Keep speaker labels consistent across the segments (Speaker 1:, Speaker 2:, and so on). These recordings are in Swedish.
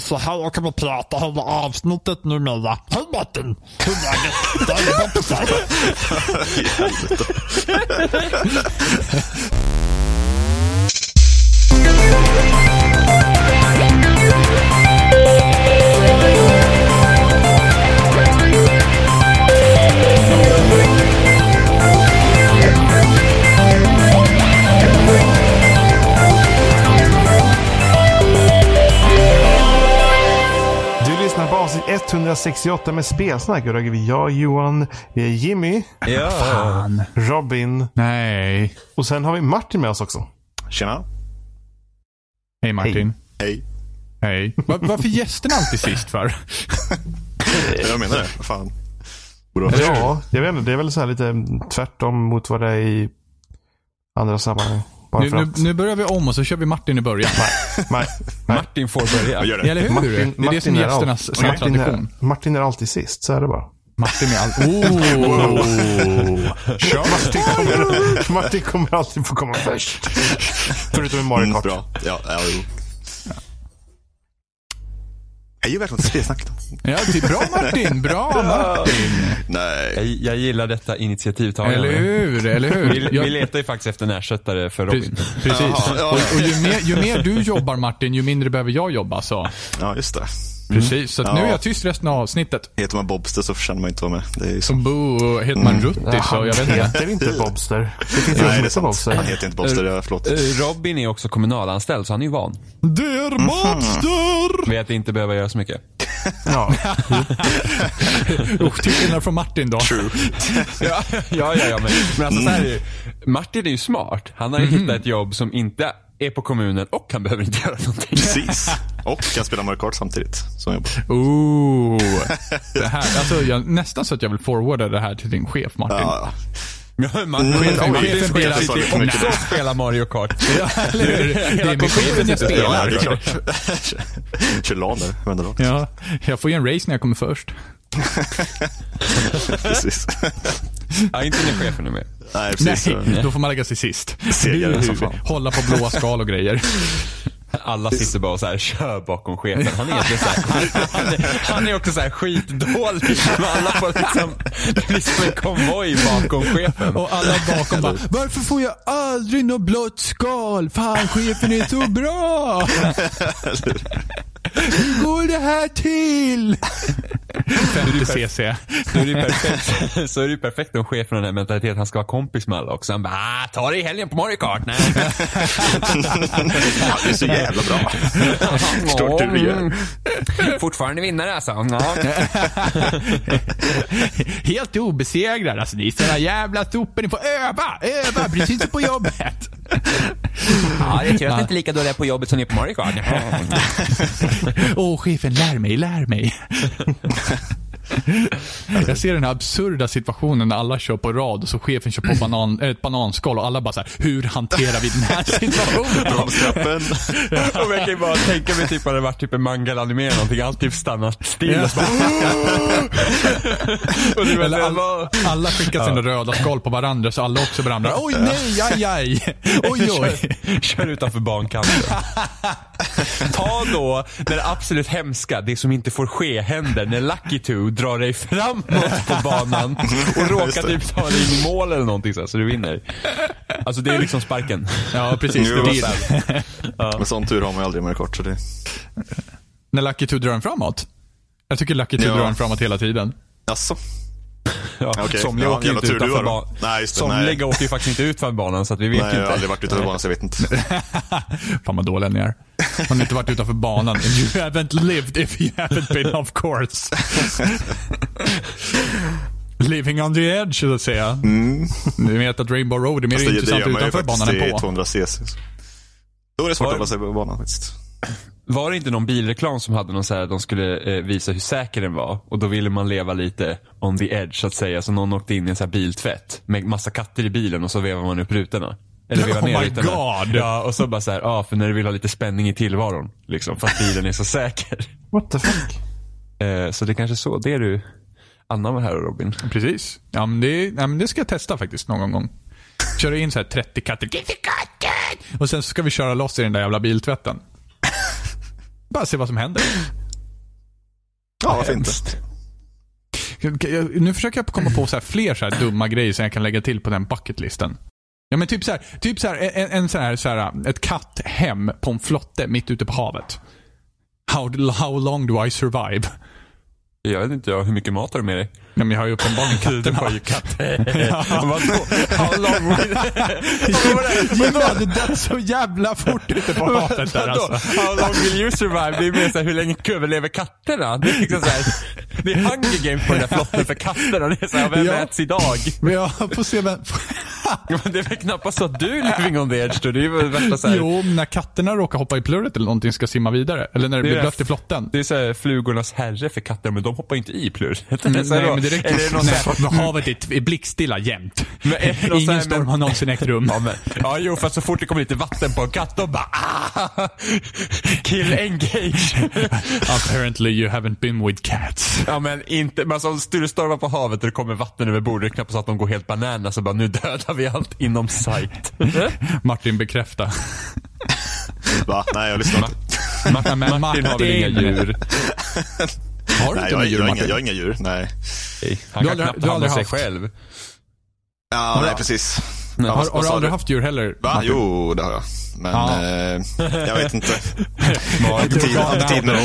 Speaker 1: Så här kan man prata hela avsnittet numera. Hej Martin! Hur är läget? Det är kompisar.
Speaker 2: Du lyssnar på avsnitt 168 med spelsnack. Och då är vi jag, Johan, eh, Jimmy,
Speaker 3: Ja.
Speaker 2: Robin
Speaker 4: Nej.
Speaker 2: och sen har vi Martin med oss också.
Speaker 3: Tjena.
Speaker 4: Hej Martin.
Speaker 3: Hej.
Speaker 4: Hej. Va- varför gästen alltid sist för?
Speaker 3: Jag menar det. Fan.
Speaker 2: Ja, jag vet inte. Det är väl så här lite tvärtom mot vad det är i andra sammanhang. Bara
Speaker 4: Nu,
Speaker 2: för
Speaker 4: nu,
Speaker 2: att.
Speaker 4: nu börjar vi om och så kör vi Martin i början.
Speaker 2: Nej, nej.
Speaker 5: Martin får börja.
Speaker 3: Gör det.
Speaker 4: Eller hur? det är det som är
Speaker 2: all-
Speaker 4: gästernas som
Speaker 2: Martin är,
Speaker 4: tradition.
Speaker 2: Martin är alltid sist, så är det bara.
Speaker 4: Martin är allt. Oh.
Speaker 2: Martin kommer, Martin kommer alltid få komma först. Förutom i Mario
Speaker 3: Mm,
Speaker 2: Kart.
Speaker 3: bra. Ja, ja, jo. Hej och välkommen till Spelsnack. då.
Speaker 4: Ja, det är bra Martin. Bra Martin.
Speaker 3: Nej.
Speaker 5: Jag, jag gillar detta initiativtagande.
Speaker 4: Eller hur? Eller
Speaker 5: Vi,
Speaker 4: hur?
Speaker 5: vi
Speaker 4: Jag,
Speaker 5: letar ju faktiskt efter en ersättare för Robin.
Speaker 4: Pre- precis.
Speaker 3: ja.
Speaker 4: Och, och ju, mer, ju mer du jobbar Martin, ju mindre behöver jag jobba. Så.
Speaker 3: Ja, just det.
Speaker 4: Precis, så att nu är
Speaker 3: Ja.
Speaker 4: jag tyst resten av avsnittet.
Speaker 3: Heter man Bobster så förtjänar man inte vara med. Det är ju så.
Speaker 4: Som Bo och heter
Speaker 3: Mm.
Speaker 4: man Rutti så jag vet
Speaker 2: Han
Speaker 4: inte.
Speaker 2: heter inte Bobster. Det finns
Speaker 3: Nej, det är
Speaker 2: inte
Speaker 3: sant. Han
Speaker 2: Bobster.
Speaker 3: heter inte Bobster, ja, förlåt.
Speaker 5: Eh, Robin är också kommunalanställd så han är ju van
Speaker 4: Det
Speaker 3: Mm.
Speaker 4: är Monster!
Speaker 5: vid att inte behöva göra så mycket.
Speaker 2: Ja.
Speaker 4: Usch, till skillnad från Martin då.
Speaker 3: True.
Speaker 5: Ja, ja, ja. ja men, men alltså så här är ju, Martin är ju smart. Han har ju hittat ett jobb som inte är på kommunen och han behöver inte göra någonting.
Speaker 3: Precis. Och kan spela Mario Kart samtidigt. Som jag bara.
Speaker 4: Ooh. Det här, alltså, jag, nästan så att jag vill forwarda det här till din chef Martin.
Speaker 3: Ja,
Speaker 5: Ja, Martin,
Speaker 3: Mm,
Speaker 5: chefen,
Speaker 3: oj,
Speaker 5: chefen
Speaker 3: det är
Speaker 5: spelar
Speaker 3: så
Speaker 5: sitter
Speaker 3: mycket
Speaker 5: också
Speaker 3: där.
Speaker 5: och spelar Mario Kart.
Speaker 4: Ja, eller hur? Det är med chefen jag
Speaker 3: ja. ja
Speaker 4: spelar.
Speaker 3: det är klart. Kör LAN där, vänder rakt.
Speaker 4: Ja, jag får ju en race när jag kommer först.
Speaker 3: Precis.
Speaker 5: Ja, inte när chefen är med.
Speaker 3: Nej, precis.
Speaker 4: Nej, då får man lägga sig sist.
Speaker 3: Segare
Speaker 4: Du,
Speaker 3: som fan.
Speaker 4: Hålla på blåa skal och grejer.
Speaker 5: Alla sitter bara och så här, kör bakom chefen. Han är, egentligen så här, han, han, är- han är också så här skitdålig. Men alla får liksom, det blir som en konvoj bakom chefen.
Speaker 4: Och alla bakom bara, varför får jag aldrig något blått skal? Fan, chefen är så bra! Hur går det här till? 50 cc.
Speaker 5: Så är det ju perfekt, så är det ju perfekt om chefen har den här mentaliteten. Han ska vara kompis med alla också. Han bara, ah, ta det i helgen på Mario Kart. Nej.
Speaker 3: Ja, det är så jävla bra. Förstår inte hur du
Speaker 4: Mm.
Speaker 3: gör.
Speaker 5: Mm. Fortfarande vinnare alltså. Ja.
Speaker 4: Helt obesegrad. Alltså, ni är såna jävla sopor. Ni får öva, öva, precis som på jobbet.
Speaker 5: Ja, det är tur att ni inte är lika dåliga på jobbet som ni är på Mario Kart.
Speaker 4: Åh, oh, chefen, lär mig, lär mig. Jag ser den här absurda situationen när alla kör på rad och så chefen kör på banan, äh, ett bananskal och alla bara så här, hur hanterar vi den här situationen?
Speaker 3: Bromsknappen.
Speaker 5: Och jag kan ju bara tänka mig typ, om det varit typ en mangalanimé eller någonting. Allt typ stannat still. Och så bara, och du vet,
Speaker 4: Eller
Speaker 5: det
Speaker 4: alla,
Speaker 5: var-
Speaker 4: alla skickar sina röda skal på varandra så alla också varandra. Oj, nej, aj, aj. Oj, oj.
Speaker 5: Kör utanför bankanten. Ta då när det absolut hemska, det som inte får ske, händer. När Lucky Two drar dig framåt på banan och råkar
Speaker 3: Just det.
Speaker 5: typ ta dig in i mål eller någonting så, här, så du vinner. Alltså det är liksom sparken.
Speaker 4: Ja, precis.
Speaker 3: Jo,
Speaker 4: Det
Speaker 3: så
Speaker 4: blir,
Speaker 3: Men sån tur har man ju aldrig med kort. Så det...
Speaker 4: när Lucky Two drar en framåt. Jag tycker Lucky Two
Speaker 3: Ja.
Speaker 4: drar en framåt hela tiden.
Speaker 3: Jaså?
Speaker 5: Ja,
Speaker 3: Okej.
Speaker 5: Somliga
Speaker 3: Ja,
Speaker 5: åker ju
Speaker 3: jävla
Speaker 5: inte
Speaker 3: tur du
Speaker 5: utanför
Speaker 3: har då.
Speaker 5: banan.
Speaker 3: Nej, just det,
Speaker 5: Somliga
Speaker 3: nej.
Speaker 5: åker ju faktiskt inte ut för banan så att vi vet
Speaker 3: Nej,
Speaker 5: ju
Speaker 3: jag har
Speaker 5: inte.
Speaker 3: aldrig varit utanför banan så jag vet inte.
Speaker 4: Fan vad dåliga ni är. Har ni inte varit utanför banan? You haven't lived if you haven't been off course. Living on the edge, så att säga. Ni vet att Rainbow Road är mer
Speaker 3: Fast Mm. Alltså,
Speaker 4: intressant
Speaker 3: det, det gör man ju
Speaker 4: utanför
Speaker 3: faktiskt.
Speaker 4: banan
Speaker 3: Det
Speaker 4: än
Speaker 3: är
Speaker 4: på.
Speaker 3: 200 cc. Då är det svårt
Speaker 5: Var-
Speaker 3: att hålla sig på banan faktiskt.
Speaker 5: Var det inte någon bilreklam som hade någon så här, de skulle eh, visa hur säker den var och då ville man leva lite on the edge så att säga. Så någon åkte in i en så här biltvätt med massa katter i bilen och så vevade man upp rutorna. Eller vevade
Speaker 4: Oh
Speaker 5: ner
Speaker 4: my
Speaker 5: rutorna.
Speaker 4: God.
Speaker 5: Ja, och så bara så här, ja för när du vill ha lite spänning i tillvaron. Liksom, för att bilen är så säker.
Speaker 2: What the fuck?
Speaker 5: Eh, så det är kanske så, det är du anammar här Robin.
Speaker 4: Precis. Ja men, det, ja, men det ska jag testa faktiskt någon gång. Köra in så här 30 katter. Det är för katten! Och sen så ska vi köra loss i den där jävla biltvätten. Bara se vad som händer.
Speaker 3: Ja, varför inte?
Speaker 4: Nu försöker jag komma på så här fler så här dumma grejer som jag kan lägga till på den bucketlisten. Ja men typ så här, typ så här en, en så här, så här, ett katthem på en flotte mitt ute på havet. How, how long do I survive?
Speaker 5: Jag vet inte jag, hur mycket mat har du med dig?
Speaker 4: Nej, men jag har ju uppenbarligen katterna.
Speaker 5: katter. Vadå? How long
Speaker 4: Jimmy hade dött så jävla fort ute på havet där
Speaker 5: Vadå?
Speaker 4: alltså.
Speaker 5: How long will you survive? Det är mer såhär, hur länge överlever katterna? Det är liksom såhär, det är hunger games på den där flotten för katterna. Det är såhär, vem
Speaker 4: Ja.
Speaker 5: äts idag?
Speaker 4: Men jag får se vem...
Speaker 5: Ja, Men det är väl knappast så att du är living on the edge då? Det är ju värsta såhär,
Speaker 4: Jo, när katterna råkar hoppa i plurret eller någonting ska simma vidare. Eller när det
Speaker 5: Det är
Speaker 4: blir
Speaker 5: det.
Speaker 4: blött i flotten.
Speaker 5: det är såhär flugornas herre för katter, men de hoppar ju inte i plurret. Det är såhär
Speaker 4: Mm, Nej,
Speaker 5: då,
Speaker 4: men det
Speaker 5: Eller är
Speaker 4: räcker
Speaker 5: det någon
Speaker 4: Nej,
Speaker 5: såhär,
Speaker 4: men Havet är t- blickstilla jämt.
Speaker 5: Men är det någon så
Speaker 4: Ingen
Speaker 5: här-
Speaker 4: storm
Speaker 5: men-
Speaker 4: har någonsin ägt rum.
Speaker 5: Ja, men, ja jo, för att så fort det kommer lite vatten på en katt, de bara ah, Kill engage.
Speaker 4: Apparently you haven't been with cats.
Speaker 5: Ja men inte, men alltså om du stormar på havet och det kommer vatten över bordet, det är knappt så att de går helt bananas och bara nu dödar vi allt inom sight.
Speaker 4: Martin bekräfta.
Speaker 3: Va? Nej, jag lyssnar inte.
Speaker 4: Martin, men
Speaker 5: Martin har väl inga djur?
Speaker 4: Har du
Speaker 3: Nej,
Speaker 4: inte några
Speaker 3: jag, jag,
Speaker 4: djur
Speaker 3: har inga,
Speaker 4: Martin?
Speaker 3: jag har inga djur. Nej.
Speaker 5: Han
Speaker 4: Du har
Speaker 5: kan
Speaker 4: aldrig-
Speaker 5: knappt
Speaker 4: du har
Speaker 5: ta hand om
Speaker 4: aldrig
Speaker 5: sig
Speaker 4: haft.
Speaker 5: själv.
Speaker 3: Ja, nej, precis. Ja, vad-
Speaker 4: Har, har
Speaker 3: vad
Speaker 4: du
Speaker 3: sa
Speaker 4: aldrig haft djur heller?
Speaker 3: Va?
Speaker 4: Martin?
Speaker 3: Jo, det har jag. Men
Speaker 4: Ja.
Speaker 3: eh, jag vet inte.
Speaker 5: Martin,
Speaker 3: Tid, tid med dem.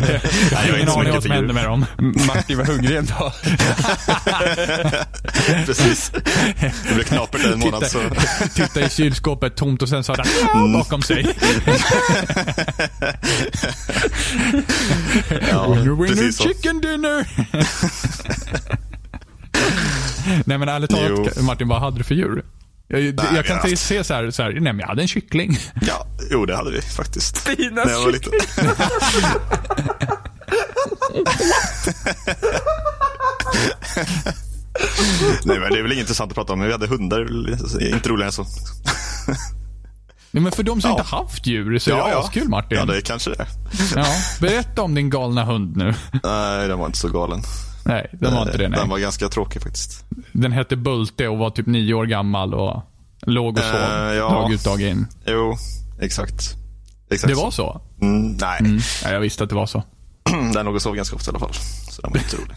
Speaker 3: Nej, jag är
Speaker 4: Ingen
Speaker 3: inte så
Speaker 4: aning vad
Speaker 3: mycket
Speaker 4: som
Speaker 3: för
Speaker 4: händer
Speaker 3: djur.
Speaker 4: med dem.
Speaker 5: Martin var hungrig en dag.
Speaker 3: Precis. Det blev knapert en månad så.
Speaker 4: Titta i kylskåpet tomt och sen sa den "Miau"
Speaker 3: Mm.
Speaker 4: bakom sig.
Speaker 3: Ja,
Speaker 4: Winner winner
Speaker 3: precis så.
Speaker 4: chicken dinner! nej men ärligt talat
Speaker 3: Jo.
Speaker 4: Martin, vad hade du för djur? Jag,
Speaker 3: vi
Speaker 4: jag kan
Speaker 3: har
Speaker 4: se-
Speaker 3: haft-
Speaker 4: se så här, så här, nej men jag hade en kyckling.
Speaker 3: Ja, jo det hade vi faktiskt.
Speaker 5: Fina
Speaker 3: När jag var liten. Nej men det är väl inget intressant att prata om, men vi hade hundar. det är väl Inte roligare än så.
Speaker 4: Nej, men för de som inte haft djur så är det askul Martin.
Speaker 3: Ja, det är kanske det.
Speaker 4: Ja, berätta om din galna hund nu.
Speaker 3: Nej, den var inte så galen.
Speaker 4: Nej, den var inte det. Nej.
Speaker 3: Den var ganska tråkig faktiskt.
Speaker 4: Den hette Bulte och var typ nio år gammal och låg och sov
Speaker 3: Eh, ja.
Speaker 4: dag ut dag in.
Speaker 3: Jo, exakt. exakt
Speaker 4: Det var så?
Speaker 3: Mm, nej,
Speaker 4: Ja, jag visste att det var så. Mm.
Speaker 3: den låg och sov ganska ofta i alla fall. Så den var inte rolig.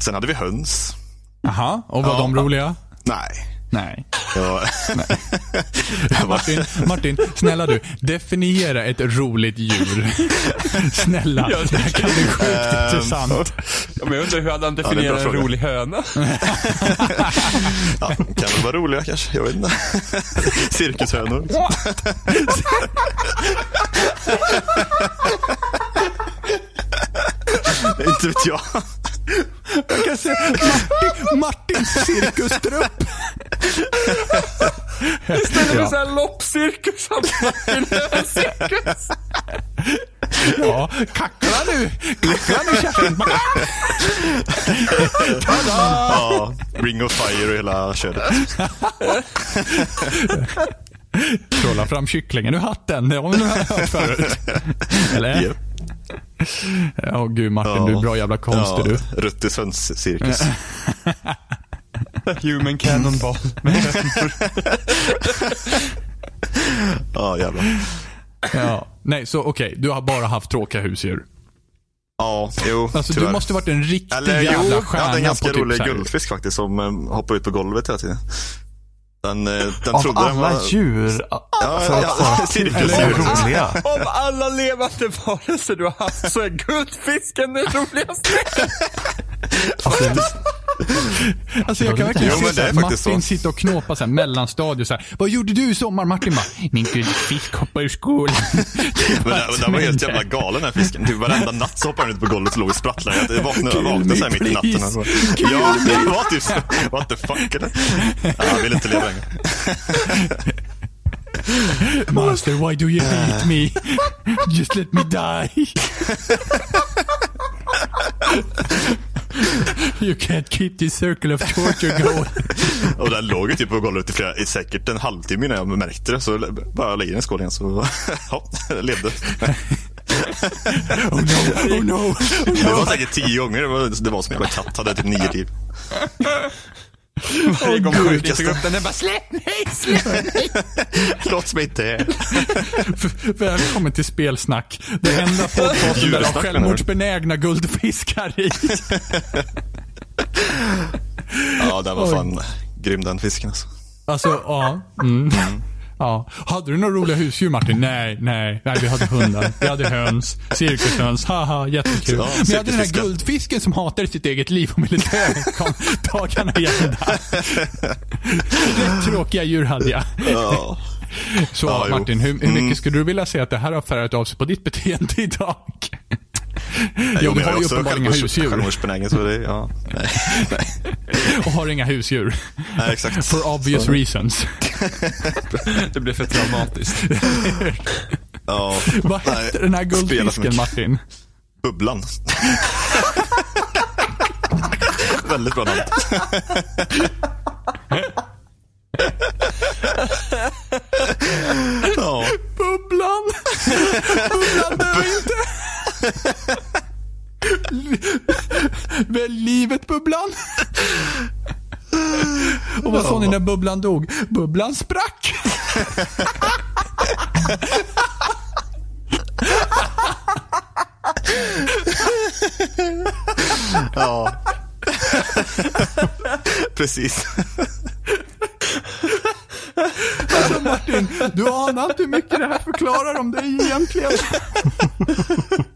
Speaker 3: Sen hade vi höns.
Speaker 4: Aha, och var
Speaker 3: Ja.
Speaker 4: de roliga?
Speaker 3: Nej.
Speaker 4: Nej.
Speaker 3: Det var...
Speaker 4: Martin, Martin, snälla du. Definiera ett roligt djur. Snälla, det här kan bli sjukt
Speaker 3: Ehm,
Speaker 4: intressant.
Speaker 5: Ja, men jag undrar hur hade han
Speaker 3: det är en bra
Speaker 5: definierat en
Speaker 3: fråga.
Speaker 5: rolig höna?
Speaker 3: Ja, de kan väl vara roliga kanske. Jag vet inte. Cirkushönor. liksom. inte vet jag.
Speaker 4: Martin, Martins cirkustrupp.
Speaker 5: Det
Speaker 4: Ja.
Speaker 5: är såhär loppcirkus. Han bara, "En höncirkus."
Speaker 4: Ja, kackla nu. Kackla nu Kerstin.
Speaker 3: Ja, Ring of Fire och hela köret.
Speaker 4: Trolla fram kycklingen ur hatten. Det har vi nog hört förut. Eller?
Speaker 3: Japp.
Speaker 4: Ja, gud Martin, du är bra jävla konstig du.
Speaker 3: Ruttis hönscirkus.
Speaker 5: Human cannonball.
Speaker 3: Ja, jävlar.
Speaker 4: Ja. Nej, så okej. Du har bara haft tråkiga husdjur.
Speaker 3: Ja, jo,
Speaker 4: Alltså
Speaker 3: tyvärr.
Speaker 4: du måste varit en riktig
Speaker 3: Eller jo,
Speaker 4: jävla
Speaker 3: jag
Speaker 4: stjärna
Speaker 3: hade en ganska
Speaker 4: på typ
Speaker 3: rolig
Speaker 4: så här-
Speaker 3: guldfisk faktiskt som um, hoppade ut på golvet hela tiden. Den, eh, den
Speaker 2: Av
Speaker 3: trodde den var...
Speaker 2: alla djur
Speaker 3: Ja,
Speaker 2: för
Speaker 3: ja,
Speaker 2: att vara
Speaker 3: cirkusdjur.
Speaker 2: cirkusdjur roliga.
Speaker 5: Av alla levande varelser du har haft så är guldfisken den roligaste.
Speaker 2: Alltså,
Speaker 4: Alltså jag kan verkligen
Speaker 3: Jo,
Speaker 4: se
Speaker 3: men det är
Speaker 4: såhär, Martin
Speaker 3: faktiskt så.
Speaker 4: sitta och knåpa såhär mellanstadiet såhär. Vad gjorde du i sommar? Martin bara, min gud, fisk hoppade ur skolan.
Speaker 3: Men den, den var helt jävla galen den här fisken. Typ varenda natt så hoppade den ut på golvet och låg och sprattlade. Jag vaknade,
Speaker 4: Kill
Speaker 3: vaknade
Speaker 4: me,
Speaker 3: så här mitt i natten.
Speaker 4: please.
Speaker 3: Och så- Ja, det var typ så. What the fuck eller? Ja, jag ville inte leva längre.
Speaker 4: Master, why do you hate me? Just let me die. You can't keep this circle of torture going.
Speaker 3: Och den låg ju typ på golvet i, flera, i säkert en halvtimme innan jag märkte det. Så bara lägger den i skålen igen så ja, levde.
Speaker 4: Oh no, oh no.
Speaker 3: Det var säkert tio gånger. Det var, det var som en jävla katt. Hade typ nio liv.
Speaker 5: Varje gång
Speaker 3: Gud,
Speaker 5: skjuten tog
Speaker 3: Gustav.
Speaker 5: upp den, den bara släpp mig, släpp mig.
Speaker 3: Låt mig inte.
Speaker 4: Välkommen till Spelsnack. Det enda podcasten där det
Speaker 3: Djursnack,
Speaker 4: har självmordsbenägna guldfiskar i.
Speaker 3: Ja, den var fan grym den fisken alltså.
Speaker 4: Alltså, ja. Mm. Ja. Hade du några roliga husdjur Martin? Nej, nej, nej. Vi hade hundar, vi hade höns, cirkushöns, haha, jättekul.
Speaker 3: Ja,
Speaker 4: Men jag hade den här
Speaker 3: cirkusfiskar.
Speaker 4: guldfisken som hatade sitt eget liv och ville dö. Kom, dagarna ända. Rätt tråkiga djur hade jag.
Speaker 3: Ja.
Speaker 4: Så
Speaker 3: Ja, jo. Mm.
Speaker 4: Martin, hur, hur mycket skulle du vilja säga att det här har färgat av sig på ditt beteende idag?
Speaker 3: Jo,
Speaker 4: du har
Speaker 3: men alltså, jag är
Speaker 4: ju
Speaker 3: också
Speaker 4: uppenbarligen
Speaker 3: självmords-
Speaker 4: husdjur
Speaker 3: Självmordsbenägen, så det, ja. Nej,
Speaker 4: och har inga husdjur.
Speaker 3: nej exakt.
Speaker 4: For obvious reasons.
Speaker 5: Det blev för traumatiskt.
Speaker 3: Ja.
Speaker 4: Vad
Speaker 3: Nej,
Speaker 4: hette den här
Speaker 3: spela för
Speaker 4: guldfisken
Speaker 3: mycket.
Speaker 4: Martin?
Speaker 3: Bubblan. Väldigt bra namn. ja.
Speaker 4: Bubblan! Bubblan dör inte! Väl livet Bubblan? Och vad sa ni när Bubblan dog? Bubblan sprack!
Speaker 3: ja. Precis.
Speaker 4: Alltså Martin, du anar inte hur mycket det här förklarar om dig egentligen.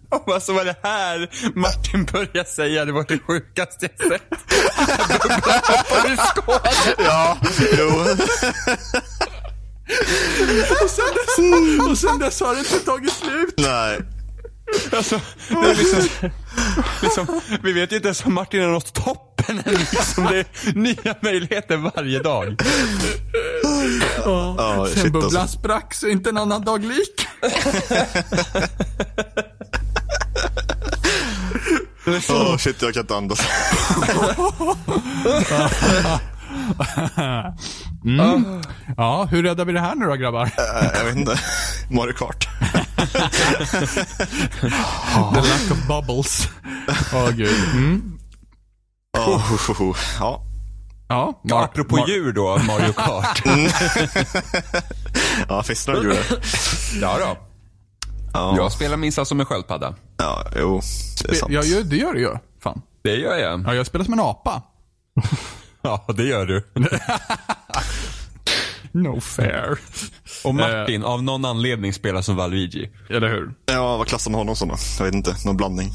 Speaker 5: Om alltså var det här Martin började säga, det var det sjukaste jag sett. Bubblan hoppar ur skålen.
Speaker 3: Ja, jo.
Speaker 4: Och sen dess, och sen dess har det inte tagit slut.
Speaker 3: Nej.
Speaker 5: Alltså, det är liksom, liksom, vi vet ju inte ens om Martin har nått toppen än. Liksom, det är nya möjligheter varje dag.
Speaker 3: Ja, shit
Speaker 4: Sen
Speaker 3: alltså.
Speaker 4: Bubblan sprack så är inte en annan dag lik.
Speaker 3: Åh, shit, jag kan inte andas. Mm.
Speaker 4: Ja, hur räddar vi det här nu då grabbar?
Speaker 3: Eh, jag vet inte. Mario Kart.
Speaker 4: The lack of bubbles. Åh gud. Mm.
Speaker 3: Oh, ho, ho, ho. Ja.
Speaker 4: Ja, Mar-
Speaker 5: Apropå
Speaker 4: Mar-
Speaker 5: djur då, Mario Kart.
Speaker 3: ja, finns det några djur där?
Speaker 5: Ja då. Jag spelar minsann som en sköldpadda.
Speaker 3: Ja, jo. Det är sant.
Speaker 4: Ja, ju- det gör det ju. Fan.
Speaker 5: Det gör jag.
Speaker 4: Ja, jag spelar som en apa.
Speaker 5: Ja, det gör du.
Speaker 4: No fair.
Speaker 5: Och Martin, av någon anledning, spelar som Valuigi.
Speaker 4: Eller hur?
Speaker 3: Ja, vad klassar man honom som då? Jag vet inte. Någon blandning.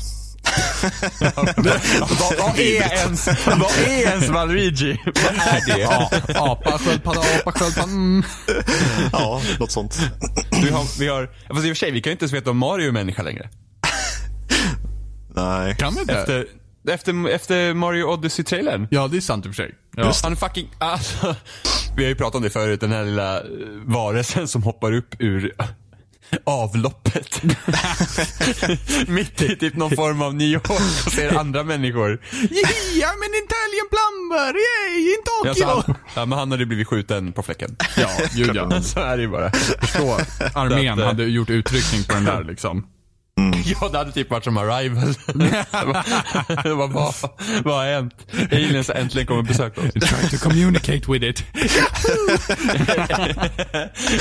Speaker 5: Vad, vad är ens, vad är ens Valuigi? Vad är det?
Speaker 4: Apa, sköldpadda, apa, sköldpadda. Mm.
Speaker 3: Ja, något sånt.
Speaker 5: Vi har, vi har, fast i och för sig, vi kan ju inte ens veta om Mario är människa längre.
Speaker 3: Nej.
Speaker 4: Kan vi inte?
Speaker 5: Efter, efter, efter Mario Odyssey-trailern.
Speaker 4: Ja, det är sant i och för sig. Ja.
Speaker 5: Han fucking, alltså, vi har ju pratat om det förut, den här lilla eh, varelsen som hoppar upp ur eh, avloppet. Mitt i typ någon form av New York och ser andra människor.
Speaker 4: Yeah, I'm an Italian plumber! Yay, in
Speaker 5: Alltså,
Speaker 4: Tokyo!
Speaker 5: han, ja, men han hade blivit skjuten på fläcken.
Speaker 4: Ja, gud ja.
Speaker 5: Så är det ju bara.
Speaker 4: Förstå. Armén hade gjort utryckning på den där liksom.
Speaker 5: Ja, det hade typ varit som Arrival. Det var bara, vad har hänt? Aliens har äntligen kommit och besökt oss.
Speaker 4: Try to communicate with it.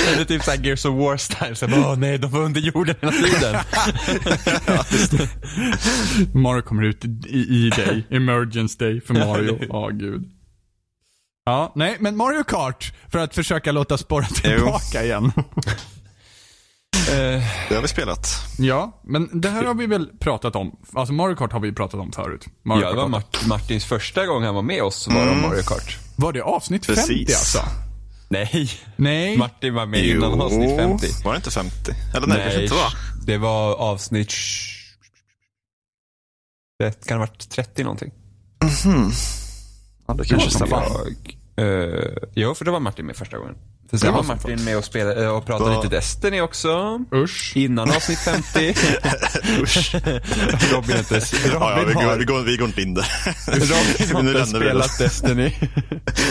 Speaker 5: Eller typ såhär Gears of War style. Så bara, Åh nej, de var under jorden hela tiden.
Speaker 4: Mario kommer ut i, i dig. Emergence day för Mario. Ja, gud. Ja, nej, men Mario Kart för att försöka låta spåra tillbaka igen.
Speaker 3: Det har vi spelat.
Speaker 4: Ja, men det här har vi väl pratat om. Alltså Mario Kart har vi ju pratat om förut. Mario
Speaker 5: Ja, det
Speaker 4: Kart åtta.
Speaker 5: var Mart- Martins första gång han var med oss var
Speaker 3: Mm.
Speaker 5: om Mario Kart.
Speaker 4: var det avsnitt 50
Speaker 3: Precis.
Speaker 4: alltså?
Speaker 5: Nej.
Speaker 4: Nej.
Speaker 5: Martin var med innan avsnitt 50.
Speaker 3: Var det inte 50? Eller nej, kanske inte va?
Speaker 5: det var avsnitt... sh- Det kan ha varit 30 någonting.
Speaker 3: Ja, det kanske
Speaker 5: Som
Speaker 3: stämmer.
Speaker 5: jag... Uh, jo, för då var Martin med första gången. För sen
Speaker 4: Det var
Speaker 5: var
Speaker 4: som
Speaker 5: Martin med och, spelade, eh, och pratade
Speaker 3: Då-
Speaker 5: lite Destiny också.
Speaker 4: Usch.
Speaker 5: Innan avsnitt 50.
Speaker 3: Usch.
Speaker 5: Robin har inte, Robin
Speaker 3: Ja, ja, vi, går,
Speaker 5: har,
Speaker 3: vi, går, vi går inte in där.
Speaker 5: Robin har
Speaker 3: Nu
Speaker 5: inte
Speaker 3: lämnar vi det.
Speaker 5: spelat Destiny.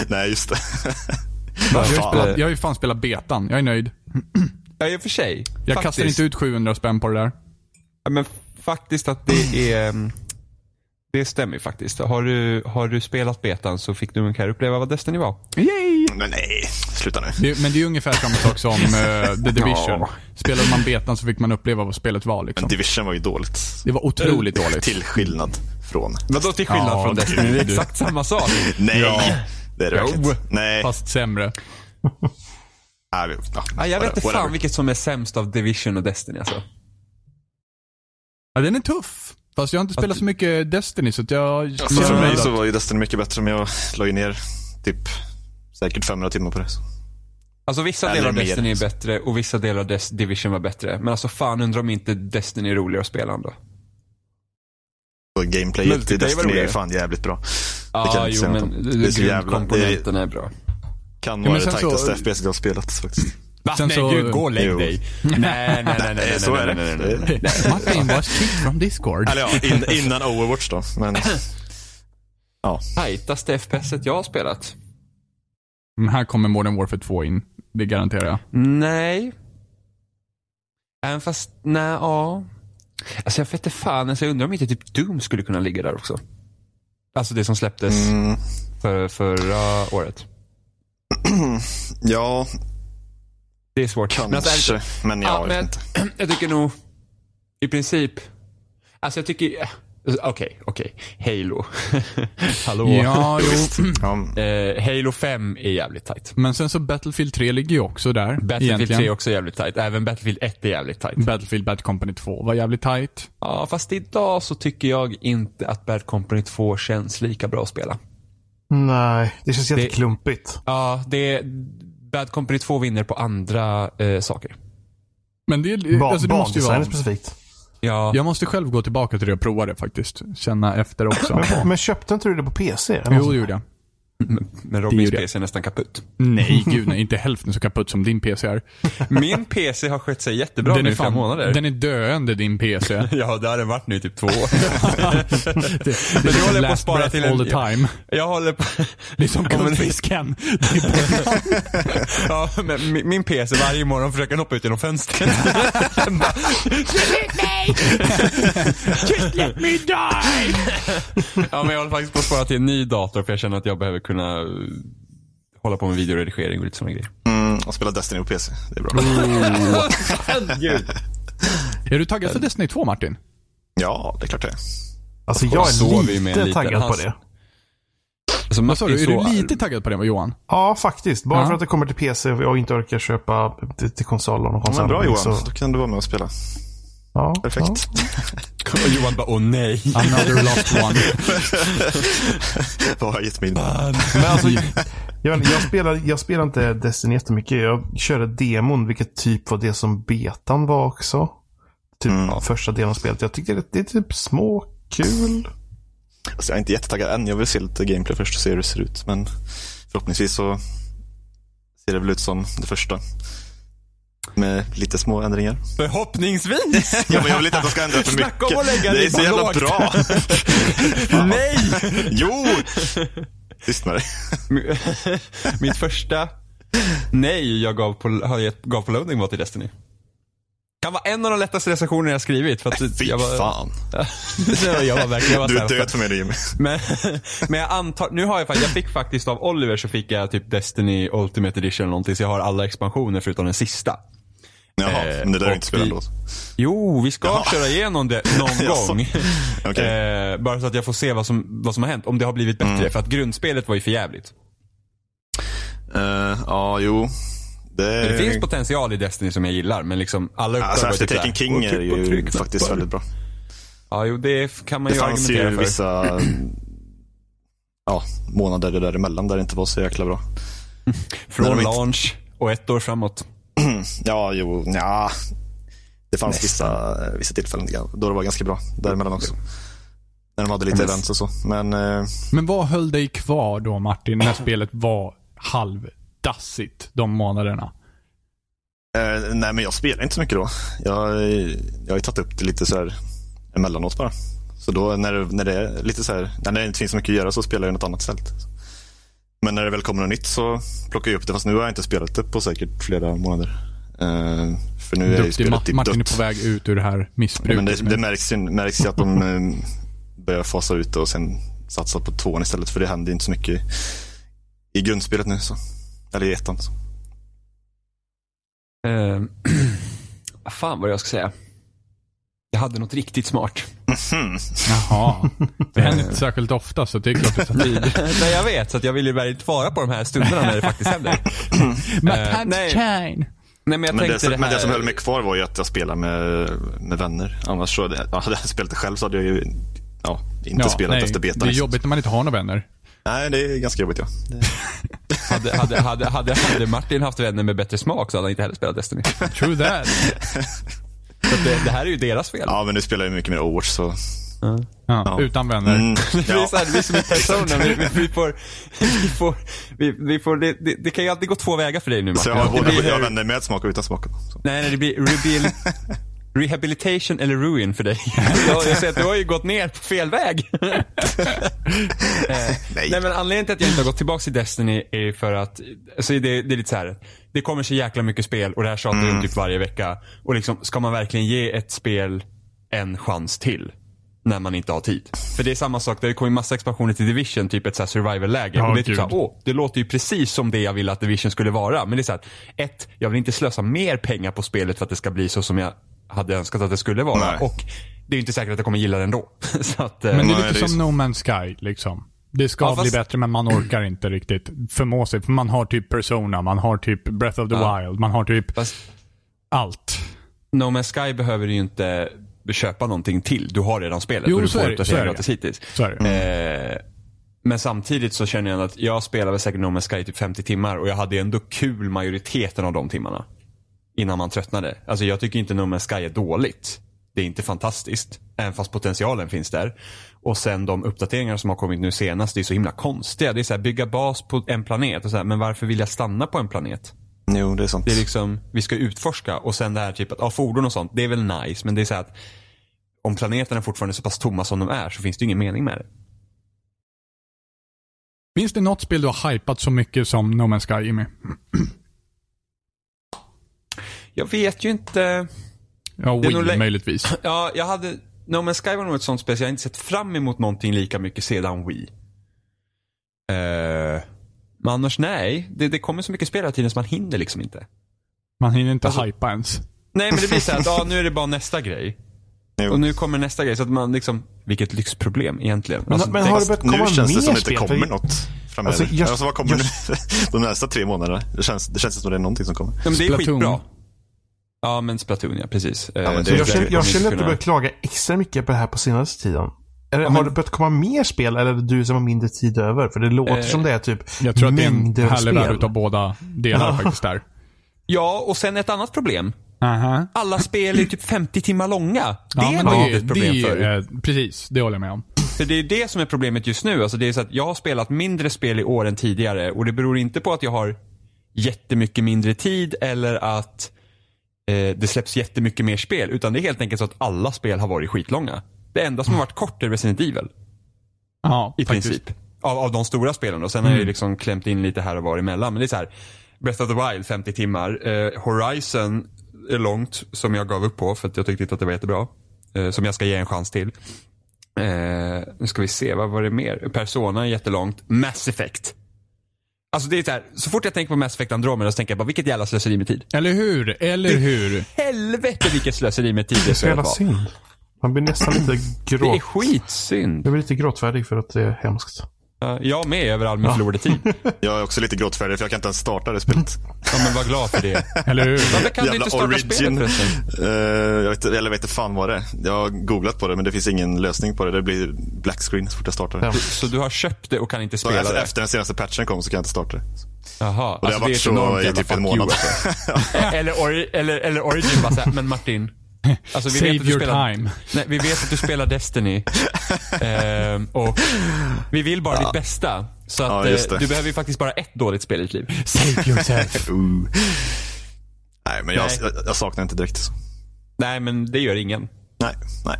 Speaker 3: Nej, just det.
Speaker 4: Jag har, ju
Speaker 3: fan.
Speaker 4: spelat, jag har ju fan spelat betan. Jag är nöjd.
Speaker 5: Ja, i och för sig.
Speaker 4: Jag
Speaker 5: Faktiskt.
Speaker 4: kastar inte ut 700 spänn på det där.
Speaker 5: Ja, Men faktiskt att det är... ehm,
Speaker 6: mm, Det stämmer ju faktiskt. Har du, har du spelat betan så fick du ungefär uppleva vad Destiny var.
Speaker 4: Yay!
Speaker 3: Men nej, sluta nu.
Speaker 4: Det, men det är ju ungefär samma sak som eh, The Division.
Speaker 6: Ja.
Speaker 4: Spelade man betan så fick man uppleva vad spelet var.
Speaker 3: Men
Speaker 4: Liksom.
Speaker 3: Division var ju dåligt.
Speaker 4: Det var otroligt dåligt.
Speaker 3: Till skillnad från...
Speaker 6: Vadå till skillnad
Speaker 4: Ja,
Speaker 6: från
Speaker 4: du-
Speaker 6: Destiny? Det är
Speaker 4: du-
Speaker 6: exakt samma sak.
Speaker 3: Nej, det är det
Speaker 4: Jo.
Speaker 3: verkligen inte. Nej.
Speaker 4: Fast sämre.
Speaker 3: Nej, vi- ja,
Speaker 6: Ja, jag vet inte
Speaker 3: whatever.
Speaker 6: fan vilket som är sämst av Division och Destiny alltså.
Speaker 4: Ja, den är tuff. Fast jag har inte spelat så mycket Destiny så att jag...
Speaker 3: Alltså, för
Speaker 4: jag-
Speaker 3: mig så var ju Destiny mycket bättre, men jag la ju ner typ säkert 500 timmar på det. så.
Speaker 6: Alltså vissa
Speaker 3: Eller
Speaker 6: delar av
Speaker 3: mer.
Speaker 6: Destiny är bättre och vissa delar av Des- Division var bättre. Men alltså fan undrar om inte Destiny är roligare att spela ändå.
Speaker 3: Och gameplayet i
Speaker 6: Multiplayer var
Speaker 3: Destiny är ju
Speaker 6: roligare.
Speaker 3: fan jävligt bra. Det
Speaker 6: Ja,
Speaker 3: kan jag inte
Speaker 6: jo
Speaker 3: säga något
Speaker 6: men
Speaker 3: om. Det är så jävla... Det
Speaker 6: grundkomponenten är bra.
Speaker 3: kan
Speaker 4: Ja,
Speaker 3: vara
Speaker 4: men
Speaker 3: det
Speaker 4: sen så-
Speaker 3: tajtaste FPS jag har spelat faktiskt.
Speaker 6: Va?
Speaker 4: Sen så-
Speaker 6: och
Speaker 3: Jo.
Speaker 6: Nej, nej, nej, nej, nej,
Speaker 3: Eh, så
Speaker 6: nej,
Speaker 3: är det.
Speaker 6: nej, nej, nej.
Speaker 3: Det-
Speaker 4: Martin was kicked from Discord.
Speaker 3: Eller ja, in, innan Overwatch då. Men
Speaker 6: Tajtaste FPSet jag har spelat?
Speaker 4: Men här kommer Modern Warfare 2 in. Det garanterar jag.
Speaker 6: Nej. Även fast, nej, ja. Alltså jag vete fan, alltså, jag undrar om inte typ Doom skulle kunna ligga där också. Alltså det som släpptes
Speaker 3: mm,
Speaker 6: för, förra året.
Speaker 3: ja,
Speaker 6: Det är svårt. Men alltså, ärligt-
Speaker 3: kanske. Men ja,
Speaker 6: Ja,
Speaker 3: jag vet
Speaker 6: men
Speaker 3: inte.
Speaker 6: jag tycker nog i princip, alltså jag tycker, eh, okej, okej, Halo. Hallå.
Speaker 4: Ja, jo.
Speaker 3: Ja,
Speaker 6: Eh, Halo 5 är jävligt tight.
Speaker 4: Men sen så Battlefield 3 ligger ju också där.
Speaker 6: Battlefield
Speaker 4: egentligen.
Speaker 6: 3 är också jävligt tight. Även Battlefield 1 är jävligt tight.
Speaker 4: Battlefield Bad Company 2 var jävligt tight.
Speaker 6: Ja, fast idag så tycker jag inte att Bad Company 2 känns lika bra att spela.
Speaker 2: Nej, det känns jätteklumpigt.
Speaker 6: Ja, det är, Bad Company 2 vinner på andra eh, saker.
Speaker 4: Men det, är-
Speaker 2: Ba-
Speaker 4: alltså, det måste ju
Speaker 2: bandesignen
Speaker 4: vara...
Speaker 2: specifikt.
Speaker 6: Ja,
Speaker 4: Jag måste själv gå tillbaka till det och prova det faktiskt. Känna efter också.
Speaker 2: Men, men köpte inte du det på PC? eller något
Speaker 4: jo,
Speaker 2: sånt?
Speaker 4: det gjorde jag.
Speaker 6: men
Speaker 4: det är ju
Speaker 6: Robins
Speaker 4: det.
Speaker 6: PC är nästan kaputt.
Speaker 4: Nej, gud nej. Inte hälften så kaputt som din PC är.
Speaker 6: Min PC har skött sig jättebra nu i fem månader.
Speaker 4: den är döende din PC. Det,
Speaker 6: Ja, det har den varit nu i typ två år.
Speaker 4: det är
Speaker 6: du
Speaker 4: liksom
Speaker 6: håller på att
Speaker 4: last
Speaker 6: spara
Speaker 4: breath
Speaker 6: till en-
Speaker 4: all the time.
Speaker 6: Jag håller på...
Speaker 4: Det är som
Speaker 6: Ja, men-
Speaker 4: guldfisken.
Speaker 6: Ja, men min, min PC varje morgon försöker hoppa ut genom fönstret. Den bara,
Speaker 4: Just let me die!
Speaker 6: ja, men jag håller faktiskt på att spara till en ny dator för jag känner att jag behöver kunna eh, hålla på med videoredigering och lite sådana grejer.
Speaker 3: mm, och spela Destiny på PC. Det är bra.
Speaker 4: Är du taggad för Destiny 2 Martin?
Speaker 3: Ja, det är klart det är.
Speaker 2: Alltså jag
Speaker 6: Kolla, sov vi
Speaker 2: är
Speaker 6: med en
Speaker 2: lite
Speaker 6: liten
Speaker 2: taggad på
Speaker 6: hans-
Speaker 2: det.
Speaker 6: Alltså,
Speaker 4: Vad sa du? Är
Speaker 6: så-
Speaker 4: du lite taggad på det Johan?
Speaker 2: Ja, faktiskt. Bara
Speaker 4: Ja.
Speaker 2: för att det kommer till PC och jag inte orkar köpa till, till konsol av någon
Speaker 3: Ja,
Speaker 2: konsol.
Speaker 3: men bra Johan,
Speaker 2: Så,
Speaker 3: då kan du vara med och spela.
Speaker 2: ja, Ja.
Speaker 3: Perfekt.
Speaker 6: Och Johan bara, åh nej.
Speaker 4: Another lost one.
Speaker 3: Vad har jag gett mig in på?
Speaker 2: Men alltså, jag, jag, spelar, jag spelar inte Destiny jättemycket. Jag körde demon, vilket typ var det som betan var också. Typ
Speaker 3: Mm.
Speaker 2: ja, första delen av spelet. Jag tyckte det, det är typ små, kul.
Speaker 3: Alltså, jag är inte jättetaggad än. Jag vill se lite gameplay först och se hur det ser ut. Men förhoppningsvis så ser det väl ut som det första. Med lite små ändringar.
Speaker 6: Förhoppningsvis.
Speaker 3: Ja, men jag vill inte att de ska ändra för mycket.
Speaker 6: Snacka om att lägga
Speaker 3: det är
Speaker 6: ribban
Speaker 3: så jävla
Speaker 6: lågt.
Speaker 3: bra.
Speaker 6: nej.
Speaker 3: Jo! Tyst med dig.
Speaker 6: Mitt första nej jag gav på, har gett- gav på loading var till Destiny. Kan vara en av de lättaste recensioner jag skrivit. För att
Speaker 3: Äh, Fy
Speaker 6: jag var,
Speaker 3: fan.
Speaker 6: jag var verkligen, jag var
Speaker 3: Du
Speaker 6: så
Speaker 3: är
Speaker 6: här- Eh,
Speaker 3: död för mig nu Jimmy.
Speaker 6: Men, men jag antar, nu har jag faktiskt, jag fick faktiskt av Oliver så fick jag typ Destiny Ultimate Edition eller någonting så jag har alla expansioner förutom den sista.
Speaker 3: Jaha,
Speaker 6: Eh,
Speaker 3: men det där är
Speaker 6: och
Speaker 3: inte spela
Speaker 6: vi-
Speaker 3: ändå.
Speaker 6: Jo, vi ska köra igenom det någon
Speaker 3: Jaså.
Speaker 6: gång.
Speaker 3: Okej.
Speaker 6: Eh, bara så att jag får se vad som, vad som har hänt, om det har blivit bättre.
Speaker 3: Mm.
Speaker 6: För att grundspelet var ju för jävligt.
Speaker 3: Eh, ja, jo. Det,
Speaker 6: Men det finns potential i Destiny som jag gillar, men liksom alla uppdrag
Speaker 3: Eh, Alltså
Speaker 6: var
Speaker 3: efter
Speaker 6: typ
Speaker 3: Taken
Speaker 6: där,
Speaker 3: King
Speaker 6: och
Speaker 3: är
Speaker 6: tryck på
Speaker 3: ju
Speaker 6: tryck,
Speaker 3: faktiskt
Speaker 6: knappar.
Speaker 3: väldigt bra.
Speaker 6: Ja, jo, det kan man
Speaker 3: Det
Speaker 6: ju
Speaker 3: fanns ju
Speaker 6: argumentera för.
Speaker 3: vissa ja, månader däremellan där det inte var så jäkla bra. när
Speaker 6: Från
Speaker 3: de inte-
Speaker 6: launch och ett år framåt.
Speaker 3: Ja, jo, ja. Det fanns vissa, eh, vissa tillfällen då det var ganska bra däremellan också. När de hade lite events och så. Men eh,
Speaker 4: Men vad höll dig kvar då Martin, när spelet var halvdassigt de månaderna?
Speaker 3: Eh, nej, men jag spelar inte så mycket då. Jag, eh, jag har ju tagit upp det lite så här emellanåt bara. Så då när, det- när det är lite så här, när det inte finns så mycket att göra så spelar jag något annat istället. Men när det väl kommer något nytt så plockar jag upp det. Fast nu har jag inte spelat det på säkert flera månader. Eh, för nu är ju
Speaker 4: Duktig
Speaker 3: spelet
Speaker 4: Ma-
Speaker 3: typ
Speaker 4: Martin
Speaker 3: dött.
Speaker 4: är på väg ut ur det här
Speaker 3: Ja, men
Speaker 4: missbruket.
Speaker 3: det, det märks ju, märks ju att de eh, börja fasa ut det och sen satsa på tvåan istället. För det händer ju inte så mycket i, i grundspelet nu. Så. Eller i ettan. Så.
Speaker 6: Eh, vad fan var det jag ska säga? Jag hade något riktigt smart.
Speaker 4: Jaha. Det händer inte särskilt ofta så det är klart det tar tid. Eh,
Speaker 6: Nej, jag vet. Så att jag vill ju verkligen svara på de här stunderna när det faktiskt händer. Eh, nej.
Speaker 5: shine.
Speaker 6: Nej, men jag
Speaker 3: Men, det,
Speaker 6: tänkte
Speaker 3: som-
Speaker 6: det,
Speaker 3: men
Speaker 6: här...
Speaker 3: det som höll mig kvar var ju att jag spelade med, med vänner. Annars så, ja, hade jag spelat det själv så hade jag ju ja, inte spelat
Speaker 4: nej,
Speaker 3: efter betan.
Speaker 4: Det är
Speaker 3: liksom.
Speaker 4: jobbigt när man inte har några vänner.
Speaker 3: Nej, det är ganska jobbigt ja.
Speaker 6: hade, hade, hade, hade, hade Martin haft vänner med bättre smak så hade han inte heller spelat Destiny. Så
Speaker 4: True that.
Speaker 6: att det, det här är ju deras fel.
Speaker 3: Ja, men nu spelar jag ju mycket mer Overwatch så.
Speaker 4: Ja,
Speaker 3: Ja.
Speaker 4: Utan vänner.
Speaker 3: Mm,
Speaker 6: Det är
Speaker 3: ja.
Speaker 6: så här, vi som är personer, vi, vi, vi får, vi får, vi, vi får det, det, det kan ju alltid gå två vägar för dig nu Martin.
Speaker 3: Så jag har
Speaker 6: Det
Speaker 3: både
Speaker 6: blir-
Speaker 3: jag har vänner med smak och utan smak. Så.
Speaker 6: Nej, nej, det blir rehabil, rehabilitation eller ruin för dig. Jag, jag ser att du har ju gått ner på fel väg. nej.
Speaker 3: Eh,
Speaker 6: nej, men anledningen till att jag inte har gått tillbaka till Destiny är ju för att, alltså det, det är lite så här. Det kommer så jäkla mycket spel och det här tjatar jag om typ varje vecka. Och liksom, ska man verkligen ge ett spel en chans till? När man inte har tid. För det är samma sak, det har ju kommit massa expansioner till Division, typ ett så här survival-läge.
Speaker 4: Ja,
Speaker 6: och det är typ
Speaker 4: gud.
Speaker 6: så här, åh, det låter ju precis som det jag vill att Division skulle vara. Men det är så här, ett, jag vill inte slösa mer pengar på spelet för att det ska bli så som jag hade önskat att det skulle vara.
Speaker 3: Nej.
Speaker 6: Och det är ju inte säkert att jag kommer gilla det ändå. så att, eh,
Speaker 4: Men det är
Speaker 3: Nej,
Speaker 4: lite
Speaker 3: det är
Speaker 4: som No Man's Sky. Liksom. Det ska
Speaker 6: Ja, fast-
Speaker 4: bli bättre men man orkar inte riktigt förmå sig. För man har typ Persona, man har typ Breath of the Wild, man har typ
Speaker 6: fast
Speaker 4: allt.
Speaker 6: No Man's Sky behöver du ju inte köpa någonting till. Du har redan spelet
Speaker 4: Jo,
Speaker 6: och du
Speaker 4: så är
Speaker 6: får
Speaker 4: det, så är
Speaker 6: uppdatera
Speaker 4: det.
Speaker 6: gratis hittills.
Speaker 4: Så är det.
Speaker 6: Eh, men samtidigt så känner jag att jag spelar väl säkert No Man's Sky i typ 50 timmar och jag hade ändå kul majoriteten av de timmarna. Innan man tröttnade. Alltså jag tycker inte No Man's Sky är dåligt. Det är inte fantastiskt. Även fast potentialen finns där. Och sen de uppdateringar som har kommit nu senast, det är så himla konstiga. Det är så här, bygga bas på en planet och så här, men varför vill jag stanna på en planet?
Speaker 3: Jo, det är sant.
Speaker 6: Det är liksom, vi ska utforska och sen det här typ att, ja fordon och sånt, det är väl nice men det är så här att om planeterna fortfarande är så pass tomma som de är så finns det ju ingen mening med det.
Speaker 4: Finns det något spel du har hypat så mycket som No Man's Sky, Jimmy?
Speaker 6: Jag vet ju inte.
Speaker 4: Ja,
Speaker 6: Det är nog
Speaker 4: Wii
Speaker 6: lä-
Speaker 4: möjligtvis.
Speaker 6: Ja, jag hade, No Man's Sky var nog ett sånt spel så jag har inte sett fram emot någonting lika mycket sedan Wii. Eh, men annars nej, det, det kommer så mycket spel hela tiden så man hinner liksom inte.
Speaker 4: Man hinner inte
Speaker 6: Alltså-
Speaker 4: hypa ens.
Speaker 6: Nej men det blir så här att, ja nu är det bara nästa grej.
Speaker 3: Jo.
Speaker 6: Och nu kommer nästa grej så att man liksom, vilket lyxproblem egentligen.
Speaker 2: Men,
Speaker 6: Alltså,
Speaker 2: men
Speaker 6: tänk-
Speaker 2: har det börjat komma
Speaker 3: nu känns
Speaker 2: mer
Speaker 3: det som att det
Speaker 2: spel?
Speaker 3: inte
Speaker 2: För-
Speaker 3: kommer något framöver.
Speaker 2: Alltså,
Speaker 3: Alltså,
Speaker 2: jag-
Speaker 3: vad kommer nu? De nästa tre månaderna. Det känns, det känns som det är någonting som kommer.
Speaker 6: Ja, men det är
Speaker 4: Splatoon.
Speaker 6: skitbra. Ja men Splatoon ja, precis. Eh,
Speaker 3: men det-
Speaker 6: så jag
Speaker 2: Jag
Speaker 6: tycker
Speaker 2: känner,
Speaker 6: att de
Speaker 2: jag känner
Speaker 6: inte
Speaker 2: att du
Speaker 6: kunna-
Speaker 2: börjar klaga extra mycket på det här på senaste tiden. Eller,
Speaker 6: men-
Speaker 2: Har det börjat komma mer spel eller är det du som har mindre tid över? För det låter
Speaker 6: Eh,
Speaker 2: som det är typ
Speaker 4: Jag tror att det är en
Speaker 2: mängder av
Speaker 4: härlig värld
Speaker 2: spel.
Speaker 4: utav båda delar faktiskt där.
Speaker 6: Ja, och sen ett annat problem.
Speaker 4: Aha.
Speaker 6: Alla spel är typ 50 timmar långa. Det
Speaker 4: Ja, men
Speaker 6: var
Speaker 4: det,
Speaker 6: ju ett problem
Speaker 4: det,
Speaker 6: förut.
Speaker 4: eh, Precis, det håller jag med om.
Speaker 6: För det är det som är problemet just nu. Alltså det är så att jag har spelat mindre spel i år än tidigare och det beror inte på att jag har jättemycket mindre tid eller att eh, det släpps jättemycket mer spel. Utan det är helt enkelt så att alla spel har varit skitlånga. Det enda som har varit kort är Resident Evil.
Speaker 4: Ja,
Speaker 6: I
Speaker 4: faktiskt.
Speaker 6: princip. Av, av de stora spelen. Och sen har jag ju liksom klämt in lite här och var emellan. Men det är så här. Breath of the Wild 50 timmar. Eh, Horizon är långt som jag gav upp på för att jag tyckte inte att det var jättebra. Eh, som jag ska ge en chans till. Eh, nu ska vi se, vad var det mer? Persona är jättelångt. Mass Effect. Alltså det är så här, så fort jag tänker på Mass Effect Andromeda så tänker jag bara vilket jävla slöseri med tid.
Speaker 4: Eller hur? Eller hur?
Speaker 6: Helvete vilket slöseri med tid det
Speaker 2: Så
Speaker 6: skulle
Speaker 2: jävla
Speaker 6: vara.
Speaker 2: synd. Man blir nästan lite
Speaker 6: Det är
Speaker 2: gråt.
Speaker 6: skitsynd.
Speaker 2: Jag blir lite gråtfärdig för att det är hemskt.
Speaker 6: Ja, Jag med över all min förlorade tid.
Speaker 3: Jag är också lite gråtfärdig för jag kan inte ens starta det spelet.
Speaker 6: Ja, men var glad för det.
Speaker 4: Eller hur?
Speaker 6: Varför kan du
Speaker 3: Jävla
Speaker 6: inte starta spelet
Speaker 3: origin.
Speaker 6: förresten?
Speaker 3: Eh, jag vet, eller jag vet inte fan vad det är. Jag har googlat på det men det finns ingen lösning på det. Det blir black screen så fort jag startar det.
Speaker 2: Ja.
Speaker 6: Så du har köpt det och kan inte
Speaker 3: Så
Speaker 6: spela
Speaker 3: efter,
Speaker 6: det?
Speaker 3: efter den senaste patchen kom så kan jag inte starta det.
Speaker 6: Jaha. Alltså,
Speaker 3: Och det har varit så i typ en månad.
Speaker 6: eller, ori, eller, eller Origin bara såhär, men Martin. Alltså, vi
Speaker 4: Save
Speaker 6: vet att du
Speaker 4: your
Speaker 6: spelar,
Speaker 4: time.
Speaker 6: Nej, vi vet att du spelar Destiny. Ehm, och vi vill bara ditt bästa. Så att
Speaker 3: Ja, just
Speaker 6: eh,
Speaker 3: det.
Speaker 6: du behöver ju faktiskt bara ett dåligt spel i ditt liv.
Speaker 4: Save yourself.
Speaker 3: Ooh. Uh. Nej, men jag,
Speaker 6: Nej.
Speaker 3: Jag, jag saknar inte direkt. Så.
Speaker 6: Nej, men det gör ingen.
Speaker 3: Nej, nej.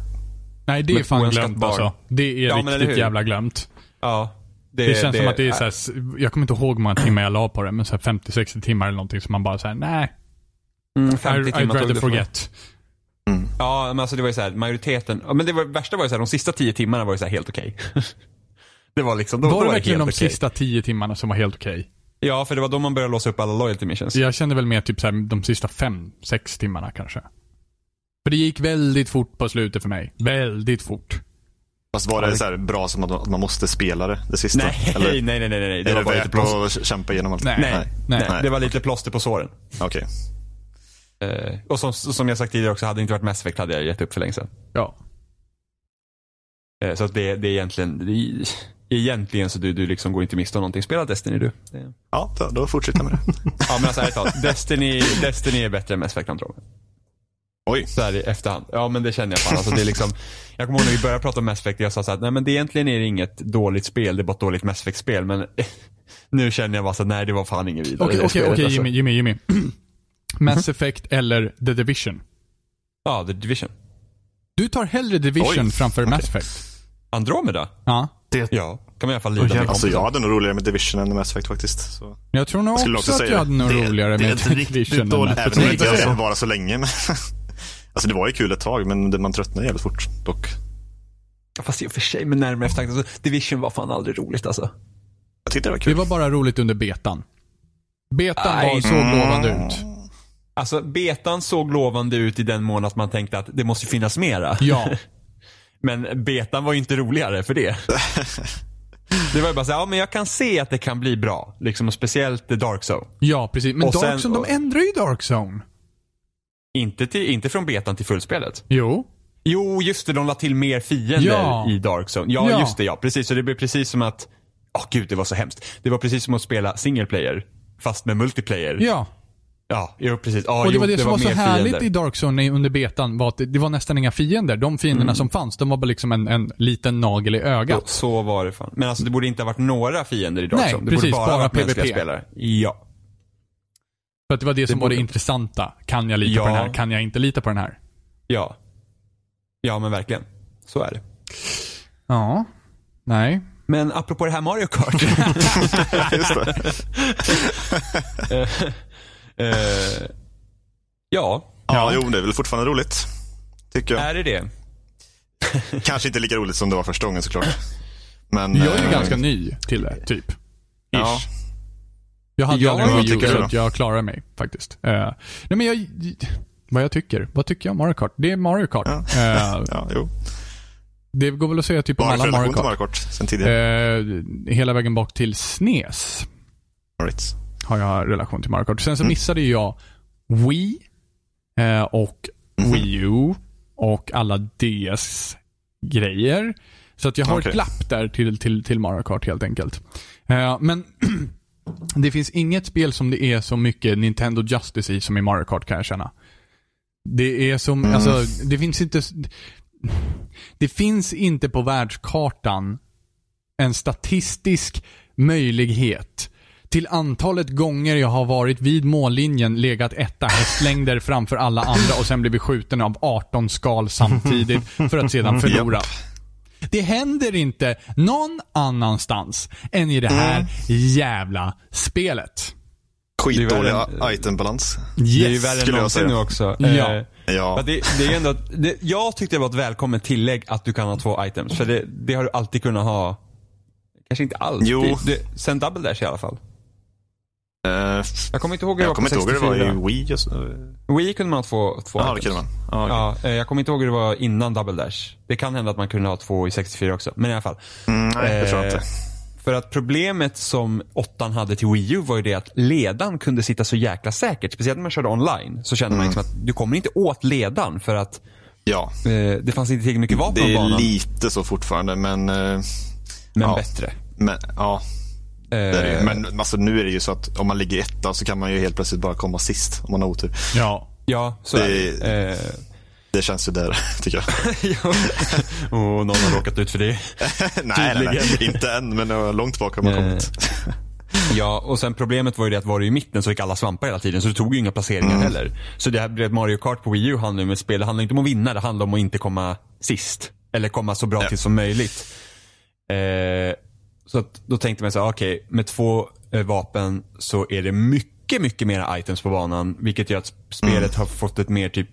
Speaker 4: Nej, det är
Speaker 6: Men
Speaker 4: fan
Speaker 6: Oenskat
Speaker 4: glömt
Speaker 6: barn.
Speaker 4: alltså. Det är
Speaker 6: Ja, men eller
Speaker 4: riktigt
Speaker 6: hur?
Speaker 4: jävla glömt.
Speaker 6: Ja.
Speaker 4: Det känns som att det är så här, s- jag kommer inte ihåg hur många timmar jag la på det, men så här 50-60 timmar eller någonting som man bara såhär, nej.
Speaker 6: mm,
Speaker 4: I-
Speaker 6: 50 timmar
Speaker 4: I'd
Speaker 6: tog
Speaker 4: rather
Speaker 6: det för-
Speaker 4: forget.
Speaker 3: Mm.
Speaker 6: Ja, men alltså det var ju så här, majoriteten, ja, men det var, värsta var ju så här, de sista tio timmarna var ju så här helt okej. det var liksom, då då
Speaker 4: Var det
Speaker 6: var
Speaker 4: verkligen de
Speaker 6: helt okej.
Speaker 4: sista tio timmarna som var helt okej?
Speaker 6: Ja, för det var då man började låsa upp alla loyalty missions.
Speaker 4: Jag kände väl mer typ så här, de sista fem, sex timmarna kanske. För det gick väldigt fort på slutet för mig. Väldigt fort.
Speaker 3: Fast var det så här bra som att att man måste spela det, det sista?
Speaker 6: Nej,
Speaker 3: Eller
Speaker 6: nej, nej, nej, nej, nej. Det
Speaker 3: är
Speaker 6: var
Speaker 3: det
Speaker 6: bara lite
Speaker 3: värt
Speaker 6: plåster.
Speaker 3: att kämpa igenom allt?
Speaker 4: Nej.
Speaker 6: Nej, nej,
Speaker 3: nej.
Speaker 6: det var lite plåster på såren.
Speaker 3: Okej.
Speaker 6: Eh, och som, som jag sagt tidigare också, hade det inte varit Mass Effect hade jag gett upp för länge sedan.
Speaker 4: Ja.
Speaker 6: Eh, så att det, det är egentligen, det är, egentligen så du, du liksom går inte miste om någonting. Spela Destiny du. Det-
Speaker 3: Ja, då, då fortsätter med det.
Speaker 6: Ja men alltså ärligt talat, Destiny, Destiny är bättre än Mass Effect Andromeda.
Speaker 3: Oj.
Speaker 6: Så här i efterhand. Ja men det känner jag fan. Alltså, det är liksom, jag kommer ihåg när vi började prata om Mass Effect, jag sa såhär, nej men det egentligen är det inget dåligt spel, det är bara ett dåligt Mass Effect-spel. Men nu känner jag bara så här, nej det var fan inget vidare.
Speaker 4: Okej,
Speaker 6: det
Speaker 4: okej,
Speaker 6: spelet,
Speaker 4: okej
Speaker 6: alltså.
Speaker 4: Jimmy, Jimmy, Jimmy. Mass Effect eller The Division?
Speaker 6: Ja, The Division.
Speaker 4: Du tar hellre Division
Speaker 3: Oj.
Speaker 4: framför Mass Effect.
Speaker 6: Andromeda?
Speaker 4: Ja.
Speaker 2: Det,
Speaker 6: Ja. Kan man i alla fall
Speaker 2: Åh,
Speaker 6: lida med.
Speaker 2: jävlar.
Speaker 3: Alltså jag hade nog roligare med Division än Mass Effect faktiskt. Så.
Speaker 4: Men Jag tror nog
Speaker 3: skulle
Speaker 4: också
Speaker 3: också
Speaker 4: att
Speaker 3: säga
Speaker 4: jag
Speaker 3: det.
Speaker 4: hade nog
Speaker 2: Det-
Speaker 4: roligare
Speaker 2: det är
Speaker 4: med
Speaker 2: ett riktigt
Speaker 4: Division än
Speaker 2: dåligt
Speaker 4: Mass Effect.
Speaker 3: Även
Speaker 2: Nej,
Speaker 3: om jag inte
Speaker 2: det-
Speaker 3: jag vara så länge. Men alltså det var ju kul ett tag, men det- man tröttnade jävligt fort dock.
Speaker 6: Fast i och för sig, men närmare eftertanke, alltså, Division var fan aldrig roligt alltså.
Speaker 3: Jag tyckte det var
Speaker 4: Det
Speaker 3: kul.
Speaker 4: var bara roligt under betan. Betan var,
Speaker 6: Nej.
Speaker 4: såg lovande ut.
Speaker 6: Alltså betan såg lovande ut i den mån att man tänkte att det måste ju finnas mera.
Speaker 4: Ja.
Speaker 6: Men betan var ju inte roligare för det. Det var ju bara så här, ja men jag kan se att det kan bli bra. Liksom och speciellt The Dark Zone.
Speaker 4: Ja, precis. Men
Speaker 6: Och sen-
Speaker 4: Dark Zone, de ändrar ju Dark Zone.
Speaker 6: Inte, till, inte från betan till fullspelet.
Speaker 4: Jo.
Speaker 6: Jo, just det, de la till mer fiender
Speaker 4: Ja.
Speaker 6: i Dark Zone. Ja,
Speaker 4: Ja.
Speaker 6: just det, ja. Precis, så det blev precis som att, åh gud, det var så hemskt. Det var precis som att spela single player, fast med multiplayer.
Speaker 4: Ja.
Speaker 6: ja jo, precis. Ja,
Speaker 4: Och det
Speaker 6: jo,
Speaker 4: var det, som var, så
Speaker 6: mer
Speaker 4: härligt
Speaker 6: fiender.
Speaker 4: i Dark Zone i- under betan var att det, det var nästan inga fiender. De fienderna som fanns, de var bara liksom en, en liten nagel i
Speaker 6: Ja,
Speaker 4: ögat.
Speaker 6: så var det fan. Men alltså det borde inte ha varit några fiender i Dark
Speaker 4: Nej,
Speaker 6: Zone. Det
Speaker 4: precis,
Speaker 6: borde bara,
Speaker 4: bara
Speaker 6: varit mänskliga
Speaker 4: PvP.
Speaker 6: spelare. Ja.
Speaker 4: För att det var det, som var
Speaker 6: borde-
Speaker 4: det intressanta. Kan jag lita
Speaker 6: Ja.
Speaker 4: på den här? Kan jag inte lita på den här?
Speaker 6: Ja. Ja men verkligen. Så är det.
Speaker 4: Ja. Nej.
Speaker 6: Men apropå det här Mario Kart.
Speaker 3: Just det.
Speaker 6: eh, ja,
Speaker 3: Ja, jo, det är väl fortfarande roligt. Tycker jag.
Speaker 6: är det det?
Speaker 3: Kanske inte lika roligt som det var första gången såklart. Men,
Speaker 4: Äh. Jag är ju
Speaker 3: eh,
Speaker 4: ganska ny till det, typ.
Speaker 3: Ja,
Speaker 4: Jag hade ju
Speaker 6: Ja,
Speaker 4: aldrig
Speaker 6: jag
Speaker 4: Wii U,
Speaker 3: tycker
Speaker 4: så
Speaker 3: det.
Speaker 4: att jag klarar mig faktiskt. Eh, nej men jag... Vad jag tycker? Vad tycker jag om Mario Kart? Det är Mario Kart. Eh,
Speaker 3: ja, jo.
Speaker 4: det går väl att säga typ om
Speaker 3: Bara
Speaker 4: alla
Speaker 3: för
Speaker 4: Mario
Speaker 3: relation till
Speaker 4: Kart.
Speaker 3: Mario Kart sen tidigare.
Speaker 4: Eh, hela vägen bak till SNES
Speaker 3: Alright.
Speaker 4: har jag relation till Mario Kart. Sen så missade ju jag Wii eh, och Wii U och alla DS-grejer. Så att jag har
Speaker 3: Okej.
Speaker 4: ett glapp där till, till, till Mario Kart helt enkelt. Eh, men det finns inget spel som det är så mycket Nintendo Justice i som i Mario Kart kan jag känna. Det är som,
Speaker 6: Mm.
Speaker 4: alltså det finns inte... Det finns inte på världskartan en statistisk möjlighet till antalet gånger jag har varit vid mållinjen, legat etta, hästlängder framför alla andra och sen blivit skjuten av 18 skal samtidigt för att sedan förlora. Det händer inte någon annanstans än i det här
Speaker 6: Mm.
Speaker 4: jävla spelet.
Speaker 3: Skitdålig
Speaker 6: Det är väl en-
Speaker 3: itembalans.
Speaker 6: Det är ju
Speaker 4: Yes.
Speaker 6: värre än
Speaker 3: skulle jag
Speaker 6: någonsin
Speaker 3: säga.
Speaker 6: nu också.
Speaker 4: Ja.
Speaker 6: Eh,
Speaker 3: Ja.
Speaker 6: men Det, det är ju ändå, att- det, jag tyckte det var ett välkommet tillägg att du kan ha två items. För det, det har du alltid kunnat ha. Kanske inte alltid.
Speaker 3: Jo.
Speaker 6: Det, sen Double Dash i alla fall.
Speaker 3: Eh,
Speaker 6: Jag kommer inte ihåg hur det
Speaker 3: jag
Speaker 6: var på
Speaker 3: kommer inte ihåg hur det var
Speaker 6: 64.
Speaker 3: i Wii. och så-
Speaker 6: Wii kunde man ha två, två
Speaker 3: Jaha, det kunde
Speaker 6: items.
Speaker 3: man. Ja, okej.
Speaker 6: Ja, eh, jag kommer inte ihåg hur det var innan Double Dash. Det kan hända att man kunde ha två i 64 också. Men i alla fall.
Speaker 3: Mm, Nej, det tror jag
Speaker 6: Eh,
Speaker 3: inte.
Speaker 6: För att problemet som åttan hade till Wii U var ju det att ledan kunde sitta så jäkla säkert. Speciellt när man körde online så kände man
Speaker 3: Mm.
Speaker 6: liksom att du kommer inte åt ledan för att
Speaker 3: Ja.
Speaker 6: eh, det fanns inte tillräckligt mycket vapen
Speaker 3: Det
Speaker 6: på
Speaker 3: är
Speaker 6: banan.
Speaker 3: lite så fortfarande, men... eh,
Speaker 6: men
Speaker 3: ja.
Speaker 6: bättre.
Speaker 3: Men, ja, det är det.
Speaker 6: Eh,
Speaker 3: ju. men alltså, nu är det ju så att om man ligger etta så kan man ju helt plötsligt bara komma sist om man har otur.
Speaker 4: Ja.
Speaker 6: ja, så
Speaker 3: det-
Speaker 6: är det. Eh,
Speaker 3: Det känns ju där, tycker jag.
Speaker 6: ja. oh, någon har råkat ut för det.
Speaker 3: nej, nej, nej, inte än, men jag är långt bak har man
Speaker 6: Eh,
Speaker 3: kommit.
Speaker 6: Ja, och sen problemet var ju det att var du i mitten så gick alla svampar hela tiden så du tog ju inga placeringar
Speaker 3: Mm.
Speaker 6: heller. Så det här blev ett Mario Kart på Wii U handlar ju om ett spel. Det handlar inte om att vinna, det handlar om att inte komma sist. Eller komma så bra till som möjligt. Eh, så att, då tänkte man så här, okej, med två eh, vapen Mm.
Speaker 3: Mm.
Speaker 6: så är det mycket, mycket mera items på banan. Vilket gör att sp- spelet har fått ett mer typ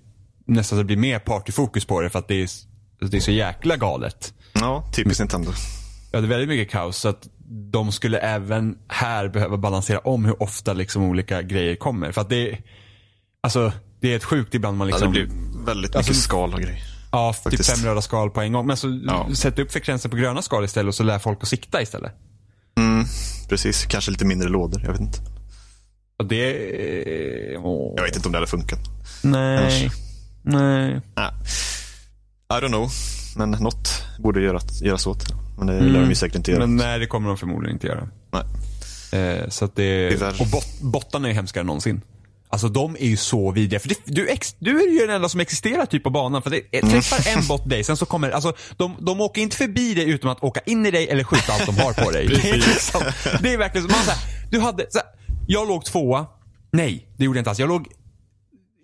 Speaker 6: nästan så det blir mer partyfokus på det för att det är, det är så jäkla galet.
Speaker 3: Ja, typiskt Nintendo.
Speaker 6: Ja, det är väldigt mycket kaos. Så att de skulle även här behöva balansera om hur ofta liksom olika grejer kommer. För att det är, alltså, det är ett sjukt ibland man
Speaker 3: Ja, det
Speaker 6: liksom...
Speaker 3: blir väldigt mycket
Speaker 6: Alltså-
Speaker 3: skal och grejer.
Speaker 6: Ja, typ
Speaker 3: Faktiskt.
Speaker 6: fem röda skal på en gång. Men så
Speaker 3: Ja.
Speaker 6: sätt upp frekvensen på gröna skal istället och så lär folk att sikta istället.
Speaker 3: Precis, kanske lite mindre lådor. Jag vet inte.
Speaker 6: Och det... eh, åh.
Speaker 3: Jag vet inte om det hade funkat.
Speaker 6: Nej.
Speaker 3: Kanske.
Speaker 6: Nej.
Speaker 3: Nej. I don't know. Men något borde göras, göras åt. Men det lär de ju säkert inte göra.
Speaker 6: Mm. Men nej, det kommer de förmodligen inte göra.
Speaker 3: Nej.
Speaker 6: Eh, så att det...
Speaker 3: Tyvärr.
Speaker 6: Och bot, bottarna är hemskare än någonsin. Alltså de är ju så vidriga. För det, du, ex, du är ju den enda som existerar typ på banan. För det eh, träffar en bott dig, sen så kommer, alltså de, de åker inte förbi dig utan att åka in i dig eller skjuta allt de har på dig. det, är liksom, det är verkligen så. Man så här, du hade, så här, jag låg tvåa. Nej, det gjorde jag inte alls. Jag låg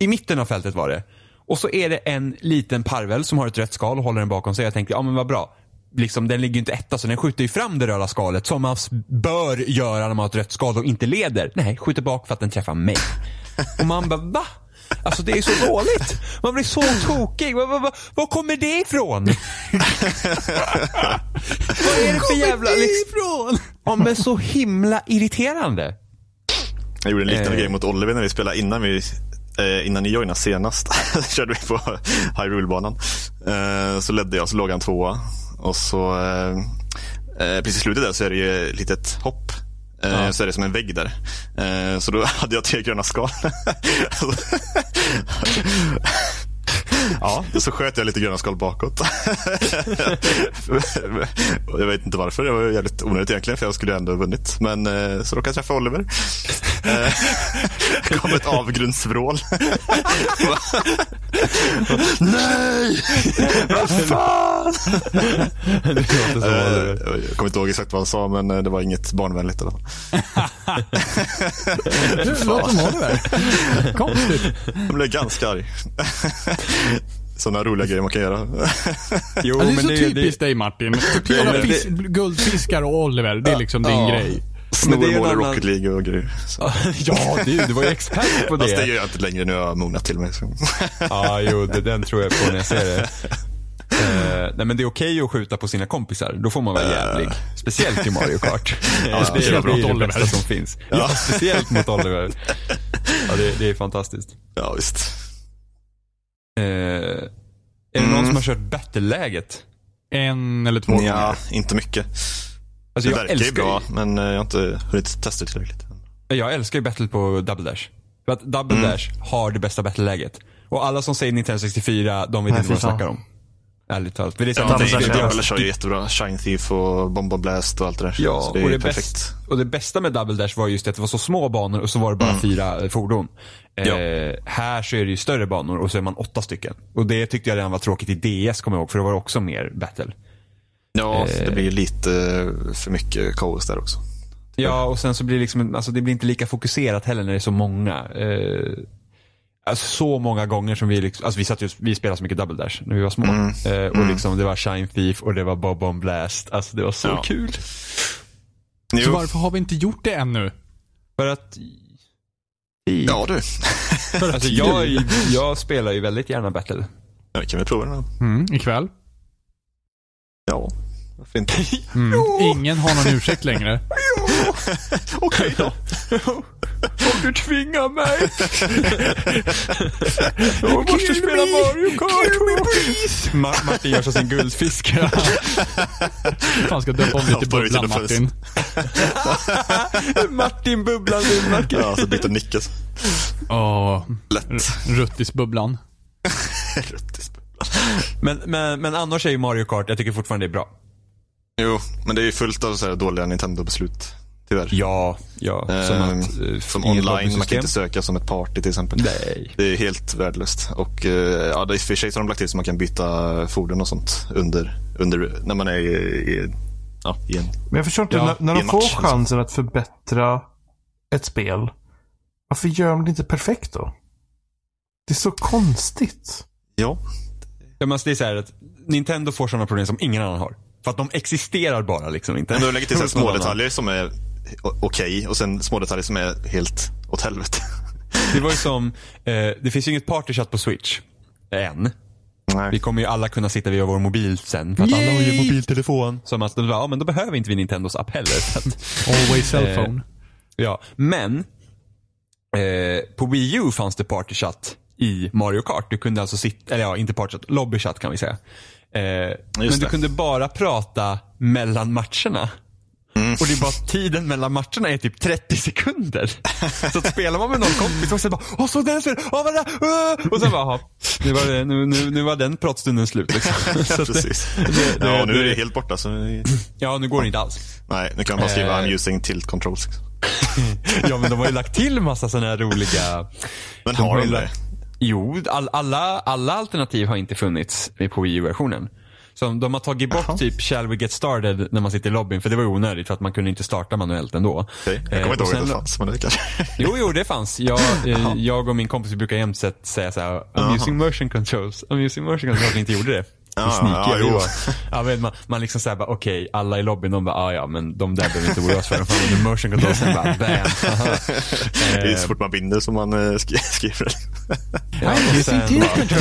Speaker 6: i mitten av fältet var det. Och så är det en liten parvel som har ett rött skal och håller den bakom sig. Jag tänkte, ja men vad bra. Liksom, den ligger ju inte etta så den skjuter ju fram det röda skalet som man s- bör göra när man har ett rött skal och inte leder. Nej, skjuter bak för att den träffar mig. Och man bara, va? Alltså det är så dåligt. Man blir så tokig. Var, var, var, var kommer det ifrån? Vad är det för jävla... Liksom?
Speaker 4: Ifrån!
Speaker 6: Ja men så himla irriterande.
Speaker 3: Jag gjorde en liknande
Speaker 6: Eh.
Speaker 3: grej mot Oliver när vi spelade innan vi eh, Innan ni joinade senast körde vi på Hyrule-banan. Eh, så ledde jag, så låg han tvåa. Och så eh, eh, precis i slutet där så är det ju ett litet hopp. Eh, Så är det som en vägg där. Eh, så då hade jag tre gröna skal. ja, så sköt jag lite gröna skal bakåt. Och jag vet inte varför, det var ju jävligt onödigt egentligen för jag skulle ju ändå ha vunnit. Men eh, så råkade jag träffa Oliver. Eh, kom ett avgrundsvrål. Nej! Vad fan!
Speaker 4: Alltså,
Speaker 3: Eh, Jag kommer inte ihåg exakt vad han sa men eh, det var inget barnvänligt i alla fall.
Speaker 4: Du, låt dem ha det där. Konstigt.
Speaker 3: Jag blev ganska arg. Sådana roliga grejer man kan göra.
Speaker 6: Jo,
Speaker 4: Ja,
Speaker 6: alltså,
Speaker 4: Alltså, det är så typiskt dig Martin. Tortera
Speaker 6: men det-
Speaker 4: fisk, guldfiskar och Oliver, det är liksom din
Speaker 6: Ja.
Speaker 4: grej.
Speaker 6: Men det är
Speaker 3: Snor
Speaker 6: en
Speaker 3: mål i
Speaker 6: annan-
Speaker 3: Rocket League och grejer. Så.
Speaker 6: ja, du, du var ju expert på det.
Speaker 3: Fast det gör jag inte längre nu har jag mognat till mig. Så.
Speaker 6: Ja, jo, det, den tror jag på när jag ser det. Eh, nej men det är okej att skjuta på sina kompisar. Då får man
Speaker 3: Eh.
Speaker 6: vara jävlig. Speciellt i Mario Kart. Eh,
Speaker 4: speciellt mot
Speaker 6: det är det
Speaker 4: Oliver.
Speaker 6: bästa som finns. Ja, speciellt mot Oliver. Ja, det, det är fantastiskt.
Speaker 3: Ja visst.
Speaker 6: Eh, är det
Speaker 3: Mm.
Speaker 6: någon som har kört battle-läget?
Speaker 4: En eller två gånger.
Speaker 3: Ja, inte mycket.
Speaker 6: Alltså,
Speaker 3: Det
Speaker 6: jag,
Speaker 3: verkar ju
Speaker 6: älskar
Speaker 3: bra
Speaker 6: ju,
Speaker 3: men eh, jag har inte hunnit testa det tillräckligt.
Speaker 6: jag älskar ju battle på Double Dash. För att Double
Speaker 3: Mm.
Speaker 6: Dash har det bästa battle-läget. Och alla som säger Nintendo 64, de vet
Speaker 2: Nej,
Speaker 6: inte vad
Speaker 2: fy
Speaker 6: de
Speaker 2: fan.
Speaker 6: snackar om. Ärligt talat. För det är så
Speaker 3: Ja,
Speaker 6: här-
Speaker 3: det
Speaker 2: Double
Speaker 3: är
Speaker 2: Dash
Speaker 3: ju-
Speaker 2: är
Speaker 3: Double Dash har ju jättebra. Shine Thief och Bomba Blast och allt det där.
Speaker 6: Ja,
Speaker 3: så
Speaker 6: och,
Speaker 3: ju
Speaker 6: det bäst, och det bästa med Double Dash var just att det var så små banor och så var det bara fyra eh, fordon. Eh, här så är det ju större banor och så är man åtta stycken. Och det tyckte jag redan var tråkigt i DS kommer jag ihåg för det var också mer battle.
Speaker 3: Ja, Eh, det blir ju lite eh, för mycket kaos där också.
Speaker 6: Ja och sen så blir det liksom, en- alltså det blir inte lika fokuserat heller när det är så många. Eh, alltså så många gånger som vi, liksom, alltså vi, satt just, vi spelade så mycket Double Dash när vi var små. Eh, och liksom det var Shine Thief och det var Bob on Blast. Alltså det var så
Speaker 3: Ja.
Speaker 6: kul.
Speaker 4: Så
Speaker 3: Jo,
Speaker 4: varför har vi inte gjort det ännu?
Speaker 6: För att
Speaker 3: ja du.
Speaker 6: alltså jag, är ju- jag spelar ju väldigt gärna battle.
Speaker 3: Ja, vi kan väl prova den. här.
Speaker 4: Mm, ikväll.
Speaker 3: Ja, varför inte?
Speaker 4: Mm. Ingen har någon ursäkt längre.
Speaker 3: Okej då.
Speaker 6: Om du tvingar mig. Jag måste spela Mario Kart. Ma- Martin gör så sin guldfisk.
Speaker 4: Fan ska döpa om dig till
Speaker 3: Hoppar vi till
Speaker 4: Bubblan
Speaker 3: det först.
Speaker 4: Martin.
Speaker 6: Martin Bubblan Lundmark.
Speaker 3: Ja, så byta nyckel.
Speaker 4: Åh,
Speaker 3: Lätt.
Speaker 4: Ruttisbubblan.
Speaker 3: Ruttigt.
Speaker 6: Men, men, men annars är ju Mario Kart, jag tycker fortfarande det är bra.
Speaker 3: Jo, men det är ju fullt av så här dåliga Nintendo-beslut. Tyvärr.
Speaker 6: Ja, ja. Som,
Speaker 3: Ehm,
Speaker 6: att, eh,
Speaker 3: som online,
Speaker 6: inget
Speaker 3: man kan
Speaker 6: lobbysystem.
Speaker 3: inte söka som ett party till exempel.
Speaker 6: Nej.
Speaker 3: Det är helt värdelöst. Och eh, ja, det är i och för sig så har de lagt till så man kan byta fordon och sånt under, under när man är i, i, ja, i en...
Speaker 2: Men jag förstår inte,
Speaker 4: Ja,
Speaker 2: när, när
Speaker 3: i
Speaker 2: de
Speaker 3: en
Speaker 2: får
Speaker 3: match, liksom.
Speaker 2: chansen att förbättra ett spel, varför gör de det inte perfekt då? Det är så konstigt.
Speaker 3: Ja.
Speaker 6: Ja, men alltså det är så här att Nintendo får sådana problem som ingen annan har. För att de existerar bara liksom inte.
Speaker 3: Men de lägger till så här
Speaker 6: Hos någon
Speaker 3: små
Speaker 6: annan.
Speaker 3: detaljer som är o- okej och sen små detaljer som är helt åt helvete.
Speaker 6: Det var ju som, eh, det finns ju inget partychat på Switch. Än. Vi
Speaker 3: Nej.
Speaker 6: kommer ju alla kunna sitta via vår mobil sen. För att alla har ju mobiltelefon. Som att, ja men då behöver inte vi Nintendos app heller. Så att,
Speaker 4: Always cell phone.
Speaker 6: Ja, men eh, på Wii U fanns det partychatt i Mario Kart. Du kunde alltså sitta, eller ja, inte partychatt, lobbychatt kan vi säga. Eh, men du
Speaker 3: det.
Speaker 6: kunde bara prata mellan matcherna.
Speaker 3: Mm.
Speaker 6: Och det är bara att tiden mellan matcherna är typ 30 sekunder. Så att spelar man med någon kompis och så bara Åh, såg den spelet? Åh, vad det uh! Och sen bara, "Jaha, nu var, det, nu, nu, nu var den pratstunden slut. Liksom. Så att det,
Speaker 3: Precis.
Speaker 6: det-
Speaker 3: ja, nu är
Speaker 6: det-
Speaker 3: det helt borta. Så...
Speaker 6: ja, nu går det inte alls.
Speaker 3: Nej, nu kan man bara skriva
Speaker 6: Eh.
Speaker 3: I'm using tilt controls. liksom.
Speaker 6: Ja, men de har ju lagt till massa sådana här roliga
Speaker 3: Men
Speaker 6: De
Speaker 3: har de
Speaker 6: hyllar-
Speaker 3: det?
Speaker 6: Jo, all, alla, alla alternativ har inte funnits på Wii U-versionen. Som de har tagit bort typ “Shall we get started” när man sitter i lobbyn, för det var ju onödigt för att man kunde inte starta manuellt ändå.
Speaker 3: Okej,
Speaker 6: Eh,
Speaker 3: Jag kommer inte
Speaker 6: och
Speaker 3: ihåg att
Speaker 6: sen-
Speaker 3: det fanns, men det kanske...
Speaker 6: Jo, jo, det fanns. Jag, eh, jag och min kompis brukar jämt sett säga så här, I'm using motion controls. I'm using motion controls. Vi inte gjorde det.
Speaker 3: Ja,
Speaker 6: Vi
Speaker 3: ja,
Speaker 6: sneakiga vi
Speaker 3: jo.
Speaker 6: var. Ja, men man, man liksom såhär bara, okej, alla i lobbyn, de bara, ah, ja, men de där behöver vi inte oroa oss för. De använder motion controls. Sen bara, bam. Aha.
Speaker 3: Det är
Speaker 6: Eh,
Speaker 3: så fort man binder som man eh, skri- skriver.
Speaker 6: ja, och sen bara-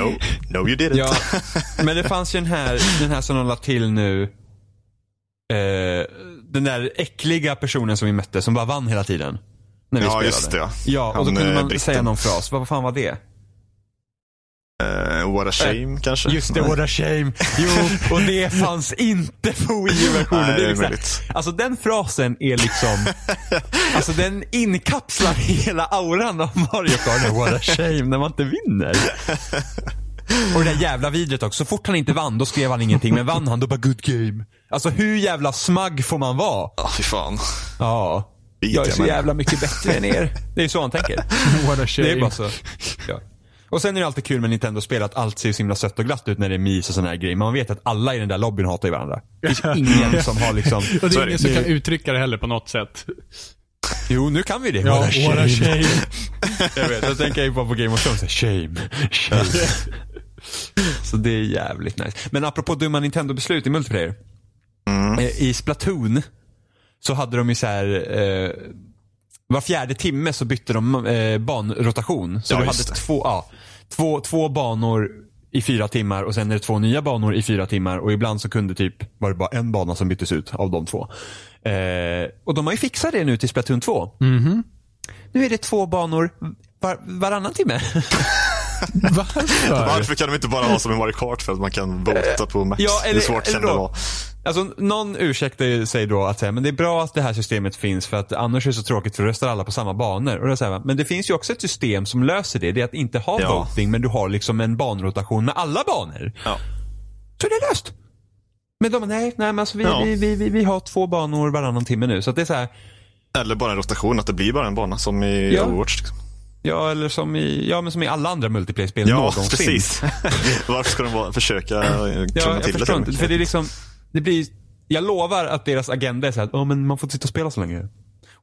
Speaker 3: No, no you didn't.
Speaker 6: Ja, men det fanns ju den här, den här som de la till nu. Eh, den där äckliga personen som vi mötte som bara vann hela tiden. När vi
Speaker 3: Ja,
Speaker 6: spelade.
Speaker 3: just det, ja.
Speaker 6: Ja, och då
Speaker 3: Han,
Speaker 6: kunde
Speaker 3: eh,
Speaker 6: man
Speaker 3: britten.
Speaker 6: säga någon fras. Vad fan var det?
Speaker 3: Eh, what a shame kanske.
Speaker 6: Just det,
Speaker 3: Nej.
Speaker 6: what a shame. Jo, och det fanns inte på Wii U-versionen.
Speaker 3: Nej,
Speaker 6: Det
Speaker 3: det
Speaker 6: är
Speaker 3: är
Speaker 6: liksom-
Speaker 3: möjligt.
Speaker 6: Alltså den frasen är liksom, alltså den inkapslar hela auran av Mario Kart. What a shame när man inte vinner. Och det där jävla videot också. Så fort han inte vann, då skrev han ingenting. Men vann han, då bara good game. Alltså hur jävla smagg får man vara?
Speaker 3: Ah, fy fan.
Speaker 6: Ja. Jag är så jävla mycket bättre än er. Det är ju så han tänker.
Speaker 4: What a shame.
Speaker 6: Det är bara så. Ja. Och sen är det alltid kul med Nintendo-spel att allt ser så himla sött och glatt ut när det är mis och såna här grejer. Men man vet att alla i den där lobbyn hatar ju varandra. Det finns ingen som har liksom...
Speaker 4: Och det
Speaker 3: Så
Speaker 4: är
Speaker 3: är
Speaker 4: ingen
Speaker 3: det.
Speaker 4: som kan uttrycka det heller på något sätt.
Speaker 6: Jo, nu kan vi det. What a shame. Jag vet, jag tänker ju bara på Game of Thrones. Shame. Shame. så det är jävligt nice. Men apropå dumma Nintendo-beslut i multiplayer.
Speaker 3: Mm.
Speaker 6: Eh, I Splatoon så hade de ju så här... Eh, var fjärde timme så bytte de eh, banrotation. Så
Speaker 3: Ja,
Speaker 6: du hade
Speaker 3: just det.
Speaker 6: två, ja, två, två banor i fyra timmar och sen är det två nya banor i fyra timmar och ibland så kunde typ, var det bara en bana som byttes ut av de två. Eh, och de har ju fixat det nu till Splatoon 2.
Speaker 3: Mhm.
Speaker 6: Nu är det två banor var, varannan timme.
Speaker 4: Varför?
Speaker 3: Varför kan de inte bara vara som i Mario Kart för att man kan vota på max?
Speaker 6: Ja, eller-
Speaker 3: Hur svårt
Speaker 6: eller
Speaker 3: kan det
Speaker 6: då-
Speaker 3: vara?
Speaker 6: Alltså, någon ursäktar ju sig då att säga, men det är bra att det här systemet finns för att annars är det så tråkigt för då röstar alla på samma banor. Och då säger man, men det finns ju också ett system som löser det. Det är att inte ha
Speaker 3: Ja.
Speaker 6: voting men du har liksom en banrotation med alla banor.
Speaker 3: Ja.
Speaker 6: Så är det löst. Men de nej, nej men alltså vi,
Speaker 3: Ja.
Speaker 6: vi, vi, vi, vi har två banor varannan timme nu. Så att det är så här,
Speaker 3: Eller bara en rotation, att det blir bara en bana som i
Speaker 6: Ja.
Speaker 3: Overwatch. Liksom.
Speaker 6: ja eller som i, ja men som i alla andra multiplayer-spel
Speaker 3: Ja,
Speaker 6: någonsin.
Speaker 3: precis. Varför ska de bara försöka eh,
Speaker 6: Ja,
Speaker 3: krångla
Speaker 6: jag
Speaker 3: till det?
Speaker 6: förstår
Speaker 3: så
Speaker 6: inte.
Speaker 3: mycket?
Speaker 6: För det är liksom, det blir, jag lovar att deras agenda är så här, "Ja, men man får inte sitta och spela så länge.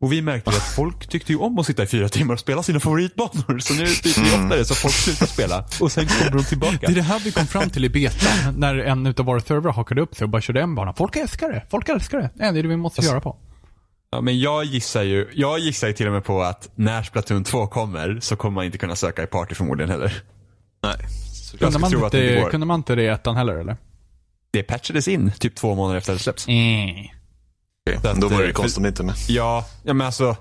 Speaker 6: Och vi märkte ju att folk tyckte ju om att sitta i fyra timmar och spela sina favoritbanor. Så nu byter vi oftare så folk slutar spela. Och sen kommer de tillbaka.
Speaker 4: Det är det här vi kom fram till i betan, när en utav våra servrar hakade upp sig och bara körde en bana. Folk älskar det. Folk älskar det. Det är det vi måste göra på.
Speaker 6: Ja, men jag gissar ju, jag gissar ju till och med på att när Splatoon 2 kommer så kommer man inte kunna söka i party förmodligen heller.
Speaker 3: Nej.
Speaker 6: Jag
Speaker 4: Kunde
Speaker 6: skulle
Speaker 4: man,
Speaker 6: tro att det inte
Speaker 4: inte,
Speaker 6: går. Eh.
Speaker 4: kunde man inte det i ettan heller eller?
Speaker 6: Det patchades in typ två månader efter det
Speaker 3: Mm.
Speaker 6: släpps. Så att,
Speaker 3: Då var det
Speaker 6: eh,
Speaker 3: ju konstigt om det inte med.
Speaker 6: för- Ja, ja, men alltså.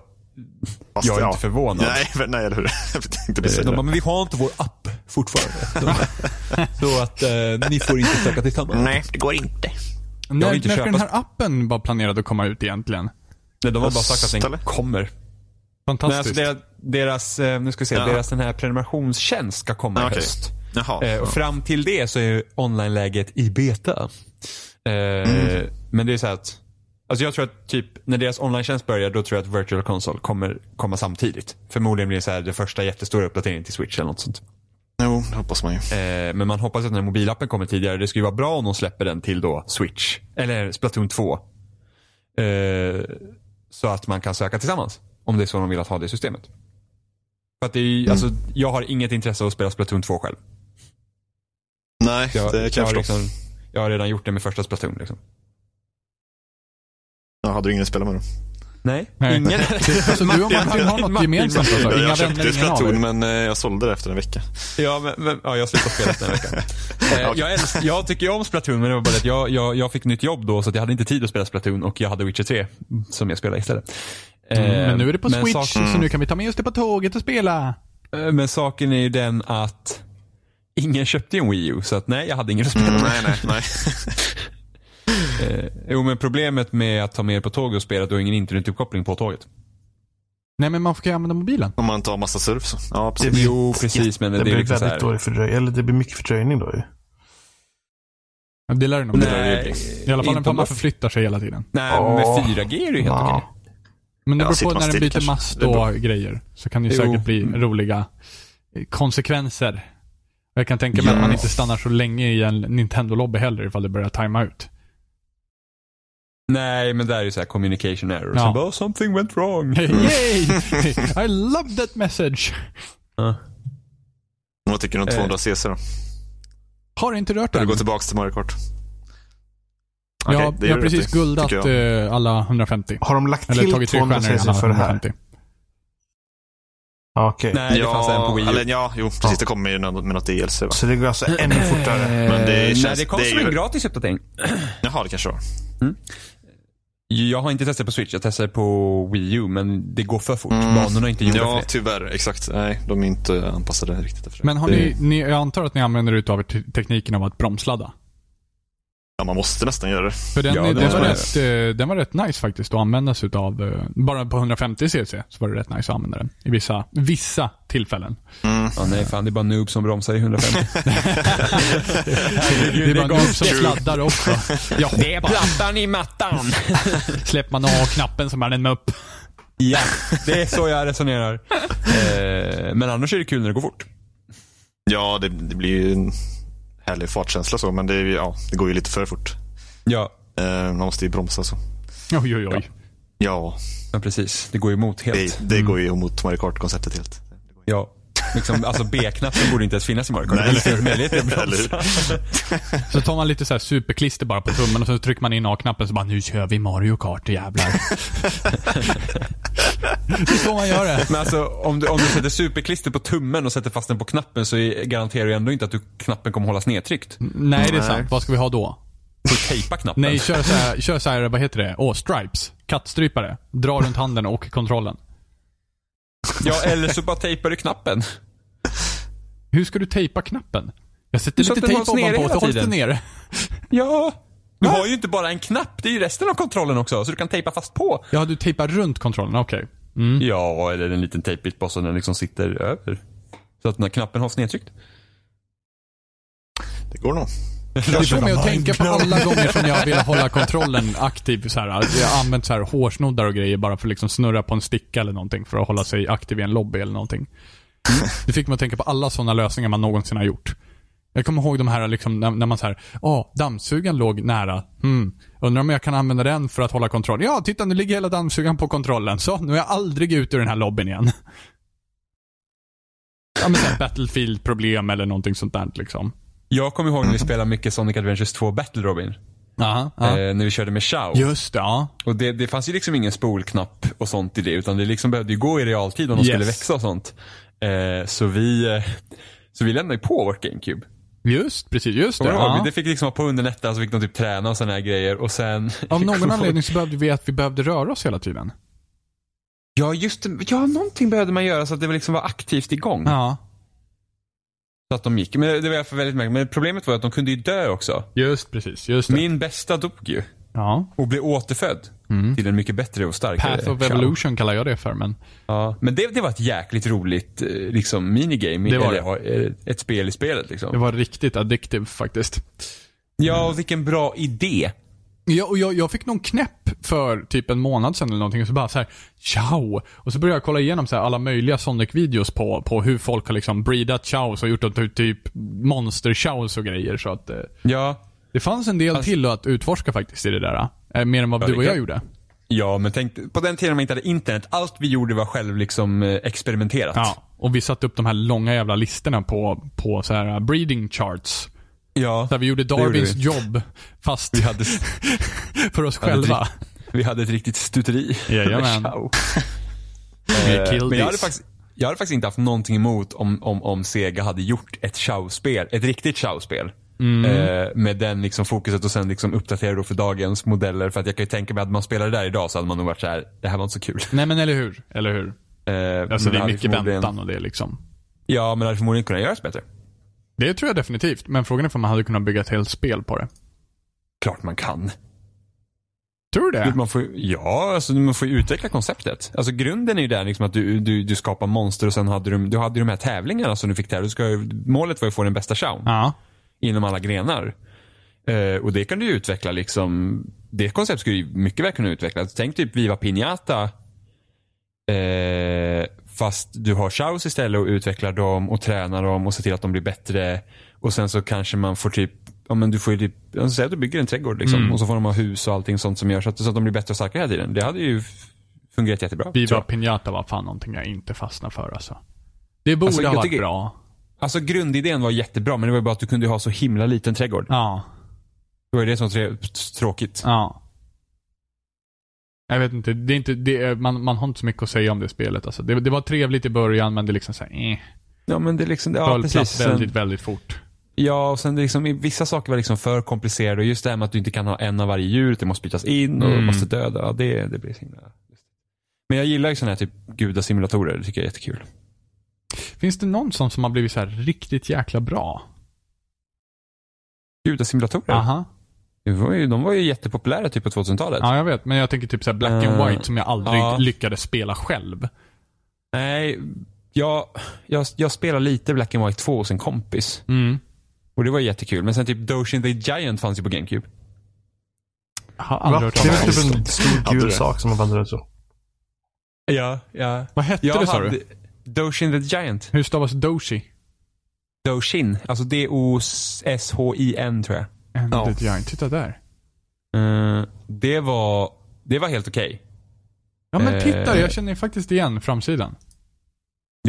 Speaker 6: jag är inte förvånad.
Speaker 3: Nej, men- nej eller hur? Jag tänkte precis
Speaker 6: Eh, De
Speaker 3: säga
Speaker 6: bara,
Speaker 3: det.
Speaker 6: men vi har inte vår app fortfarande. De bara, så att eh, ni får inte söka tillsammans.
Speaker 3: det går inte.
Speaker 4: När,
Speaker 6: inte
Speaker 4: när ska
Speaker 6: köpa-
Speaker 4: den här appen vara planerad att komma ut egentligen?
Speaker 6: Nej, de har bara sagt att den
Speaker 3: Ställe.
Speaker 6: kommer. Men alltså
Speaker 4: Fantastiskt.
Speaker 6: deras, deras, eh, nu ska vi se,
Speaker 3: Ja.
Speaker 6: deras den här prenumerationstjänst ska komma i
Speaker 3: Okej.
Speaker 6: höst.
Speaker 3: Jaha.
Speaker 6: Eh, och fram till det så är ju online-läget i beta. Eh,
Speaker 3: Mm.
Speaker 6: Men det är så här att, alltså jag tror att typ när deras online-tjänst börjar då tror jag att virtual console kommer komma samtidigt. Förmodligen blir det så här det första jättestora uppdateringen till switch eller något sånt.
Speaker 3: Jo, det hoppas man ju.
Speaker 6: Eh, men man hoppas att den här mobilappen kommer tidigare. Det skulle ju vara bra om de släpper den till då Switch. Eller Splatoon 2. Eh, så att man kan söka tillsammans. Om det är så de vill att ha det systemet. För att det är ju, alltså, jag har inget intresse av att spela Splatoon 2 själv.
Speaker 3: Nej,
Speaker 6: Jag,
Speaker 3: det kan jag
Speaker 6: har
Speaker 3: förstå.
Speaker 6: liksom, jag har redan gjort det med första Splatoon. Liksom.
Speaker 3: Ja, hade du ingen att spela med då?
Speaker 6: Nej,
Speaker 4: Nej.
Speaker 6: ingen.
Speaker 4: Alltså, du och Martin har något gemensamt alltså.
Speaker 3: Jag,
Speaker 4: Inga vänner,
Speaker 3: jag köpte
Speaker 4: ingen av
Speaker 3: Splatoon
Speaker 4: er.
Speaker 3: men eh, jag sålde det efter en vecka.
Speaker 6: ja, men, men, ja, jag slutade spela den här veckan. Eh, jag, älsk, jag tycker ju om Splatoon men det var bara det att jag, jag, jag fick nytt jobb då så att jag hade inte tid att spela Splatoon och jag hade Witcher 3 som jag spelade istället. Eh,
Speaker 4: Mm,
Speaker 3: Mm.
Speaker 4: Men nu är det på Switch,
Speaker 6: sak-
Speaker 4: så nu kan vi ta med oss det på tåget och spela.
Speaker 6: Eh, Men saken är ju den att ingen köpte ju en Wii U, så att nej, jag hade ingen att spela med.
Speaker 3: nej, nej, nej.
Speaker 6: Jo, men problemet med att ta med er på tåget och spela, att du har ingen internetuppkoppling på tåget.
Speaker 4: Nej, men man får ju använda mobilen.
Speaker 3: Om man tar massa surf så. Ja,
Speaker 2: Det
Speaker 3: precis.
Speaker 2: blir,
Speaker 6: Jo, precis, men det,
Speaker 2: det
Speaker 6: är
Speaker 2: blir
Speaker 6: liksom så
Speaker 2: väldigt
Speaker 6: här.
Speaker 2: dålig fördröjning. Eller det blir mycket fördröjning då ju.
Speaker 4: Ja, Det lär det nog bli.
Speaker 6: Nej,
Speaker 4: I alla fall
Speaker 6: inte
Speaker 4: när
Speaker 6: om
Speaker 4: man
Speaker 6: man-
Speaker 4: förflyttar sig hela tiden.
Speaker 6: nej, men med
Speaker 2: Åh.
Speaker 6: 4G är det ju helt
Speaker 2: Ja.
Speaker 6: okej.
Speaker 4: Men det
Speaker 3: Ja, sitter
Speaker 4: beror på
Speaker 3: man
Speaker 4: när den
Speaker 3: still
Speaker 4: byter
Speaker 3: kanske.
Speaker 4: mast
Speaker 3: Det är
Speaker 4: och
Speaker 3: bra. Mm.
Speaker 4: grejer. Så kan det ju
Speaker 6: Jo.
Speaker 4: säkert bli roliga eh, konsekvenser. Och Jag kan tänka mig att man inte stannar så länge i en Nintendo-lobby heller ifall det börjar tajma ut.
Speaker 6: Nej, men där är ju så här communication error.
Speaker 4: Ja.
Speaker 6: Sen bara, something went wrong.
Speaker 4: Yay! I love that message!
Speaker 6: Ja.
Speaker 3: Vad tycker du
Speaker 6: Eh,
Speaker 3: om 200 CC då?
Speaker 4: Har inte rört
Speaker 3: Bör du
Speaker 4: den.
Speaker 3: gå tillbaka till Mario Kart?
Speaker 4: Jag,
Speaker 3: Okej, det
Speaker 4: jag har
Speaker 3: gör du
Speaker 4: precis
Speaker 3: rätt i,
Speaker 4: guldat
Speaker 3: tycker jag.
Speaker 4: eh, alla 150.
Speaker 2: Har de lagt
Speaker 4: Eller
Speaker 2: till
Speaker 4: tagit tre
Speaker 2: 200
Speaker 4: stjärnor i alla
Speaker 2: cc för det här?
Speaker 4: 150.
Speaker 2: Ja, Okej.
Speaker 6: Nej, det fanns en på Wii U.
Speaker 3: eller, ja, jo, precis. Det kommer ju nå- med något DLC va?
Speaker 2: Så det går alltså ännu fortare.
Speaker 3: Men det
Speaker 6: Eh, Nej,
Speaker 3: känns-
Speaker 6: det kom
Speaker 3: det är
Speaker 6: som
Speaker 3: ju-
Speaker 6: en gratis uppdatering.
Speaker 3: Jaha, det kanske var.
Speaker 6: Jag har inte testat på Switch, jag testade på Wii U, men det går för fort. Banorna är inte gjorda för
Speaker 3: Ja,
Speaker 6: det.
Speaker 3: tyvärr. Exakt. Nej, de är inte anpassade riktigt efter det.
Speaker 4: Men har ni, ni, jag antar att ni använder er utav te- tekniken av att bromsladda.
Speaker 3: Ja, man måste nästan göra det.
Speaker 4: För den,
Speaker 6: Ja, det
Speaker 4: den,
Speaker 6: måste
Speaker 4: var
Speaker 6: man
Speaker 4: rätt, eh, den var rätt nice faktiskt att använda sig utav. eh, Bara på 150 cc så var det rätt nice att använda den. I vissa, vissa tillfällen.
Speaker 6: Ja, nej, fan, det är bara noobs som bromsar i 150.
Speaker 4: Det är bara
Speaker 6: gav
Speaker 4: nu som sladdar också. Ja,
Speaker 6: Det är plattan i mattan.
Speaker 4: släpper man A-knappen så man den upp.
Speaker 6: ja, det är så jag resonerar. Eh, men annars är det kul när det går fort.
Speaker 3: Ja, det, det blir ju en härlig fartkänsla så, men det, är ju- ja, det går ju lite för fort.
Speaker 6: Ja,
Speaker 3: Eh, man måste ju bromsa så.
Speaker 4: Oj, oj, oj.
Speaker 3: Ja,
Speaker 6: men precis. Det går ju emot helt.
Speaker 3: det, det går ju emot Mario Kart-konceptet helt.
Speaker 6: Ja. Liksom, alltså B-knappen borde inte ens finnas i Mario Kart. Det finns inte möjlighet att
Speaker 3: Eller hur?
Speaker 6: bromsa.
Speaker 4: Så tar man lite så här superklister bara på tummen och så trycker man in A-knappen så bara nu kör vi Mario Kart jävlar. det är så man gör det.
Speaker 6: Men alltså om du, om du sätter superklister på tummen och sätter fast den på knappen så är- garanterar du ändå inte att du, knappen kommer hållas nedtryckt. Du
Speaker 4: Nej, det är sant. Vad ska vi ha då?
Speaker 6: får tejpa knappen.
Speaker 4: Nej, kör så här, kör så här vad heter det? Åh, stripes. Kattstrypare. Dra runt handen och kontrollen.
Speaker 6: Ja, eller så bara tejpar du knappen.
Speaker 4: Hur ska du tejpa knappen? Jag sätter
Speaker 6: Så
Speaker 4: lite
Speaker 6: att den
Speaker 4: tejp
Speaker 6: hålls nere
Speaker 4: ovanpå
Speaker 6: hela
Speaker 4: så hålls den
Speaker 6: tiden.
Speaker 4: nere.
Speaker 6: Ja. Du har ju inte bara en knapp, det är ju resten av kontrollen också, så du kan tejpa fast på.
Speaker 4: Ja, du tejpar runt kontrollen. Okej.
Speaker 6: Ja, eller en liten tejpbit bara så den liksom sitter över. Så att den här knappen hålls nedtryckt.
Speaker 3: Det går nog.
Speaker 4: Jag får mig att tänka på alla gånger som jag vill hålla kontrollen aktiv. Så här, att jag har använt så här hårsnoddar och grejer bara för att liksom snurra på en sticka eller någonting för att hålla sig aktiv i en lobby eller någonting. Det fick mig att tänka på alla sådana lösningar man någonsin har gjort. Jag kommer ihåg de här liksom, när, när man så här, ja, dammsugaren låg nära. Hmm. Undrar om jag kan använda den för att hålla kontroll. Ja, titta nu ligger hela dammsugaren på kontrollen. Så, nu är jag aldrig ute ur den här lobbyn igen. Ja, men så här Battlefield-problem eller någonting sånt där liksom.
Speaker 6: Jag kommer ihåg när vi spelade mycket Sonic Adventures 2 Battle Robin.
Speaker 4: Aha, ja.
Speaker 6: Eh, när vi körde med Shao.
Speaker 4: Just det, ja.
Speaker 6: Och det, det fanns ju liksom ingen spolknapp och sånt i det. Utan det liksom behövde ju gå i realtid om de
Speaker 4: Yes.
Speaker 6: skulle växa och sånt. Eh, så vi... Eh, så vi lämnade ju på vårt GameCube.
Speaker 4: Just precis, just det.
Speaker 6: Kommer du
Speaker 4: Ja.
Speaker 6: ihåg? Det fick liksom vara på underlättaren så fick de typ träna och såna här grejer. Och sen...
Speaker 4: Av någon
Speaker 6: Kommer Mm.
Speaker 4: anledning så behövde vi att vi behövde röra oss hela tiden.
Speaker 6: Ja, just det. Ja, någonting behövde man göra så att det liksom var aktivt igång.
Speaker 4: Ja.
Speaker 6: Så att de gick. Men det var jag för väldigt märkligt. Men problemet var att de kunde ju dö också.
Speaker 4: Just precis, just det.
Speaker 6: Min bästa dog ju.
Speaker 4: Ja.
Speaker 6: Och blev återfödd.
Speaker 4: Mm.
Speaker 6: Till en mycket bättre och starkare.
Speaker 4: Path of
Speaker 6: Shao.
Speaker 4: Evolution kallar jag det för, men
Speaker 6: Ja. Men det, det var ett jäkligt roligt eh, liksom, minigame.
Speaker 4: Det var
Speaker 6: eller, eh, Ett spel i spelet liksom.
Speaker 4: det var riktigt addictive faktiskt.
Speaker 6: Ja, och vilken bra idé.
Speaker 4: Jag, och jag, jag fick någon knäpp för typ en månad sedan eller någonting och så bara så här, ciao. Och så började jag kolla igenom så här alla möjliga Sonic-videos på, på hur folk har liksom breedat chows och gjort dem till typ monster-chows och grejer. Så att eh,
Speaker 6: Ja.
Speaker 4: det fanns en del till att utforska faktiskt i det där. Eh, mer än vad du
Speaker 6: det
Speaker 4: och jag
Speaker 6: kan-
Speaker 4: gjorde.
Speaker 6: Ja, men tänk, på den tiden man inte hade internet, allt vi gjorde var själv liksom eh, experimenterat.
Speaker 4: Ja, och vi satte upp de här långa jävla listorna på, på så här uh, breeding charts.
Speaker 6: ja.
Speaker 4: Där vi gjorde
Speaker 6: gjorde
Speaker 4: Darwins
Speaker 6: vi.
Speaker 4: jobb, fast
Speaker 6: Vi hade,
Speaker 4: för oss
Speaker 6: hade
Speaker 4: själva.
Speaker 6: Vi hade ett riktigt stuteri.
Speaker 4: Jajamän.
Speaker 6: Ciao.
Speaker 4: Eh,
Speaker 5: Vi killed
Speaker 6: Men jag hade,
Speaker 5: this.
Speaker 6: faktiskt, jag hade faktiskt inte haft någonting emot om, om, om Sega hade gjort ett Chao-spel, ett riktigt Chao-spel.
Speaker 4: Mm.
Speaker 6: Eh, med den liksom fokuset och sen liksom uppdaterade då för dagens modeller. För att jag kan ju tänka mig att man spelar det där idag så hade man nog varit så här, det här var inte så kul.
Speaker 4: Nej men eller hur? Eller hur?
Speaker 6: Eh,
Speaker 4: Alltså
Speaker 6: men
Speaker 4: det är
Speaker 6: hade
Speaker 4: mycket
Speaker 6: förmodligen-
Speaker 4: väntan och det liksom.
Speaker 6: Ja, men hade förmodligen kunnat göras bättre.
Speaker 4: Det tror jag definitivt. Men frågan är om man hade kunnat bygga ett helt spel på det.
Speaker 6: Klart man kan.
Speaker 4: Tror du det?
Speaker 6: Man får, ju- ja, alltså man får ju utveckla konceptet. Alltså grunden är ju där liksom att du, du, du skapar monster och sen hade du, du hade ju de här tävlingarna som du fick där. Du ska, ju- målet var ju att få den bästa showen.
Speaker 4: Ja.
Speaker 6: inom alla grenar. Eh, och det kan du ju utveckla liksom. Det koncept skulle ju mycket väl kunna utvecklas. Tänk typ Viva Piñata. Eh, fast du har chows istället och utvecklar dem och tränar dem och ser till att de blir bättre. Och sen så kanske man får typ, ja men du får ju typ, jag säger att du bygger en trädgård liksom.
Speaker 4: Mm.
Speaker 6: Och så får de ha hus och allting sånt som gör så att, så att de blir bättre och starkare hela tiden. Det hade ju f- fungerat jättebra. tror
Speaker 4: Viva
Speaker 6: jag.
Speaker 4: Pinata var fan någonting jag inte fastnade för alltså. Det borde
Speaker 6: Alltså, jag
Speaker 4: ha varit
Speaker 6: tycker-
Speaker 4: bra.
Speaker 6: Alltså grundidén var jättebra men det var ju bara att du kunde ju ha så himla liten trädgård.
Speaker 4: Ja.
Speaker 6: Det var ju det som var trä- tråkigt.
Speaker 4: Ja. Jag vet inte, det är inte det är, man, man har inte så mycket att säga om det spelet. Alltså, det, det var trevligt i början, men det är liksom såhär, eh,
Speaker 6: Ja men det är liksom, ja
Speaker 4: föll
Speaker 6: precis.
Speaker 4: platt
Speaker 6: Sen,
Speaker 4: väldigt, väldigt fort.
Speaker 6: Ja och sen det är liksom, vissa saker var liksom för komplicerade och just det här med att du inte kan ha en av varje djur, det måste bytas in och
Speaker 4: Mm.
Speaker 6: måste döda. Ja, det, det blir så himla... Men jag gillar ju sådana här typ gudasimulatorer, det tycker jag är jättekul.
Speaker 4: Finns det någon som, som har blivit så här riktigt jäkla bra?
Speaker 6: Gudasimulatorer?
Speaker 4: Aha.
Speaker 6: Det var ju, de var ju jättepopulära typ på 2000-talet.
Speaker 4: Ja, jag vet. Men jag tänker typ så här Black
Speaker 6: Eh,
Speaker 4: and White som jag aldrig
Speaker 6: ja.
Speaker 4: lyckades spela själv.
Speaker 6: Nej, jag, jag, jag spelade lite Black and White 2 hos en kompis.
Speaker 4: Mm.
Speaker 6: Och det var jättekul. Men sen typ Doshin the Giant fanns ju på GameCube.
Speaker 4: Har
Speaker 2: Va?
Speaker 4: aldrig hört
Speaker 2: Det
Speaker 4: talas
Speaker 2: är
Speaker 4: om.
Speaker 2: väl typ en stor
Speaker 3: Hade
Speaker 2: gul
Speaker 3: du?
Speaker 2: sak som man vandrar ut så.
Speaker 6: Ja, ja.
Speaker 4: Vad hette
Speaker 6: Jag
Speaker 4: det sa
Speaker 6: hade
Speaker 4: du?
Speaker 6: Doshin the Giant.
Speaker 4: Hur stavas Doshi?
Speaker 6: Doshin. Alltså D-O-S-H-I-N tror jag.
Speaker 4: Ja. Giant. Titta där.
Speaker 6: Eh, det var Det var helt okej.
Speaker 4: Ja men titta,
Speaker 6: Eh.
Speaker 4: jag känner ju faktiskt igen framsidan.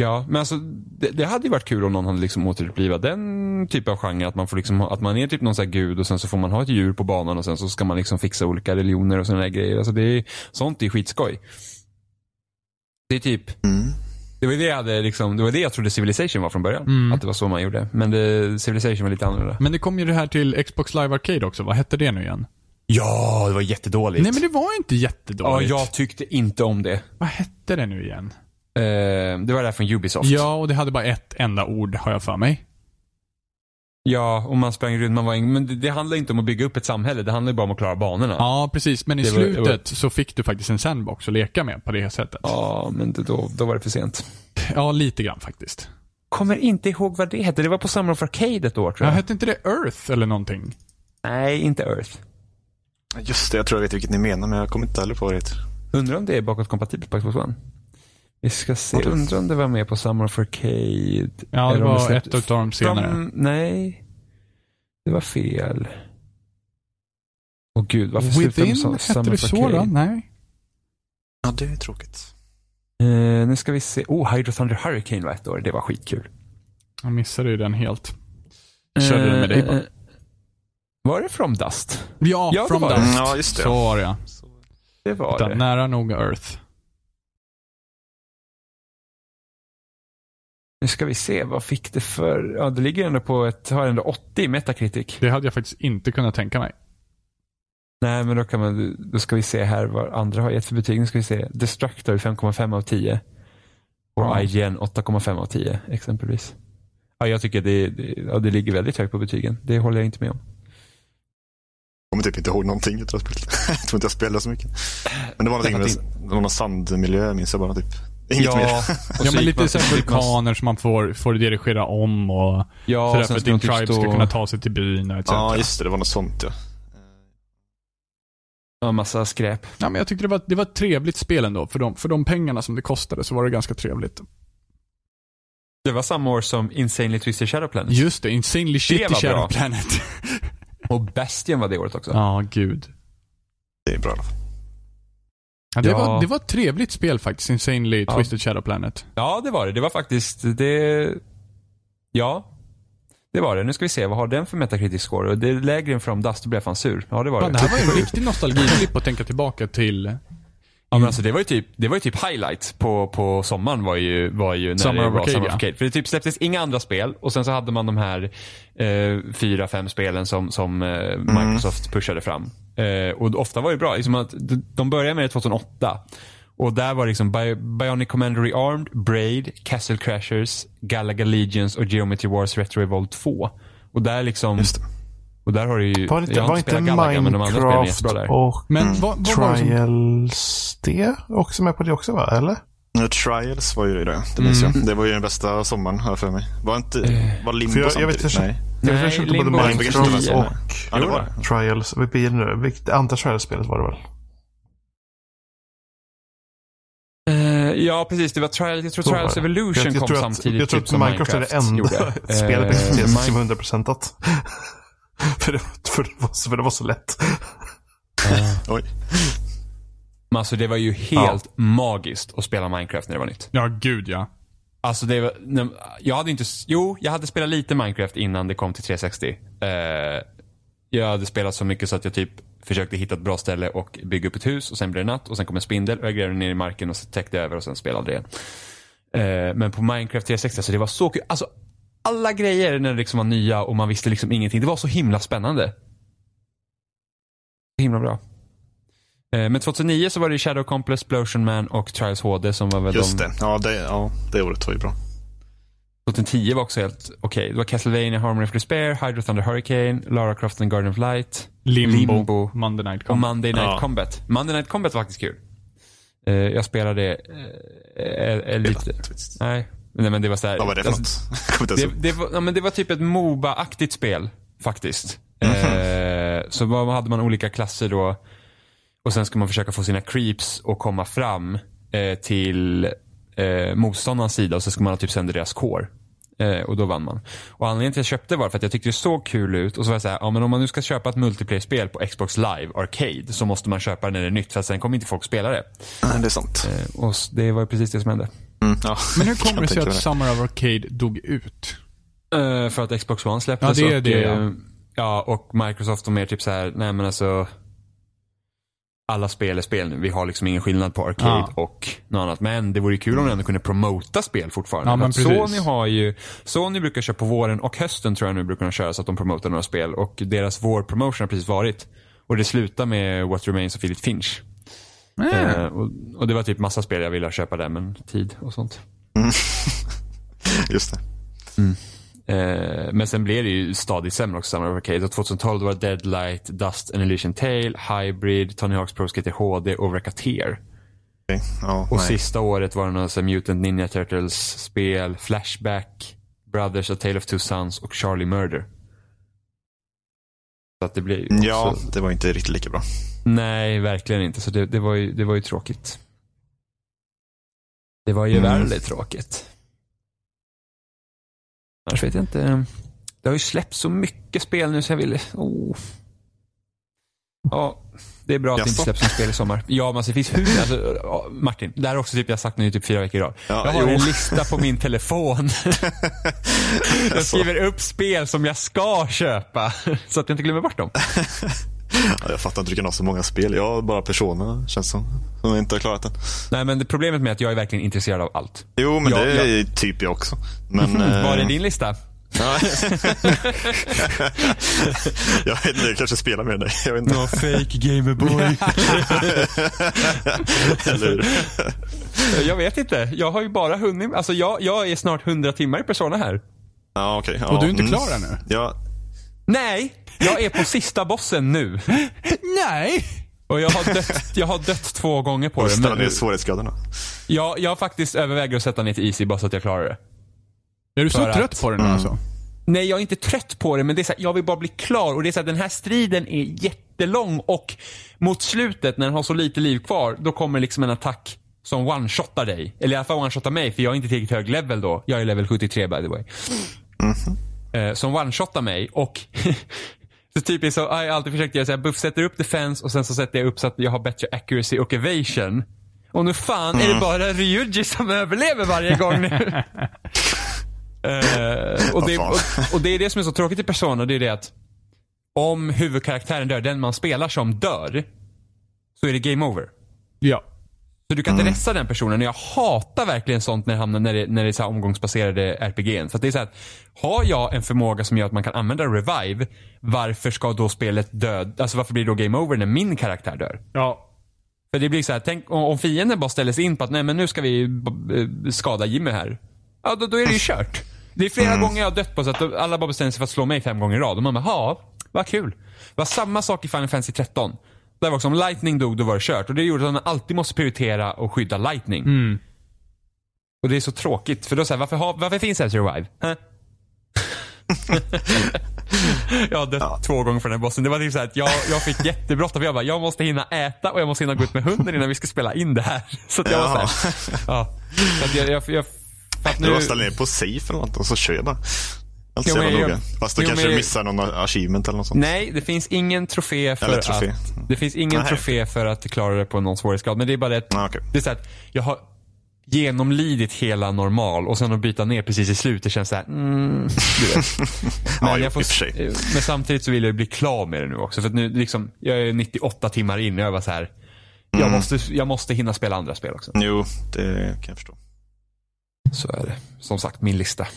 Speaker 6: Ja, men alltså det, det hade ju varit kul om någon hade liksom återupplivat den typ av genre. Att man, får liksom, ha- att man är typ någon sån här gud och sen så får man ha ett djur på banan och sen så ska man liksom fixa olika religioner och sådana där grejer. Alltså det är, sånt är skitskoj. Det är typ
Speaker 3: Mm.
Speaker 6: det var ju det jag, hade liksom, det var det jag trodde Civilization var från början.
Speaker 4: Mm.
Speaker 6: Att det var så man gjorde. Men det, Civilization var lite annorlunda.
Speaker 4: Men det kom ju det här till Xbox Live Arcade också. Vad hette det nu igen?
Speaker 6: Ja, det var jättedåligt.
Speaker 4: Nej men det var inte
Speaker 6: ja,
Speaker 4: jättedåligt.
Speaker 6: jag tyckte inte om det.
Speaker 4: Vad hette det nu igen?
Speaker 6: Eh, det var det här från Ubisoft.
Speaker 4: Ja, och det hade bara ett enda ord har jag för mig.
Speaker 6: Ja, och man sprang runt. Man var en, men det, det handlar inte om att bygga upp ett samhälle. Det handlar ju bara om att klara banorna.
Speaker 4: Ja, precis. Men i
Speaker 6: Det var- det var-
Speaker 4: slutet så fick du faktiskt en sandbox att leka med på det sättet. Ja,
Speaker 6: Ja, men det, då, då var det för sent.
Speaker 4: lite grann faktiskt.
Speaker 6: Kommer inte ihåg vad det hette. Det var på Summer of Arcade ett år tror
Speaker 4: Ja.
Speaker 6: jag.
Speaker 4: Hette inte det Earth eller någonting?
Speaker 6: Nej, inte Earth.
Speaker 3: Just det, jag tror jag vet vilket ni menar, men jag kommer inte heller på vad det heter.
Speaker 6: Undrar om det är bakåtkompatibelt på Xbox One. Vi ska se. Undrar om det var med på Summer of Arcade.
Speaker 4: Ja, det
Speaker 6: Eller om
Speaker 4: var
Speaker 6: släppte-
Speaker 4: ett utav dem senare.
Speaker 6: From, nej. Det var fel. Åh gud, varför slutade de
Speaker 4: Within
Speaker 6: med Su-
Speaker 4: hette
Speaker 6: Summer
Speaker 4: det
Speaker 6: of
Speaker 4: så då?
Speaker 6: Arcade?
Speaker 4: Nej.
Speaker 3: Ja, det är tråkigt.
Speaker 6: Eh, nu ska vi se. Oh, Hydro Thunder Hurricane var ett år. Det var skitkul.
Speaker 4: Jag missade ju den helt. Körde den med dig bara.
Speaker 6: Eh, eh, Var det From Dust?
Speaker 4: Ja,
Speaker 6: Ja, det
Speaker 4: From
Speaker 6: var
Speaker 4: Dust.
Speaker 6: det.
Speaker 3: Ja, just det.
Speaker 4: Så var det ja.
Speaker 6: Det var
Speaker 4: Titta,
Speaker 6: det.
Speaker 4: Nära nog Earth.
Speaker 6: Nu ska vi se, vad fick det för... Ja, det ligger ändå på ett... Har ändå 80 i Metacritic.
Speaker 4: Det hade jag faktiskt inte kunnat tänka mig.
Speaker 6: Nej, men då kan man... Då ska vi se här vad andra har gett för betyg. Nu ska vi se. Destructor 5,5 av 10. Och
Speaker 4: Ja.
Speaker 6: IGN 8,5 av 10 exempelvis. Ja, jag tycker det, det, ja, det ligger väldigt högt på betygen. Det håller jag inte med om.
Speaker 3: kommer typ inte ihåg någonting utav spelet. jag tror inte jag spelade så mycket. Men det var någonting
Speaker 6: Därför
Speaker 3: med det var någon sandmiljö minns jag bara typ. Inget mer.
Speaker 6: ja,
Speaker 4: Ja, men lite så här vulkaner som man får, får dirigera om och
Speaker 6: Ja,
Speaker 4: sådär
Speaker 6: sen
Speaker 4: för att
Speaker 6: ska
Speaker 4: din
Speaker 6: de typ
Speaker 4: tribe ska
Speaker 6: stå-
Speaker 4: kunna ta sig till byn och etc.
Speaker 3: Ja, just det. Det var något sånt ja.
Speaker 6: Ja, massa skräp.
Speaker 4: Ja, men jag tyckte det var, det var ett trevligt spel ändå. För de, för de pengarna som det kostade så var det ganska trevligt.
Speaker 6: Det var samma år som Insanely Twisted Shadow Planet.
Speaker 4: Just det, Insanely Shitty
Speaker 6: var
Speaker 4: Shadow
Speaker 6: bra.
Speaker 4: Planet.
Speaker 6: Och Bastion var det året också.
Speaker 4: Ja, gud.
Speaker 3: Det är bra i alla fall.
Speaker 4: Ja, det,
Speaker 6: Ja.
Speaker 4: Var, det var ett trevligt spel faktiskt, Insanely
Speaker 6: Ja.
Speaker 4: Twisted Shadow Planet.
Speaker 6: Ja, det var det. Det var faktiskt det. Ja. Det var det. Nu ska vi se, vad har den för Metacritic score? Och det är lägre än From Dust, då blev jag fan sur. Ja, det var
Speaker 4: Fan, det
Speaker 6: det.
Speaker 4: här var ju en riktig nostalgiklipp att tänka tillbaka till.
Speaker 6: Ja,
Speaker 2: Mm.
Speaker 6: men alltså, det var ju typ, det var ju typ highlight på, på sommaren var ju, var ju när
Speaker 4: Summer
Speaker 6: det
Speaker 4: of
Speaker 6: var
Speaker 4: Arcade,
Speaker 6: Summer of
Speaker 4: ja.
Speaker 6: Arcade. För det typ släpptes inga andra spel och sen så hade man de här eh, fyra, fem spelen som, som
Speaker 2: Mm.
Speaker 6: eh, Microsoft pushade fram. Eh, och ofta var det bra. Liksom att, d- de började med det 2008. Och där var liksom Bi- Bionic Commander Rearmed, Braid, Castle Crashers, Galaga Legions och Geometry Wars Retro Evolved 2. Och där liksom... Och där har du ju...
Speaker 2: Var det inte,
Speaker 6: jag har
Speaker 2: var
Speaker 6: inte
Speaker 2: inte
Speaker 6: spelat Galaga, men de andra spelen är
Speaker 2: Minecraft
Speaker 6: jättebra där.
Speaker 2: och
Speaker 4: Men vad, vad var det som...
Speaker 2: Trials det också med på det också va? Eller?
Speaker 3: Nu, Trials var ju det. Det minns jag. Det var ju den bästa sommaren, har jag för mig. Var inte... Var Limbo
Speaker 2: För jag- jag vet inte-
Speaker 3: samtidigt? Nej.
Speaker 2: Jag
Speaker 6: Nej,
Speaker 2: vet, jag köpte både
Speaker 6: Limbo
Speaker 3: var inte
Speaker 2: Minecraft
Speaker 3: tio.
Speaker 2: och
Speaker 3: Ja, det var det.
Speaker 2: Trials. Vi blir nu. Vilket andra Trials-spelet var det väl?
Speaker 6: Eh, ja, precis. Det var Trial, jag tror
Speaker 2: Så
Speaker 6: Trials
Speaker 2: var det.
Speaker 6: Evolution
Speaker 2: jag, jag
Speaker 6: kom
Speaker 2: tror att-
Speaker 6: samtidigt
Speaker 2: Jag tror
Speaker 6: typ
Speaker 2: att
Speaker 6: som
Speaker 2: Minecraft är det enda
Speaker 6: gjorde.
Speaker 2: spelet
Speaker 6: Eh,
Speaker 2: på PC som
Speaker 6: Min-
Speaker 2: är hundraprocentat. För det, för, det var så- för det var så lätt.
Speaker 3: Oj.
Speaker 6: Men alltså, det var ju helt magiskt att spela Minecraft när det var nytt.
Speaker 4: Ja, gud ja.
Speaker 6: Alltså, det var, nej, jag hade inte, s- jo, jag hade spelat lite Minecraft innan det kom till 360. Eh, jag hade spelat så mycket så att jag typ försökte hitta ett bra ställe och bygga upp ett hus och sen blev det natt och sen kom en spindel och jag grävde ner i marken och så täckte jag över och sen spelade jag. Eh, men på Minecraft 360, alltså det var så kul. Alltså, alla grejer när det liksom var nya och man visste liksom ingenting. Det var så himla spännande. Så himla bra. Eh, men 2009 så var det Shadow Complex, Explosion Man och Trials HD som var väl
Speaker 3: Just
Speaker 6: de
Speaker 3: det. Ja, det, ja, det året var ju bra.
Speaker 6: 2010 var också helt okej. Det var Castlevania Harmony of Despair, Hydro Thunder Hurricane, Lara Croft and Garden of Light
Speaker 4: Limbo.
Speaker 6: Limbo.
Speaker 4: Monday Night
Speaker 6: och
Speaker 4: Combat.
Speaker 6: Monday Night
Speaker 3: Ja.
Speaker 6: Combat. Monday Night Combat var faktiskt kul. Eh, jag spelade eh, eh, eh, lite...
Speaker 3: Visst.
Speaker 6: Nej. Nej, men det var så här,
Speaker 3: Vad var det för
Speaker 6: alltså,
Speaker 3: något? Jag kommer inte ens
Speaker 6: det,
Speaker 3: ihåg.
Speaker 6: det, var, ja, men det var typ ett Moba-aktigt spel faktiskt. Eh, så vad- hade man olika klasser då. Och sen ska man försöka få sina creeps att komma fram eh, till eh, motståndarens sida och så ska man ha typ sönder deras kår. Eh, och då vann man. Och anledningen till att jag köpte var för att jag tyckte det såg kul ut och så var jag såhär, ja men om man nu ska köpa ett multiplayer-spel på Xbox Live Arcade så måste man köpa det när det är nytt för att sen kommer inte folk spela det.
Speaker 3: Nej, det är sant.
Speaker 6: Eh, och s- det var ju precis det som hände.
Speaker 3: Mm, ja.
Speaker 4: Men hur kommer
Speaker 3: Kan
Speaker 4: det sig
Speaker 3: tänka
Speaker 4: att
Speaker 3: mig.
Speaker 4: Summer of Arcade dog ut?
Speaker 6: Eh, för att Xbox One släpptes
Speaker 4: Ja, det är
Speaker 6: och,
Speaker 4: det,
Speaker 6: eh,
Speaker 4: ja.
Speaker 6: ja, och Microsoft och mer typ så här, nej men alltså alla spel är spel nu. Vi har liksom ingen skillnad på Arcade och något annat. Men det vore ju kul om de ändå kunde promota spel fortfarande.
Speaker 4: Ja, men
Speaker 6: För att
Speaker 4: precis.
Speaker 6: Sony har ju, Sony brukar köra på våren och hösten tror jag nu brukar de köra så att de promotar några spel. Och deras vårpromotion har precis varit. Och det slutar med What Remains of Philip Finch. Eh, och, och det var typ massa spel jag ville köpa där men tid och sånt.
Speaker 3: Just det.
Speaker 6: Eh, men sen blev det ju stadigt sämre också, Summer of Arcade. Och 2012 var det Deadlight, Dust and Illusion Tale, Hybrid, Tony Hawk's Pro Skater HD och Racketeer.
Speaker 3: Okej. Ja,
Speaker 6: Och
Speaker 3: nej.
Speaker 6: sista året var det några så här Mutant Ninja Turtles-spel, Flashback, Brothers, A Tale of Two Sons och Charlie Murder. Så att det blev ju
Speaker 3: Ja,
Speaker 6: också-
Speaker 3: det var inte riktigt lika bra.
Speaker 6: Nej, verkligen inte. Så det, det, var ju, det var ju tråkigt. Det var ju
Speaker 3: Mm.
Speaker 6: väldigt tråkigt. Annars vet jag inte. Det har ju släppts så mycket spel nu så jag ville... Oh. Ja, det är bra att det inte
Speaker 3: Jaså?
Speaker 6: släpps något spel i sommar. Ja, men alltså, det finns hur... Alltså, ja, Martin, det här är också typ jag har sagt nu i typ fyra veckor i rad.
Speaker 3: Ja,
Speaker 6: jag har
Speaker 3: jo.
Speaker 6: en lista på min telefon. jag skriver upp spel som jag ska köpa. Så att jag inte glömmer bort dem.
Speaker 3: Ja, jag fattar inte hur du kan ha så många spel. Jag har bara Persona, känns som. Som jag inte har klarat den.
Speaker 6: Nej, men det problemet med att jag är verkligen intresserad av allt.
Speaker 3: Jo, men
Speaker 6: Ja,
Speaker 3: det är typ jag också. Men, eh,
Speaker 6: Var är din lista?
Speaker 3: ja. jag vet inte, jag kanske spelar mer än dig. Jag vet inte.
Speaker 6: fake Gamerboy.
Speaker 3: Eller hur?
Speaker 6: jag vet inte. Jag har ju bara hunnit. Alltså jag, jag är snart 100 timmar i Persona här.
Speaker 3: Ja, okej. ja,
Speaker 4: Och du är inte
Speaker 3: mm.
Speaker 4: klar ännu?
Speaker 3: Ja,
Speaker 6: Nej, jag är på sista bossen nu.
Speaker 4: Nej!
Speaker 6: Och jag har dött, jag har dött två gånger på
Speaker 3: och ställa
Speaker 6: det.
Speaker 3: ner
Speaker 6: Men
Speaker 3: svårighetsgraderna.
Speaker 6: jag, jag faktiskt överväger att sätta ner till easy bara så att jag klarar det.
Speaker 4: Är du så
Speaker 6: För att-
Speaker 4: trött på den nu alltså?
Speaker 6: Nej, jag är inte trött på det, men det är så här, jag vill bara bli klar. Och det är så här, Den här striden är jättelång och mot slutet, när den har så lite liv kvar, då kommer liksom en attack som one-shotar dig. Eller i alla fall one-shotar mig, för jag är inte tillräckligt hög level då. Jag är level 73 by the way. Eh, som one-shotar mig och så typiskt så har jag alltid försökt göra så här, buff sätter upp defense och sen så sätter jag upp så att jag har bättre accuracy och evasion.
Speaker 3: Mm.
Speaker 6: Och nu fan är det bara Ryuji som överlever varje gång nu. Eh, och, det,
Speaker 3: Vad fan.
Speaker 6: och, och det är det som är så tråkigt i Persona, det är det att om huvudkaraktären dör, den man spelar som dör, så är det game over.
Speaker 4: Ja.
Speaker 6: Så du kan inte ressa den personen. Och jag hatar verkligen sånt när det hamnar när det, när det är så här omgångsbaserade RPG'n. För att det är så här att, har jag en förmåga som gör att man kan använda revive, varför ska då spelet död, alltså varför blir det då game over när min karaktär dör?
Speaker 4: Ja.
Speaker 6: För det blir så här, tänk om, om fienden bara ställer sig in på att nej men nu ska vi b- eh, skada Jimmy här. Ja, då, då är det ju kört. Det är flera gånger jag har dött på så att då- alla bara bestämmer sig för att slå mig fem gånger i rad. Och man bara, ja, vad kul. Det var samma sak i Final Fantasy 13. Där var också om Lightning dog, då var det kört. Och det gjorde att man alltid måste prioritera och skydda Lightning. Och det är så tråkigt. För då säger varför, har- varför finns ens Revive? Huh? jag har dött två gånger för den här bossen. Det var typ så här att jag, jag fick jättebråttom. Jag bara, jag måste hinna äta och jag måste hinna gå ut med hunden innan vi ska spela in det här. Så att jag var
Speaker 3: Jaha.
Speaker 6: så här, ja. Så att jag, jag, jag, för att
Speaker 3: Du
Speaker 6: nu,
Speaker 3: bara ställer ner på safe eller något och så kör jag bara. Jag är inte
Speaker 6: Jo,
Speaker 3: så
Speaker 6: men
Speaker 3: jävla
Speaker 6: jag-
Speaker 3: noga. Fast då
Speaker 6: jo,
Speaker 3: kanske
Speaker 6: men
Speaker 3: du
Speaker 6: jag-
Speaker 3: missar någon achievement eller något sånt.
Speaker 6: nej, det finns ingen trofé för
Speaker 3: Eller trofé.
Speaker 6: att... Det finns ingen
Speaker 3: Nej.
Speaker 6: trofé för att klara det på någon svårighetsgrad. Men det är bara det att,
Speaker 3: Ah, okej.
Speaker 6: det är så här att jag har genomlidit hela normal och sen att byta ner precis i slutet det känns så här, mm, du vet. Men,
Speaker 3: Ja, jo,
Speaker 6: jag
Speaker 3: i
Speaker 6: får,
Speaker 3: och för
Speaker 4: eh.
Speaker 3: sig.
Speaker 6: men samtidigt så vill jag ju bli klar med det nu också. För att nu liksom, jag är 98 timmar in och jag var så här. Jag, måste, jag måste hinna spela andra spel också.
Speaker 3: Jo, det kan jag förstå.
Speaker 6: Så är det. Som sagt, min lista.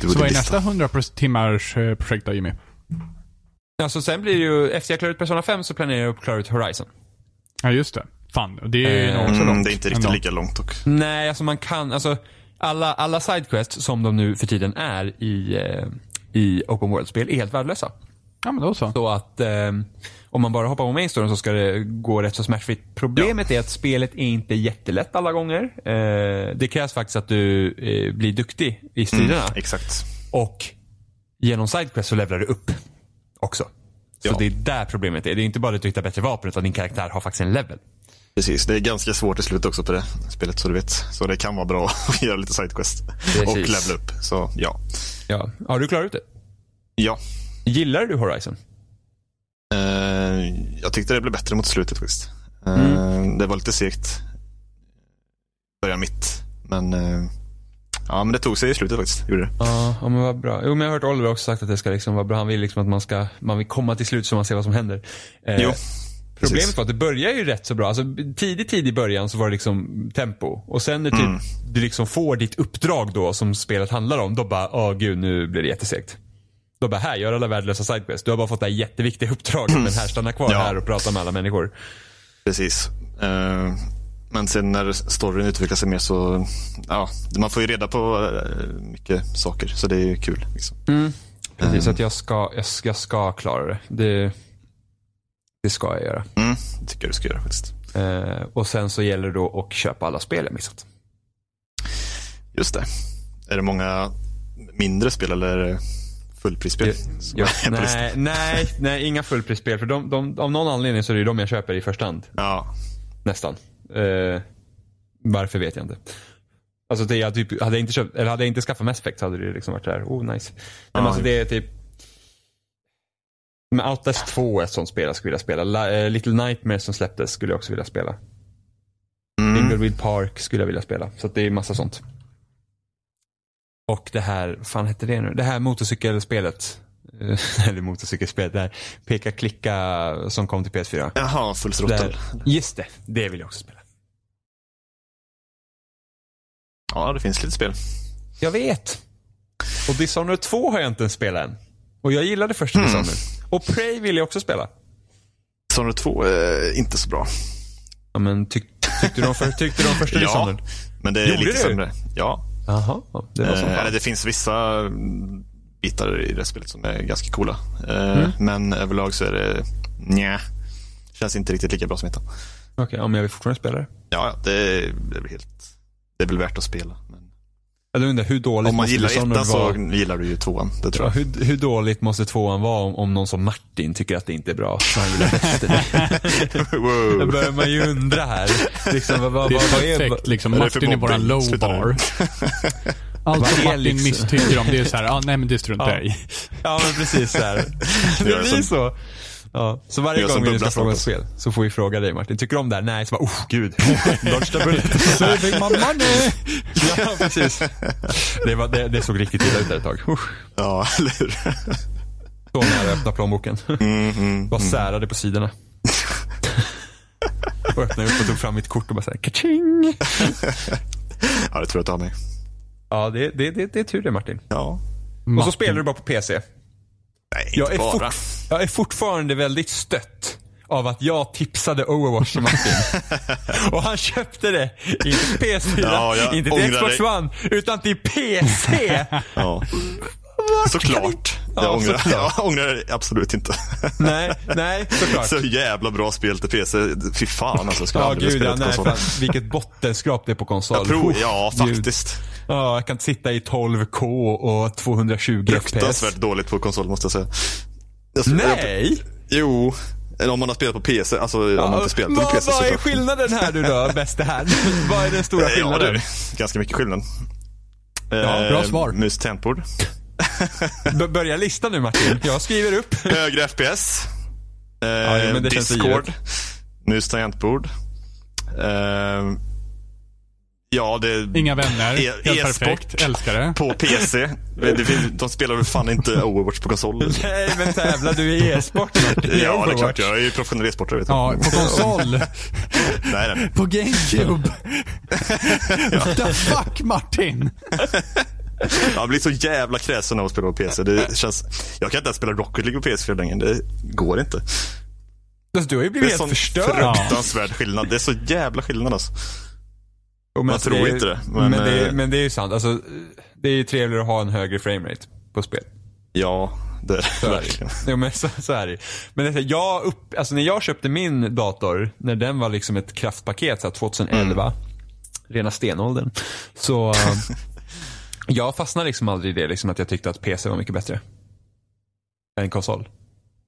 Speaker 3: Du
Speaker 4: Så
Speaker 3: och
Speaker 4: vad
Speaker 3: din
Speaker 4: är
Speaker 3: lista.
Speaker 4: nästa 100 timmars eh, projekt då Jimmy?
Speaker 6: Alltså sen blir det ju, efter jag klarar ut Persona 5 så planerar jag att klara ut Horizon.
Speaker 4: Ja, just det. Fan, det är ju
Speaker 6: Eh,
Speaker 4: nog också
Speaker 3: Mm,
Speaker 4: långt.
Speaker 3: det är inte riktigt
Speaker 4: ändå. Mm.
Speaker 3: lika långt dock.
Speaker 6: Nej, alltså man kan, alltså alla, alla sidequests som de nu för tiden är i, eh, i open world-spel är helt värdelösa.
Speaker 4: Ja, men då så.
Speaker 6: Så att eh, om man bara hoppar på main storyn så ska det gå rätt så smärtfritt. Problemet är att spelet är inte jättelätt alla gånger. Eh, det krävs faktiskt att du eh, blir duktig i striderna.
Speaker 3: Mm. Exakt.
Speaker 6: Och genom sidequest så levlar du upp också. Så
Speaker 3: Ja.
Speaker 6: det är där problemet är. Det är inte bara att du hittar bättre vapen utan din karaktär har faktiskt en level.
Speaker 3: Precis, det är ganska svårt i slutet också på det spelet så du vet. Så det kan vara bra att göra lite sidequest och
Speaker 6: Precis.
Speaker 3: levela upp. Så ja.
Speaker 6: Ja. Har du klarat ut det?
Speaker 3: Ja,
Speaker 6: Gillar du Horizon?
Speaker 3: Eh, jag tyckte det blev bättre mot slutet faktiskt. Eh, Det var lite segt. Börja mitt. Men, eh, ja, men det tog sig i slutet faktiskt. Gjorde det.
Speaker 6: Ja, ja, men vad bra. Jo, men jag har hört Oliver också sagt att det ska liksom vara bra. Han vill liksom att man ska, man vill komma till slut så man ser vad som händer. Eh,
Speaker 3: Jo,
Speaker 6: Problemet
Speaker 3: precis.
Speaker 6: var att det börjar ju rätt så bra. Alltså, tidigt, tidigt i början så var det liksom tempo. Och sen när typ,
Speaker 3: Mm.
Speaker 6: du liksom får ditt uppdrag då som spelet handlar om, då bara, åh gud nu blir det jättesegt. Då bara, här, gör alla värdelösa sidequests. Du har bara fått det här jätteviktiga uppdraget, men här, stanna kvar
Speaker 3: Ja.
Speaker 6: här och prata med alla människor.
Speaker 3: Precis. Eh, Men sen när storyn utvecklar sig mer så, ja, man får ju reda på eh, mycket saker. Så det är ju kul. Liksom.
Speaker 6: Precis,
Speaker 3: Mm.
Speaker 6: så att jag ska, jag, ska- jag ska klara det. det. Det ska jag göra.
Speaker 3: Mm, det tycker jag du ska göra faktiskt.
Speaker 6: Eh, och sen så gäller det då att köpa alla spel jag missat.
Speaker 3: Just det. Är det många mindre spel eller är det fullprisspel? som
Speaker 6: Ja,
Speaker 3: är på listan?
Speaker 6: nej, nej, nej, inga fullprisspel. För de, de, av någon anledning så är det ju de jag köper i första hand.
Speaker 3: Ja,
Speaker 6: Nästan. Eh, varför vet jag inte. Alltså det jag typ, hade jag inte köpt, eller hade jag inte skaffat Mass Effect så hade det liksom varit där, oh nice. Nej, men
Speaker 3: Ja,
Speaker 6: alltså
Speaker 3: jo.
Speaker 6: det är typ men Outlast 2 är ett sånt spel jag skulle vilja spela. La, eh, Little Nightmares som släpptes skulle jag också vilja spela.
Speaker 3: Mm.
Speaker 6: Inglewood Park skulle jag vilja spela. Så att det är massa sånt. Och det här, vad fan hette det nu? Det här motorcykelspelet. Eh, eller motorcykelspelet, det här peka-klicka som kom till PS4.
Speaker 3: Jaha, full throttle.
Speaker 6: Där. Just det, det vill jag också spela.
Speaker 3: Ja, det finns lite spel.
Speaker 6: Jag vet. Och Dishonored 2 har jag inte ens spelat än. Och jag gillade första
Speaker 3: Mm.
Speaker 6: Dishonored. Och Prey vill jag också spela.
Speaker 3: Dishonored 2 är inte så bra.
Speaker 6: Ja, men tyck- tyckte, du om för- tyckte du om första
Speaker 3: Ja,
Speaker 6: Dishonored?
Speaker 3: men det är
Speaker 6: Gjorde
Speaker 3: lite
Speaker 6: du?
Speaker 3: sämre. Ja.
Speaker 6: Jaha, det var
Speaker 3: Eh,
Speaker 6: så.
Speaker 3: eller det finns vissa mm, bitar i det spelet som är ganska coola. Eh,
Speaker 6: Mm.
Speaker 3: Men överlag så är det nja. Känns inte riktigt lika bra som ettan.
Speaker 6: Okej, ja, men jag vill fortfarande spela det.
Speaker 3: Ja, ja, det, det är väl helt... Det är väl värt att spela. Men
Speaker 6: Jag undrar hur dåligt
Speaker 3: om man
Speaker 6: måste
Speaker 3: gillar
Speaker 6: Dishonored
Speaker 3: ettan så
Speaker 6: vara?
Speaker 3: gillar du ju tvåan. Det tror
Speaker 6: Ja,
Speaker 3: jag.
Speaker 6: hur, hur dåligt måste tvåan vara om, om någon som Martin tycker att det inte är bra? Så han vill ha bäst i det. Då
Speaker 3: wow.
Speaker 6: börjar man ju undra här. Liksom, vad, vad,
Speaker 4: Det
Speaker 6: vad, vad
Speaker 4: är
Speaker 6: är...
Speaker 4: perfekt liksom.
Speaker 3: vad är det för
Speaker 4: Martin är våran
Speaker 3: mobbing?
Speaker 4: low
Speaker 3: Sluta nu.
Speaker 4: bar. Allt som
Speaker 6: Vad är
Speaker 4: Martin
Speaker 6: liksom-
Speaker 4: misstycker om det är så här, ah, nej men det struntar
Speaker 6: Ja.
Speaker 4: jag i.
Speaker 6: Ja, men precis. Så här. Det
Speaker 3: gör
Speaker 6: blir
Speaker 3: som-
Speaker 6: så. Ja, så varje
Speaker 3: Jag som
Speaker 6: gång vi ska
Speaker 3: bubblar
Speaker 6: fråga om
Speaker 3: snart.
Speaker 6: spel så får vi fråga dig Martin. Tycker du om det här? Nej, så bara oh gud. Dodge the bullet.
Speaker 4: Saving my money!
Speaker 6: ja, precis. Det, var, det, det såg riktigt illa ut där ett tag. Usch.
Speaker 3: Ja, eller hur?
Speaker 6: Så nära att öppna plånboken. Bara särade på sidorna. och öppnade upp och tog fram mitt kort och bara såhär kaching.
Speaker 3: Ja, det tror jag att du har mig.
Speaker 6: Ja, det, det, det, det är tur det Martin.
Speaker 3: Ja.
Speaker 6: Och så spelar du bara på PC.
Speaker 3: Nej,
Speaker 6: Jag
Speaker 3: inte
Speaker 6: är,
Speaker 3: bara.
Speaker 6: fort, jag är fortfarande väldigt stött av att jag tipsade Overwatch till Martin. och han köpte det. Inte till PS4,
Speaker 3: Ja, jag
Speaker 6: inte till
Speaker 3: ångrar
Speaker 6: Xbox
Speaker 3: dig.
Speaker 6: One, utan till PC.
Speaker 3: Ja. Såklart. Jag
Speaker 6: Ja,
Speaker 3: ångrar,
Speaker 6: såklart.
Speaker 3: Jag ångrar det absolut inte.
Speaker 6: nej, nej, såklart.
Speaker 3: Så jävla bra spel till PC. Fy fan alltså. Jag skulle
Speaker 6: Ja,
Speaker 3: aldrig vilja
Speaker 6: gud
Speaker 3: spela
Speaker 6: ja,
Speaker 3: till
Speaker 6: nej,
Speaker 3: konsol.
Speaker 6: fan, vilket bottenskrap det är på konsol.
Speaker 3: Jag tror,
Speaker 6: Uff,
Speaker 3: ja
Speaker 6: gud.
Speaker 3: faktiskt.
Speaker 6: Ja, jag kan inte sitta i 12K och 220 FPS.
Speaker 3: Fruktansvärt dåligt på konsol måste jag säga. Jag sp-
Speaker 6: Nej!
Speaker 3: Jo, eller om man har spelat på PC. Alltså om man inte spelat på
Speaker 6: vad,
Speaker 3: PC
Speaker 6: vad är
Speaker 3: såklart.
Speaker 6: skillnaden här nu då, bäste här? vad är den stora
Speaker 3: Ja,
Speaker 6: skillnaden?
Speaker 3: du. Ganska mycket skillnad. Eh,
Speaker 4: Ja, bra svar.
Speaker 3: Mus och tangentbord.
Speaker 6: B- börja lista nu Martin. Jag skriver upp.
Speaker 3: Högre FPS. Eh,
Speaker 6: ja, men det känns
Speaker 3: Discord.
Speaker 6: givet.
Speaker 3: Mus och tangentbord. Eh, ja, det...
Speaker 4: Inga vänner.
Speaker 3: E-
Speaker 4: Helt
Speaker 3: e-sport.
Speaker 4: perfekt. Älskar det.
Speaker 3: På PC. Men det finns, de spelar väl fan inte Overwatch på konsol?
Speaker 6: Nej men tävla du i e-sport Martin.
Speaker 3: ja,
Speaker 6: I
Speaker 3: det är
Speaker 6: Overwatch.
Speaker 3: klart. Jag är ju professionell e-sportare. Vet du.
Speaker 4: Ja, på konsol.
Speaker 3: Nej, nej, nej.
Speaker 4: på GameCube. What the fuck Martin?
Speaker 3: Jag blir så jävla kräsen av att spela på PC. Det känns, jag kan inte ens spela Rocket League på PS4 längre. Det går inte.
Speaker 6: Alltså, du har ju
Speaker 3: Det
Speaker 6: blivit
Speaker 3: är
Speaker 6: helt
Speaker 3: sån
Speaker 6: förstörd.
Speaker 3: fruktansvärd skillnad. Det är så jävla skillnad alltså.
Speaker 6: Jo, men
Speaker 3: Man
Speaker 6: alltså,
Speaker 3: tror
Speaker 6: är ju-
Speaker 3: inte det,
Speaker 6: Men,
Speaker 3: men,
Speaker 6: det, är-
Speaker 3: eh,
Speaker 6: men det är ju sant. Alltså, det är ju trevligare att ha en högre framerate på spel.
Speaker 3: Ja, det är
Speaker 6: Så
Speaker 3: det
Speaker 6: är det.
Speaker 3: verkligen.
Speaker 6: Jo, men så, så är det ju. Men alltså, jag upp, alltså, när jag köpte min dator, när den var liksom ett kraftpaket så här 2011, rena stenåldern, så eh, jag fastnade liksom aldrig i det liksom, att jag tyckte att PC var mycket bättre än konsol.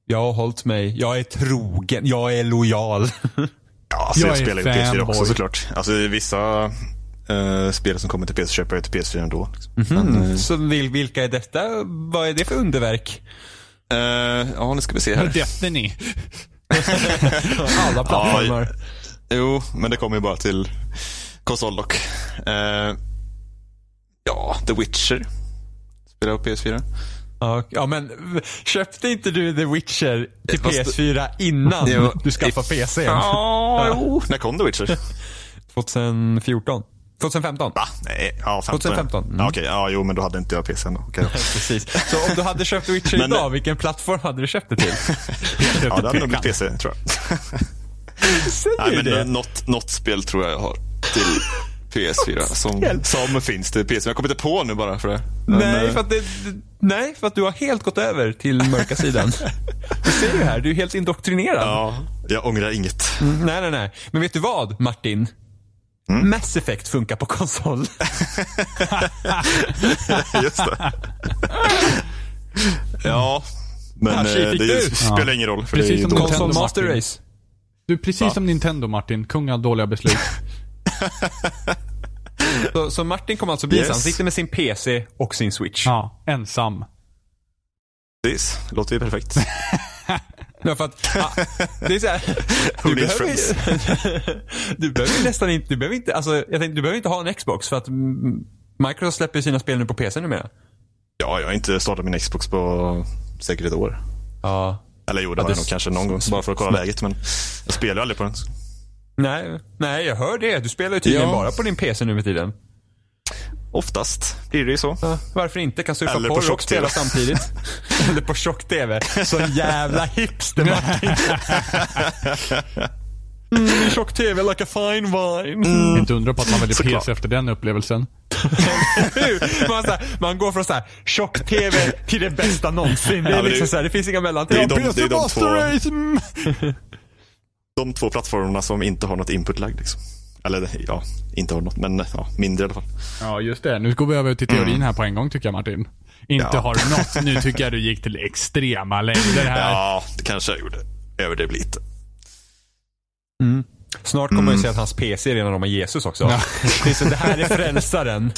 Speaker 6: Jag har hållit mig, jag är trogen, jag är lojal.
Speaker 3: Ja, alltså, jag,
Speaker 4: Jag är
Speaker 3: spelar ju PS4 också
Speaker 4: fanboy.
Speaker 3: såklart. Alltså vissa eh, spel som kommer till PC köper jag till PS4 ändå. Liksom.
Speaker 6: Mm. Så vil, vilka är detta? Vad är det för underverk?
Speaker 3: Eh, ja, nu ska vi se här.
Speaker 4: Destiny.
Speaker 6: Alla plattformar.
Speaker 3: Jo, men det kommer ju bara till konsol dock. Eh, ja, The Witcher. Spelar jag på PS4.
Speaker 6: Ja, Ja men v- köpte inte du The Witcher till
Speaker 3: Fast-
Speaker 6: PS4 innan
Speaker 3: Jo,
Speaker 6: du skaffade PC?
Speaker 3: Ja, jo. När kom The Witcher?
Speaker 6: 2014? 2015?
Speaker 3: Va? Nej, ja, 15.
Speaker 6: 2015, mm.
Speaker 3: Ja, okej, ja, jo, men då hade inte jag PC ändå. Okej då.
Speaker 6: Precis. Så om du hade köpt The Witcher
Speaker 3: Men-
Speaker 6: idag, vilken plattform hade du köpt det till?
Speaker 3: ja, det hade nog blivit PC tror jag.
Speaker 6: Säger
Speaker 3: Nej, men
Speaker 6: det.
Speaker 3: det, något, något spel tror jag jag har till PS4. Som, som finns till PS4. Jag kommer inte på nu bara för det. Men,
Speaker 6: Nej
Speaker 3: eh,
Speaker 6: för, att det, det- nej, för att du har helt gått över till mörka sidan. Du ser ju här, du är helt indoktrinerad.
Speaker 3: Ja, jag ångrar inget.
Speaker 6: Mm, Nej, nej, nej. Men vet du vad, Martin?
Speaker 3: Mm.
Speaker 6: Mass Effect funkar på konsol.
Speaker 3: Just det. ja, men
Speaker 6: Här, tjej,
Speaker 3: eh,
Speaker 6: fick
Speaker 3: det
Speaker 6: du?
Speaker 3: ju- spelar ingen roll. För
Speaker 4: Precis
Speaker 3: det är ju
Speaker 4: som
Speaker 3: dåligt.
Speaker 4: Nintendo,
Speaker 6: Konsol Master
Speaker 4: Martin.
Speaker 6: Race.
Speaker 4: Du är precis som Nintendo Martin. Kung av dåliga beslut.
Speaker 6: Så, så Martin kommer alltså bli
Speaker 3: Yes.
Speaker 6: så. Han sitter med sin PC och sin Switch.
Speaker 4: Ja, ensam.
Speaker 3: Precis. låter ju perfekt.
Speaker 6: Ja, för att, ah, det är så här, du,
Speaker 3: Who needs
Speaker 6: behöver ju, du behöver ju nästan inte, du behöver inte, alltså, jag tänkte, du behöver inte ha en Xbox för att mm, Microsoft släpper ju sina spel nu på PC numera.
Speaker 3: Ja, jag har inte startat min Xbox på säkert ett år.
Speaker 6: Ja.
Speaker 3: Eller jo, det
Speaker 6: Ja,
Speaker 3: har
Speaker 6: det
Speaker 3: jag nog kanske någon gång. Bara för att kolla läget. Men jag spelar ju aldrig på den.
Speaker 6: Nej, nej, jag hör det. Du spelar ju tydligen
Speaker 3: Ja.
Speaker 6: bara på din PC nu med tiden.
Speaker 3: Oftast blir det ju så.
Speaker 6: Varför inte? Kan surfa
Speaker 3: Eller på
Speaker 6: porr och
Speaker 3: tjock-tv.
Speaker 6: spela samtidigt. Eller på tjock-tv. Så jävla hipster Martin. Mm, tjock-tv like a fine wine.
Speaker 4: Inte undra på att man väljer
Speaker 3: Såklart.
Speaker 4: PC efter den upplevelsen.
Speaker 6: Hur? Man, så här, man går från så här tjock-tv till det bästa någonsin. Det,
Speaker 3: men
Speaker 6: är
Speaker 3: det är
Speaker 6: liksom
Speaker 3: ju-
Speaker 6: så här, det finns inga
Speaker 3: Det är
Speaker 6: mellanting.
Speaker 3: ju de, det är de, två,
Speaker 4: Mm.
Speaker 3: de två plattformarna som inte har något input-lag. Liksom. Eller ja, inte har något, men ja, mindre i alla fall.
Speaker 4: Ja, just det. Nu går vi över till teorin här på en gång tycker jag Martin. Inte
Speaker 3: Mm. Ja.
Speaker 4: har något. Nu tycker jag du gick till extrema längder här.
Speaker 3: Ja, det kanske jag gjorde. Överdrev lite.
Speaker 6: Snart kommer man ju säga att hans PC är redan rama Jesus också. Det, är så, det här är frälsaren.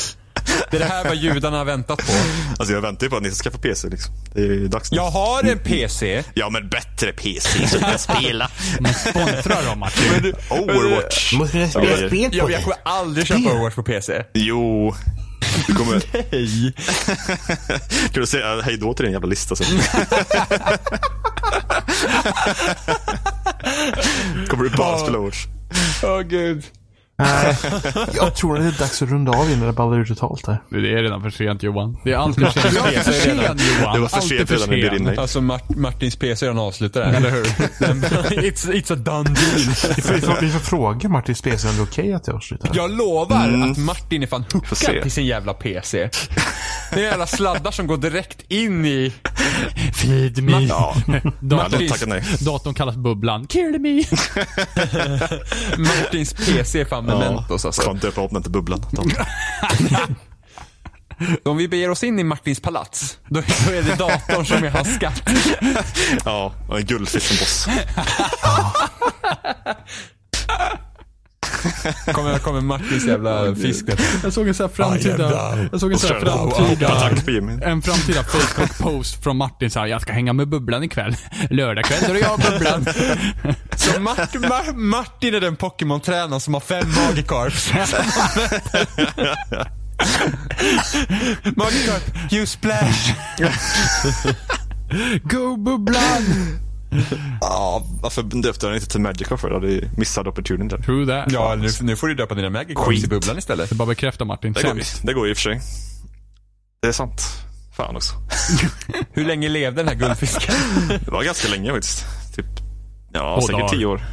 Speaker 6: Det är det här vad judarna har väntat på.
Speaker 3: Alltså jag väntar ju på att ni ska skaffa PC liksom. Det är ju dags nu.
Speaker 6: Jag har en PC.
Speaker 3: Ja men bättre PC som kan spela.
Speaker 4: Sponsrar dem Martin.
Speaker 3: Overwatch.
Speaker 2: Måste ni spela
Speaker 3: Grejer.
Speaker 2: spel på
Speaker 6: Jag,
Speaker 2: det?
Speaker 6: jag kommer aldrig köpa Overwatch på PC.
Speaker 3: Jo. Du kommer... Kan du säga hej då till din jävla lista sen? kommer du bara spela Overwatch?
Speaker 6: Åh gud.
Speaker 2: Nej, jag tror att det är dags att runda av innan det ballar ur totalt här.
Speaker 4: Det är redan för sent Johan. Det är alltid för sent.
Speaker 6: för sent
Speaker 4: Johan.
Speaker 3: Det var för
Speaker 4: Alltid
Speaker 3: sent
Speaker 4: för
Speaker 3: redan när vi
Speaker 4: sent.
Speaker 3: bjöd in dig.
Speaker 6: Alltså Mart- Martins PC är den avslutad här. Eller hur? it's, it's a done deal.
Speaker 2: Vi får, vi får, vi får fråga Martin Spesen om det är okej att jag avslutar. här.
Speaker 6: Jag lovar att Martin är fan hookad
Speaker 3: se.
Speaker 6: till sin jävla PC. Det är jävla sladdar som går direkt in i...
Speaker 4: Feed me.
Speaker 6: Ja.
Speaker 4: Datorn,
Speaker 3: de tackar nej.
Speaker 4: datorn kallas Bubblan. Kill me.
Speaker 6: Martins PC är fan mementos alltså.
Speaker 3: Skönt att öppna upp den till bubblan.
Speaker 6: Om vi beger oss in i Martins palats, då, då är det datorn som är hans skatt.
Speaker 3: Ja, och en guldfisk som boss.
Speaker 6: Kommer, kommer Martins jävla fisk där.
Speaker 4: Jag såg en sån här framtida... Jag såg en sån här
Speaker 3: Och så-
Speaker 4: framtida...
Speaker 3: Tack för Jimmy.
Speaker 4: En framtida Facebook-post från Martin så här, jag ska hänga med Bubblan ikväll. Lördag kväll, då är det jag och Bubblan.
Speaker 6: Så Mart, Ma- Martin är den Pokémon-tränaren som har fem Magikarps. Magikarp, you splash.
Speaker 4: Go Bubblan!
Speaker 3: Ja, varför döpte han inte till Magica för? Det hade ju missad opportunity där.
Speaker 4: True that.
Speaker 6: Ja, nu, nu får du döpa dina Magikarps i bubblan istället.
Speaker 4: Det bara bekräftar Martin.
Speaker 3: Det går, ju,
Speaker 4: Sämst.
Speaker 3: det går ju i och för sig. Det är sant. Fan också.
Speaker 6: Hur länge levde den här guldfisken?
Speaker 3: Det var ganska länge faktiskt. Typ, ja,
Speaker 4: Två
Speaker 3: säkert
Speaker 4: dagar.
Speaker 3: tio år.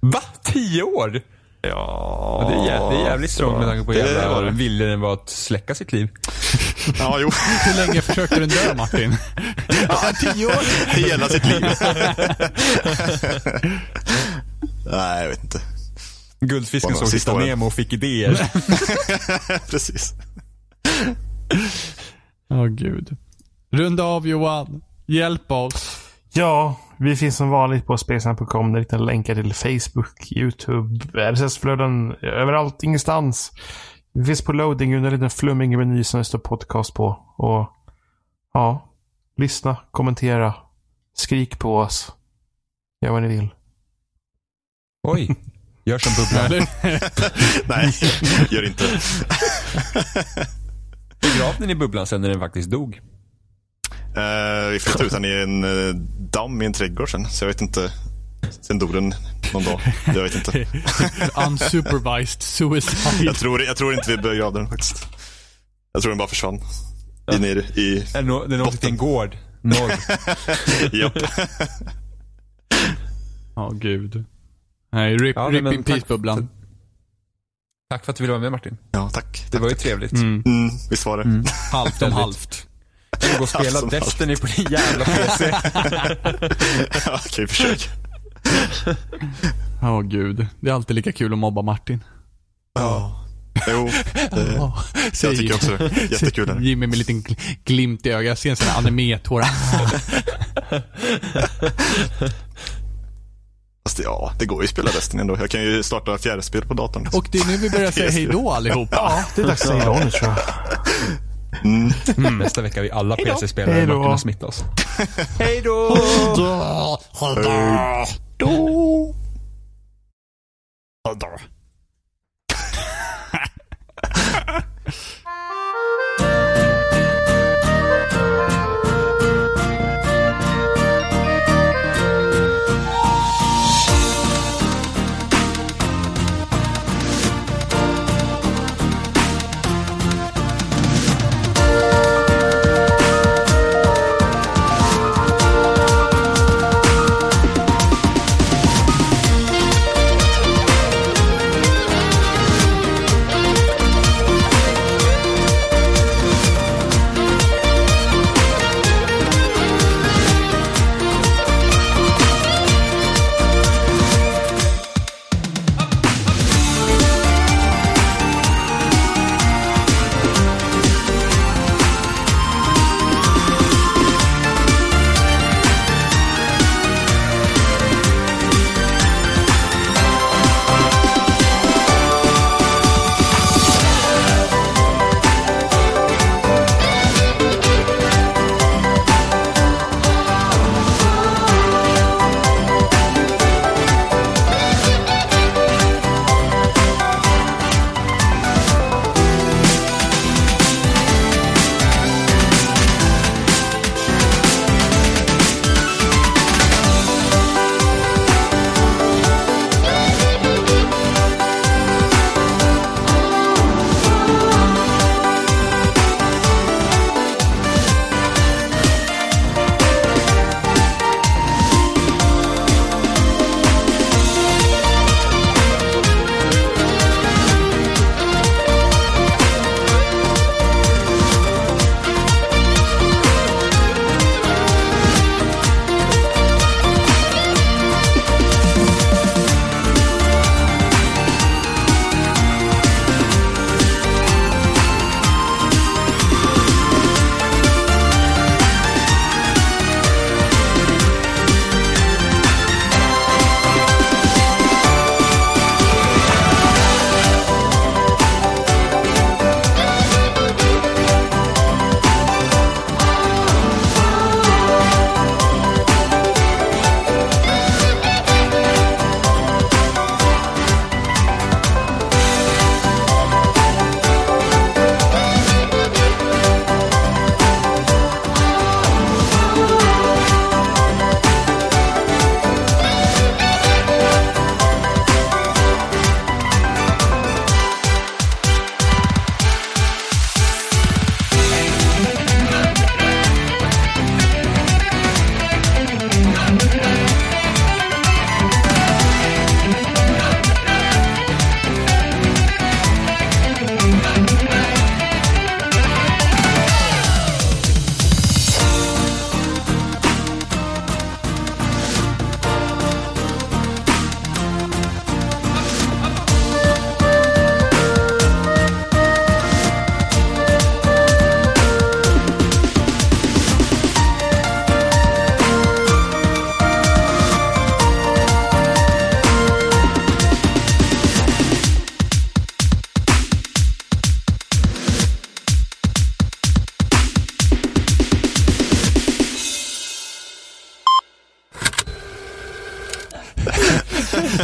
Speaker 6: Va? Tio år?
Speaker 3: Ja,
Speaker 6: Ja, det, är jävligt, det är jävligt strongt med tanke på hur
Speaker 3: Det
Speaker 6: jävla
Speaker 3: var det.
Speaker 6: villig den var att släcka sitt liv.
Speaker 3: Ja, jo.
Speaker 4: Hur länge försökte den dö Martin?
Speaker 3: tio år? Hela sitt liv. Nej, jag vet inte.
Speaker 6: Guldfisken
Speaker 3: Vad var
Speaker 6: såg
Speaker 3: sista
Speaker 6: Hitta
Speaker 3: året?
Speaker 6: Nemo och fick idéer.
Speaker 3: Precis.
Speaker 4: Åh gud. Runda av Johan. Hjälp oss.
Speaker 2: Ja, vi finns som vanligt på spelsen.com. Där hittar ni länkar till Facebook, YouTube, RSS-flöden, överallt, ingenstans. Vi finns på loading under en liten flummig meny som det står podcast på. Och ja, lyssna, kommentera, skrik på oss. Gör vad ni vill.
Speaker 6: Oj. Gör som bubblan.
Speaker 4: Eller?
Speaker 3: Nej, gör inte.
Speaker 6: Begrav den i bubblan sen när den faktiskt dog.
Speaker 3: Eh, vi flyttade ut den i en eh, damm i en trädgård sen. Så jag vet inte. Sen dog den någon dag. Jag vet inte.
Speaker 4: Unsupervised suicide.
Speaker 3: Jag tror, jag tror inte vi begrav den faktiskt. Jag tror den bara försvann. I, ner i...
Speaker 6: Eller nå- Den åkte till en gård. Norr.
Speaker 3: Japp.
Speaker 4: Åh gud. Nej, rip,
Speaker 6: Ja,
Speaker 4: rip
Speaker 6: men
Speaker 4: in
Speaker 6: tack
Speaker 4: peace Bubblan.
Speaker 6: Tack för att du ville vara med Martin.
Speaker 3: Ja, tack.
Speaker 6: Det var ju trevligt.
Speaker 3: Mm, visst var det.
Speaker 4: Halvt om halvt.
Speaker 6: Du går och spela
Speaker 3: Alltså,
Speaker 6: Destiny på din jävla PC.
Speaker 3: Ja, Okej, försök.
Speaker 4: Åh gud. Det är alltid lika kul att mobba Martin.
Speaker 3: Jo, det,
Speaker 4: Oh,
Speaker 3: jag tycker också det. Jättekul. är det.
Speaker 4: Jimmy med en liten gl- glimt i ögat. Jag ser en sån här animetår.
Speaker 3: Fast ja, det går ju att spela Destiny ändå. Jag kan ju starta fjärrspel på datorn.
Speaker 4: Och det är nu vi börjar säga hejdå allihopa.
Speaker 2: Det är dags att säga då nu tror jag.
Speaker 3: Mm.
Speaker 6: Nästa vecka är vi alla PC-spelare.
Speaker 2: Hej då.
Speaker 6: Martin har smittat oss. Hej då!
Speaker 3: Då.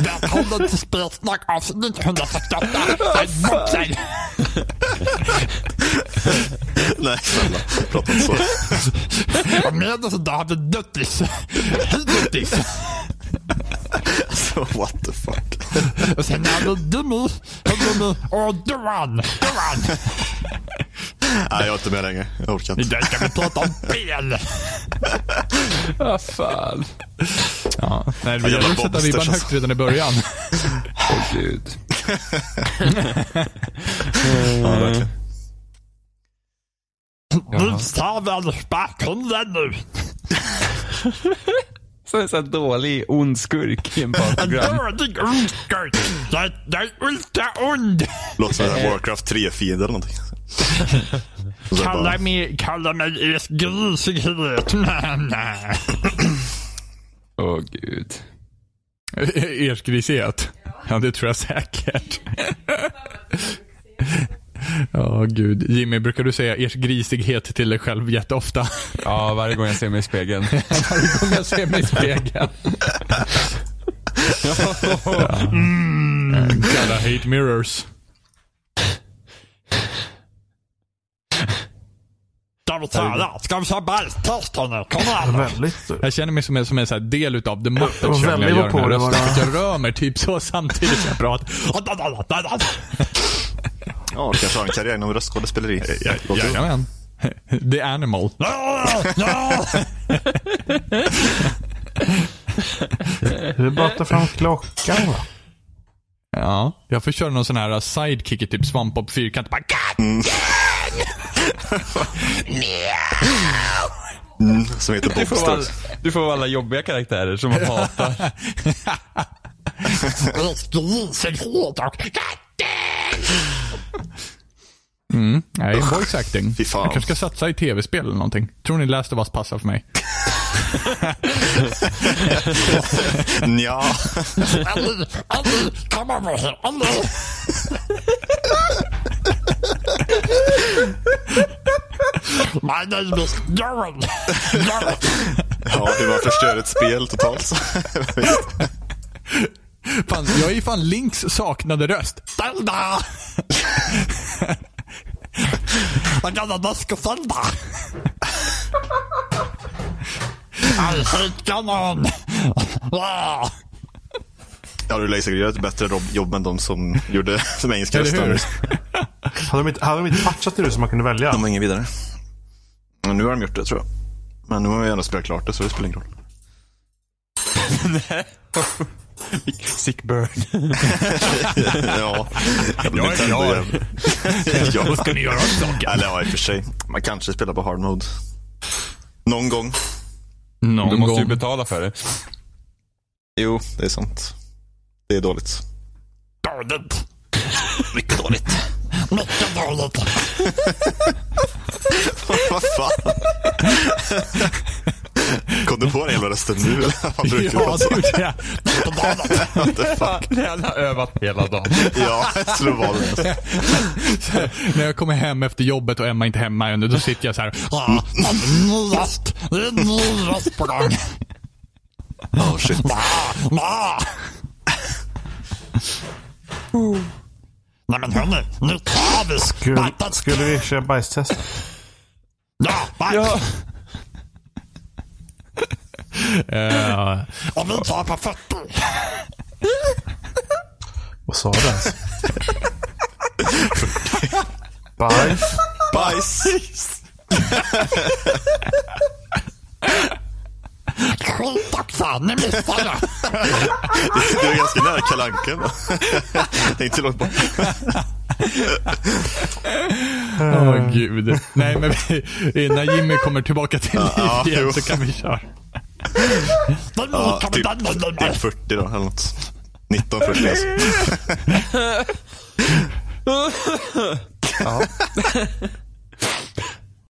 Speaker 5: Välkommen till Spelsnack avsnitt 148. I'm Boxen.
Speaker 3: Nej, snälla. Prata inte så.
Speaker 5: Och med oss idag har vi Duttis. Hej Duttis.
Speaker 3: Alltså, what the fuck.
Speaker 5: Och sen har vi Dummy. Hej Dummy. Och Duran. Duran.
Speaker 3: Nej, jag är inte med längre. Jag orkar inte.
Speaker 5: Idag ska vi prata om spel.
Speaker 4: Ah, fan. Ja, nej, det
Speaker 3: Jävla
Speaker 4: gäller att sätta
Speaker 3: bombsters
Speaker 4: ribban
Speaker 3: alltså.
Speaker 4: högt redan i början.
Speaker 6: Åh gud.
Speaker 3: Ja,
Speaker 6: Mm.
Speaker 3: verkligen.
Speaker 5: Nu tar vi all sparkhundar nu.
Speaker 6: Som en sån här dålig ond skurk i en
Speaker 5: En
Speaker 6: barprogram.
Speaker 5: dålig ondskurt. Jag jag är ultra-ond.
Speaker 3: Låter som en Warcraft 3-fiende eller någonting. Och så bara-
Speaker 5: Kalla mig, kalla mig ett grisighet.
Speaker 6: Åh gud.
Speaker 4: Ersgrisighet. Ja, det tror jag säkert. Ja, gud. Jimmy, brukar du säga ers grisighet till dig själv jätteofta?
Speaker 6: Ja, varje gång jag ser mig i spegeln.
Speaker 4: Varje gång jag ser mig i spegeln.
Speaker 2: Mm.
Speaker 4: Mm. Gotta hate mirrors.
Speaker 5: Ska vi köra? Ska vi köra bajstest hörni? Kom igen.
Speaker 2: Väldigt.
Speaker 4: Jag känner mig som en, som en så här del utav The Muppet
Speaker 2: Och
Speaker 4: Show när jag
Speaker 2: väldigt
Speaker 4: gör den här
Speaker 2: på det
Speaker 4: rösten.
Speaker 2: bara.
Speaker 4: För att Jag rör mig typ så samtidigt som jag pratar.
Speaker 3: Ja, du kanske har en karriär inom röstskådespeleri. Låter-
Speaker 4: Jajamän. The Animal.
Speaker 2: Det är bara att ta fram klockan va?
Speaker 4: Ja. Jag får köra någon sån här sidekick i typ Svampbob Fyrkant. Bara, "God!"
Speaker 3: Mm, som heter
Speaker 6: Du får, alla,
Speaker 3: Bobsters.
Speaker 6: du får alla jobbiga karaktärer som man hatar.
Speaker 5: Grisighet och
Speaker 4: Nej, voice acting.
Speaker 3: Mm. Fy fan.
Speaker 4: Jag kanske ska satsa i tv-spel eller någonting. Tror ni Last of Us passar för mig?
Speaker 3: Ja.
Speaker 5: Ali, Ali, kom över här. Ali. My name is Darren. Darren.
Speaker 3: ja, hur man förstör ett spel totalt. så. Visst.
Speaker 4: Fan, jag är ju fan Links saknade röst.
Speaker 5: Zelda. I got a desk of Zelda. I hate Ganon. Ah.
Speaker 3: ja, du lär ju säkert göra ett bättre rob- jobb än de som gjorde de engelska
Speaker 4: Eller hur?
Speaker 3: rösterna.
Speaker 2: Hade de inte, hade de inte patchat det nu så man kunde välja?
Speaker 3: De var ingen vidare. Men nu har de gjort det tror jag. Men nu har vi ändå spelat klart det så det spelar ingen roll.
Speaker 6: Sick burn.
Speaker 3: ja, jävla
Speaker 4: Jag är
Speaker 3: Nintendo
Speaker 4: klar.
Speaker 3: jävel. ja.
Speaker 4: Vad ska ni göra åt saken?
Speaker 3: Eller ja, i och för sig. Man kanske spelar på hard mode. Någon gång.
Speaker 4: Någon
Speaker 6: Du måste ju
Speaker 4: gång.
Speaker 6: betala för det.
Speaker 3: Jo, det är sant. Det är dåligt.
Speaker 5: Dåligt. Mycket dåligt. Mycket dåligt.
Speaker 3: Vad fan? Kom du på den jävla rösten nu? eller? Vad brukar du
Speaker 4: Ja,
Speaker 3: prata?
Speaker 4: det gjorde jag.
Speaker 5: Mycket dåligt.
Speaker 3: What the fuck?
Speaker 6: Det har jag övat hela dagen.
Speaker 3: Ja, jag tror det var det.
Speaker 4: När jag kommer hem efter jobbet och Emma inte är hemma ännu, då sitter jag så här.
Speaker 5: Ja, ny röst. Det är en ny röst på gång.
Speaker 3: Oh shit.
Speaker 5: Ah, ah. Nej men hörni, nu tar vi
Speaker 2: Skulle,
Speaker 5: skvattet.
Speaker 2: skulle vi köra bajstest?
Speaker 5: Ja, bajs.
Speaker 4: eh,
Speaker 5: Och vi tar på fötter.
Speaker 2: Vad sa du ens? Bajs?
Speaker 3: Bajs!
Speaker 5: Skit också, ni missade det.
Speaker 3: Du är ganska nära Kalle Anka, va? Det är inte långt bort.
Speaker 4: Åh
Speaker 3: Eh.
Speaker 4: gud. Nej men vi, när Jimmy kommer tillbaka till livet igen
Speaker 3: jo.
Speaker 4: så kan vi köra.
Speaker 5: Den
Speaker 3: Ja,
Speaker 5: kan vi
Speaker 3: typ,
Speaker 5: dansa den
Speaker 3: typ
Speaker 5: med.
Speaker 3: 40 då, eller något. 19 40 alltså.
Speaker 2: Ja.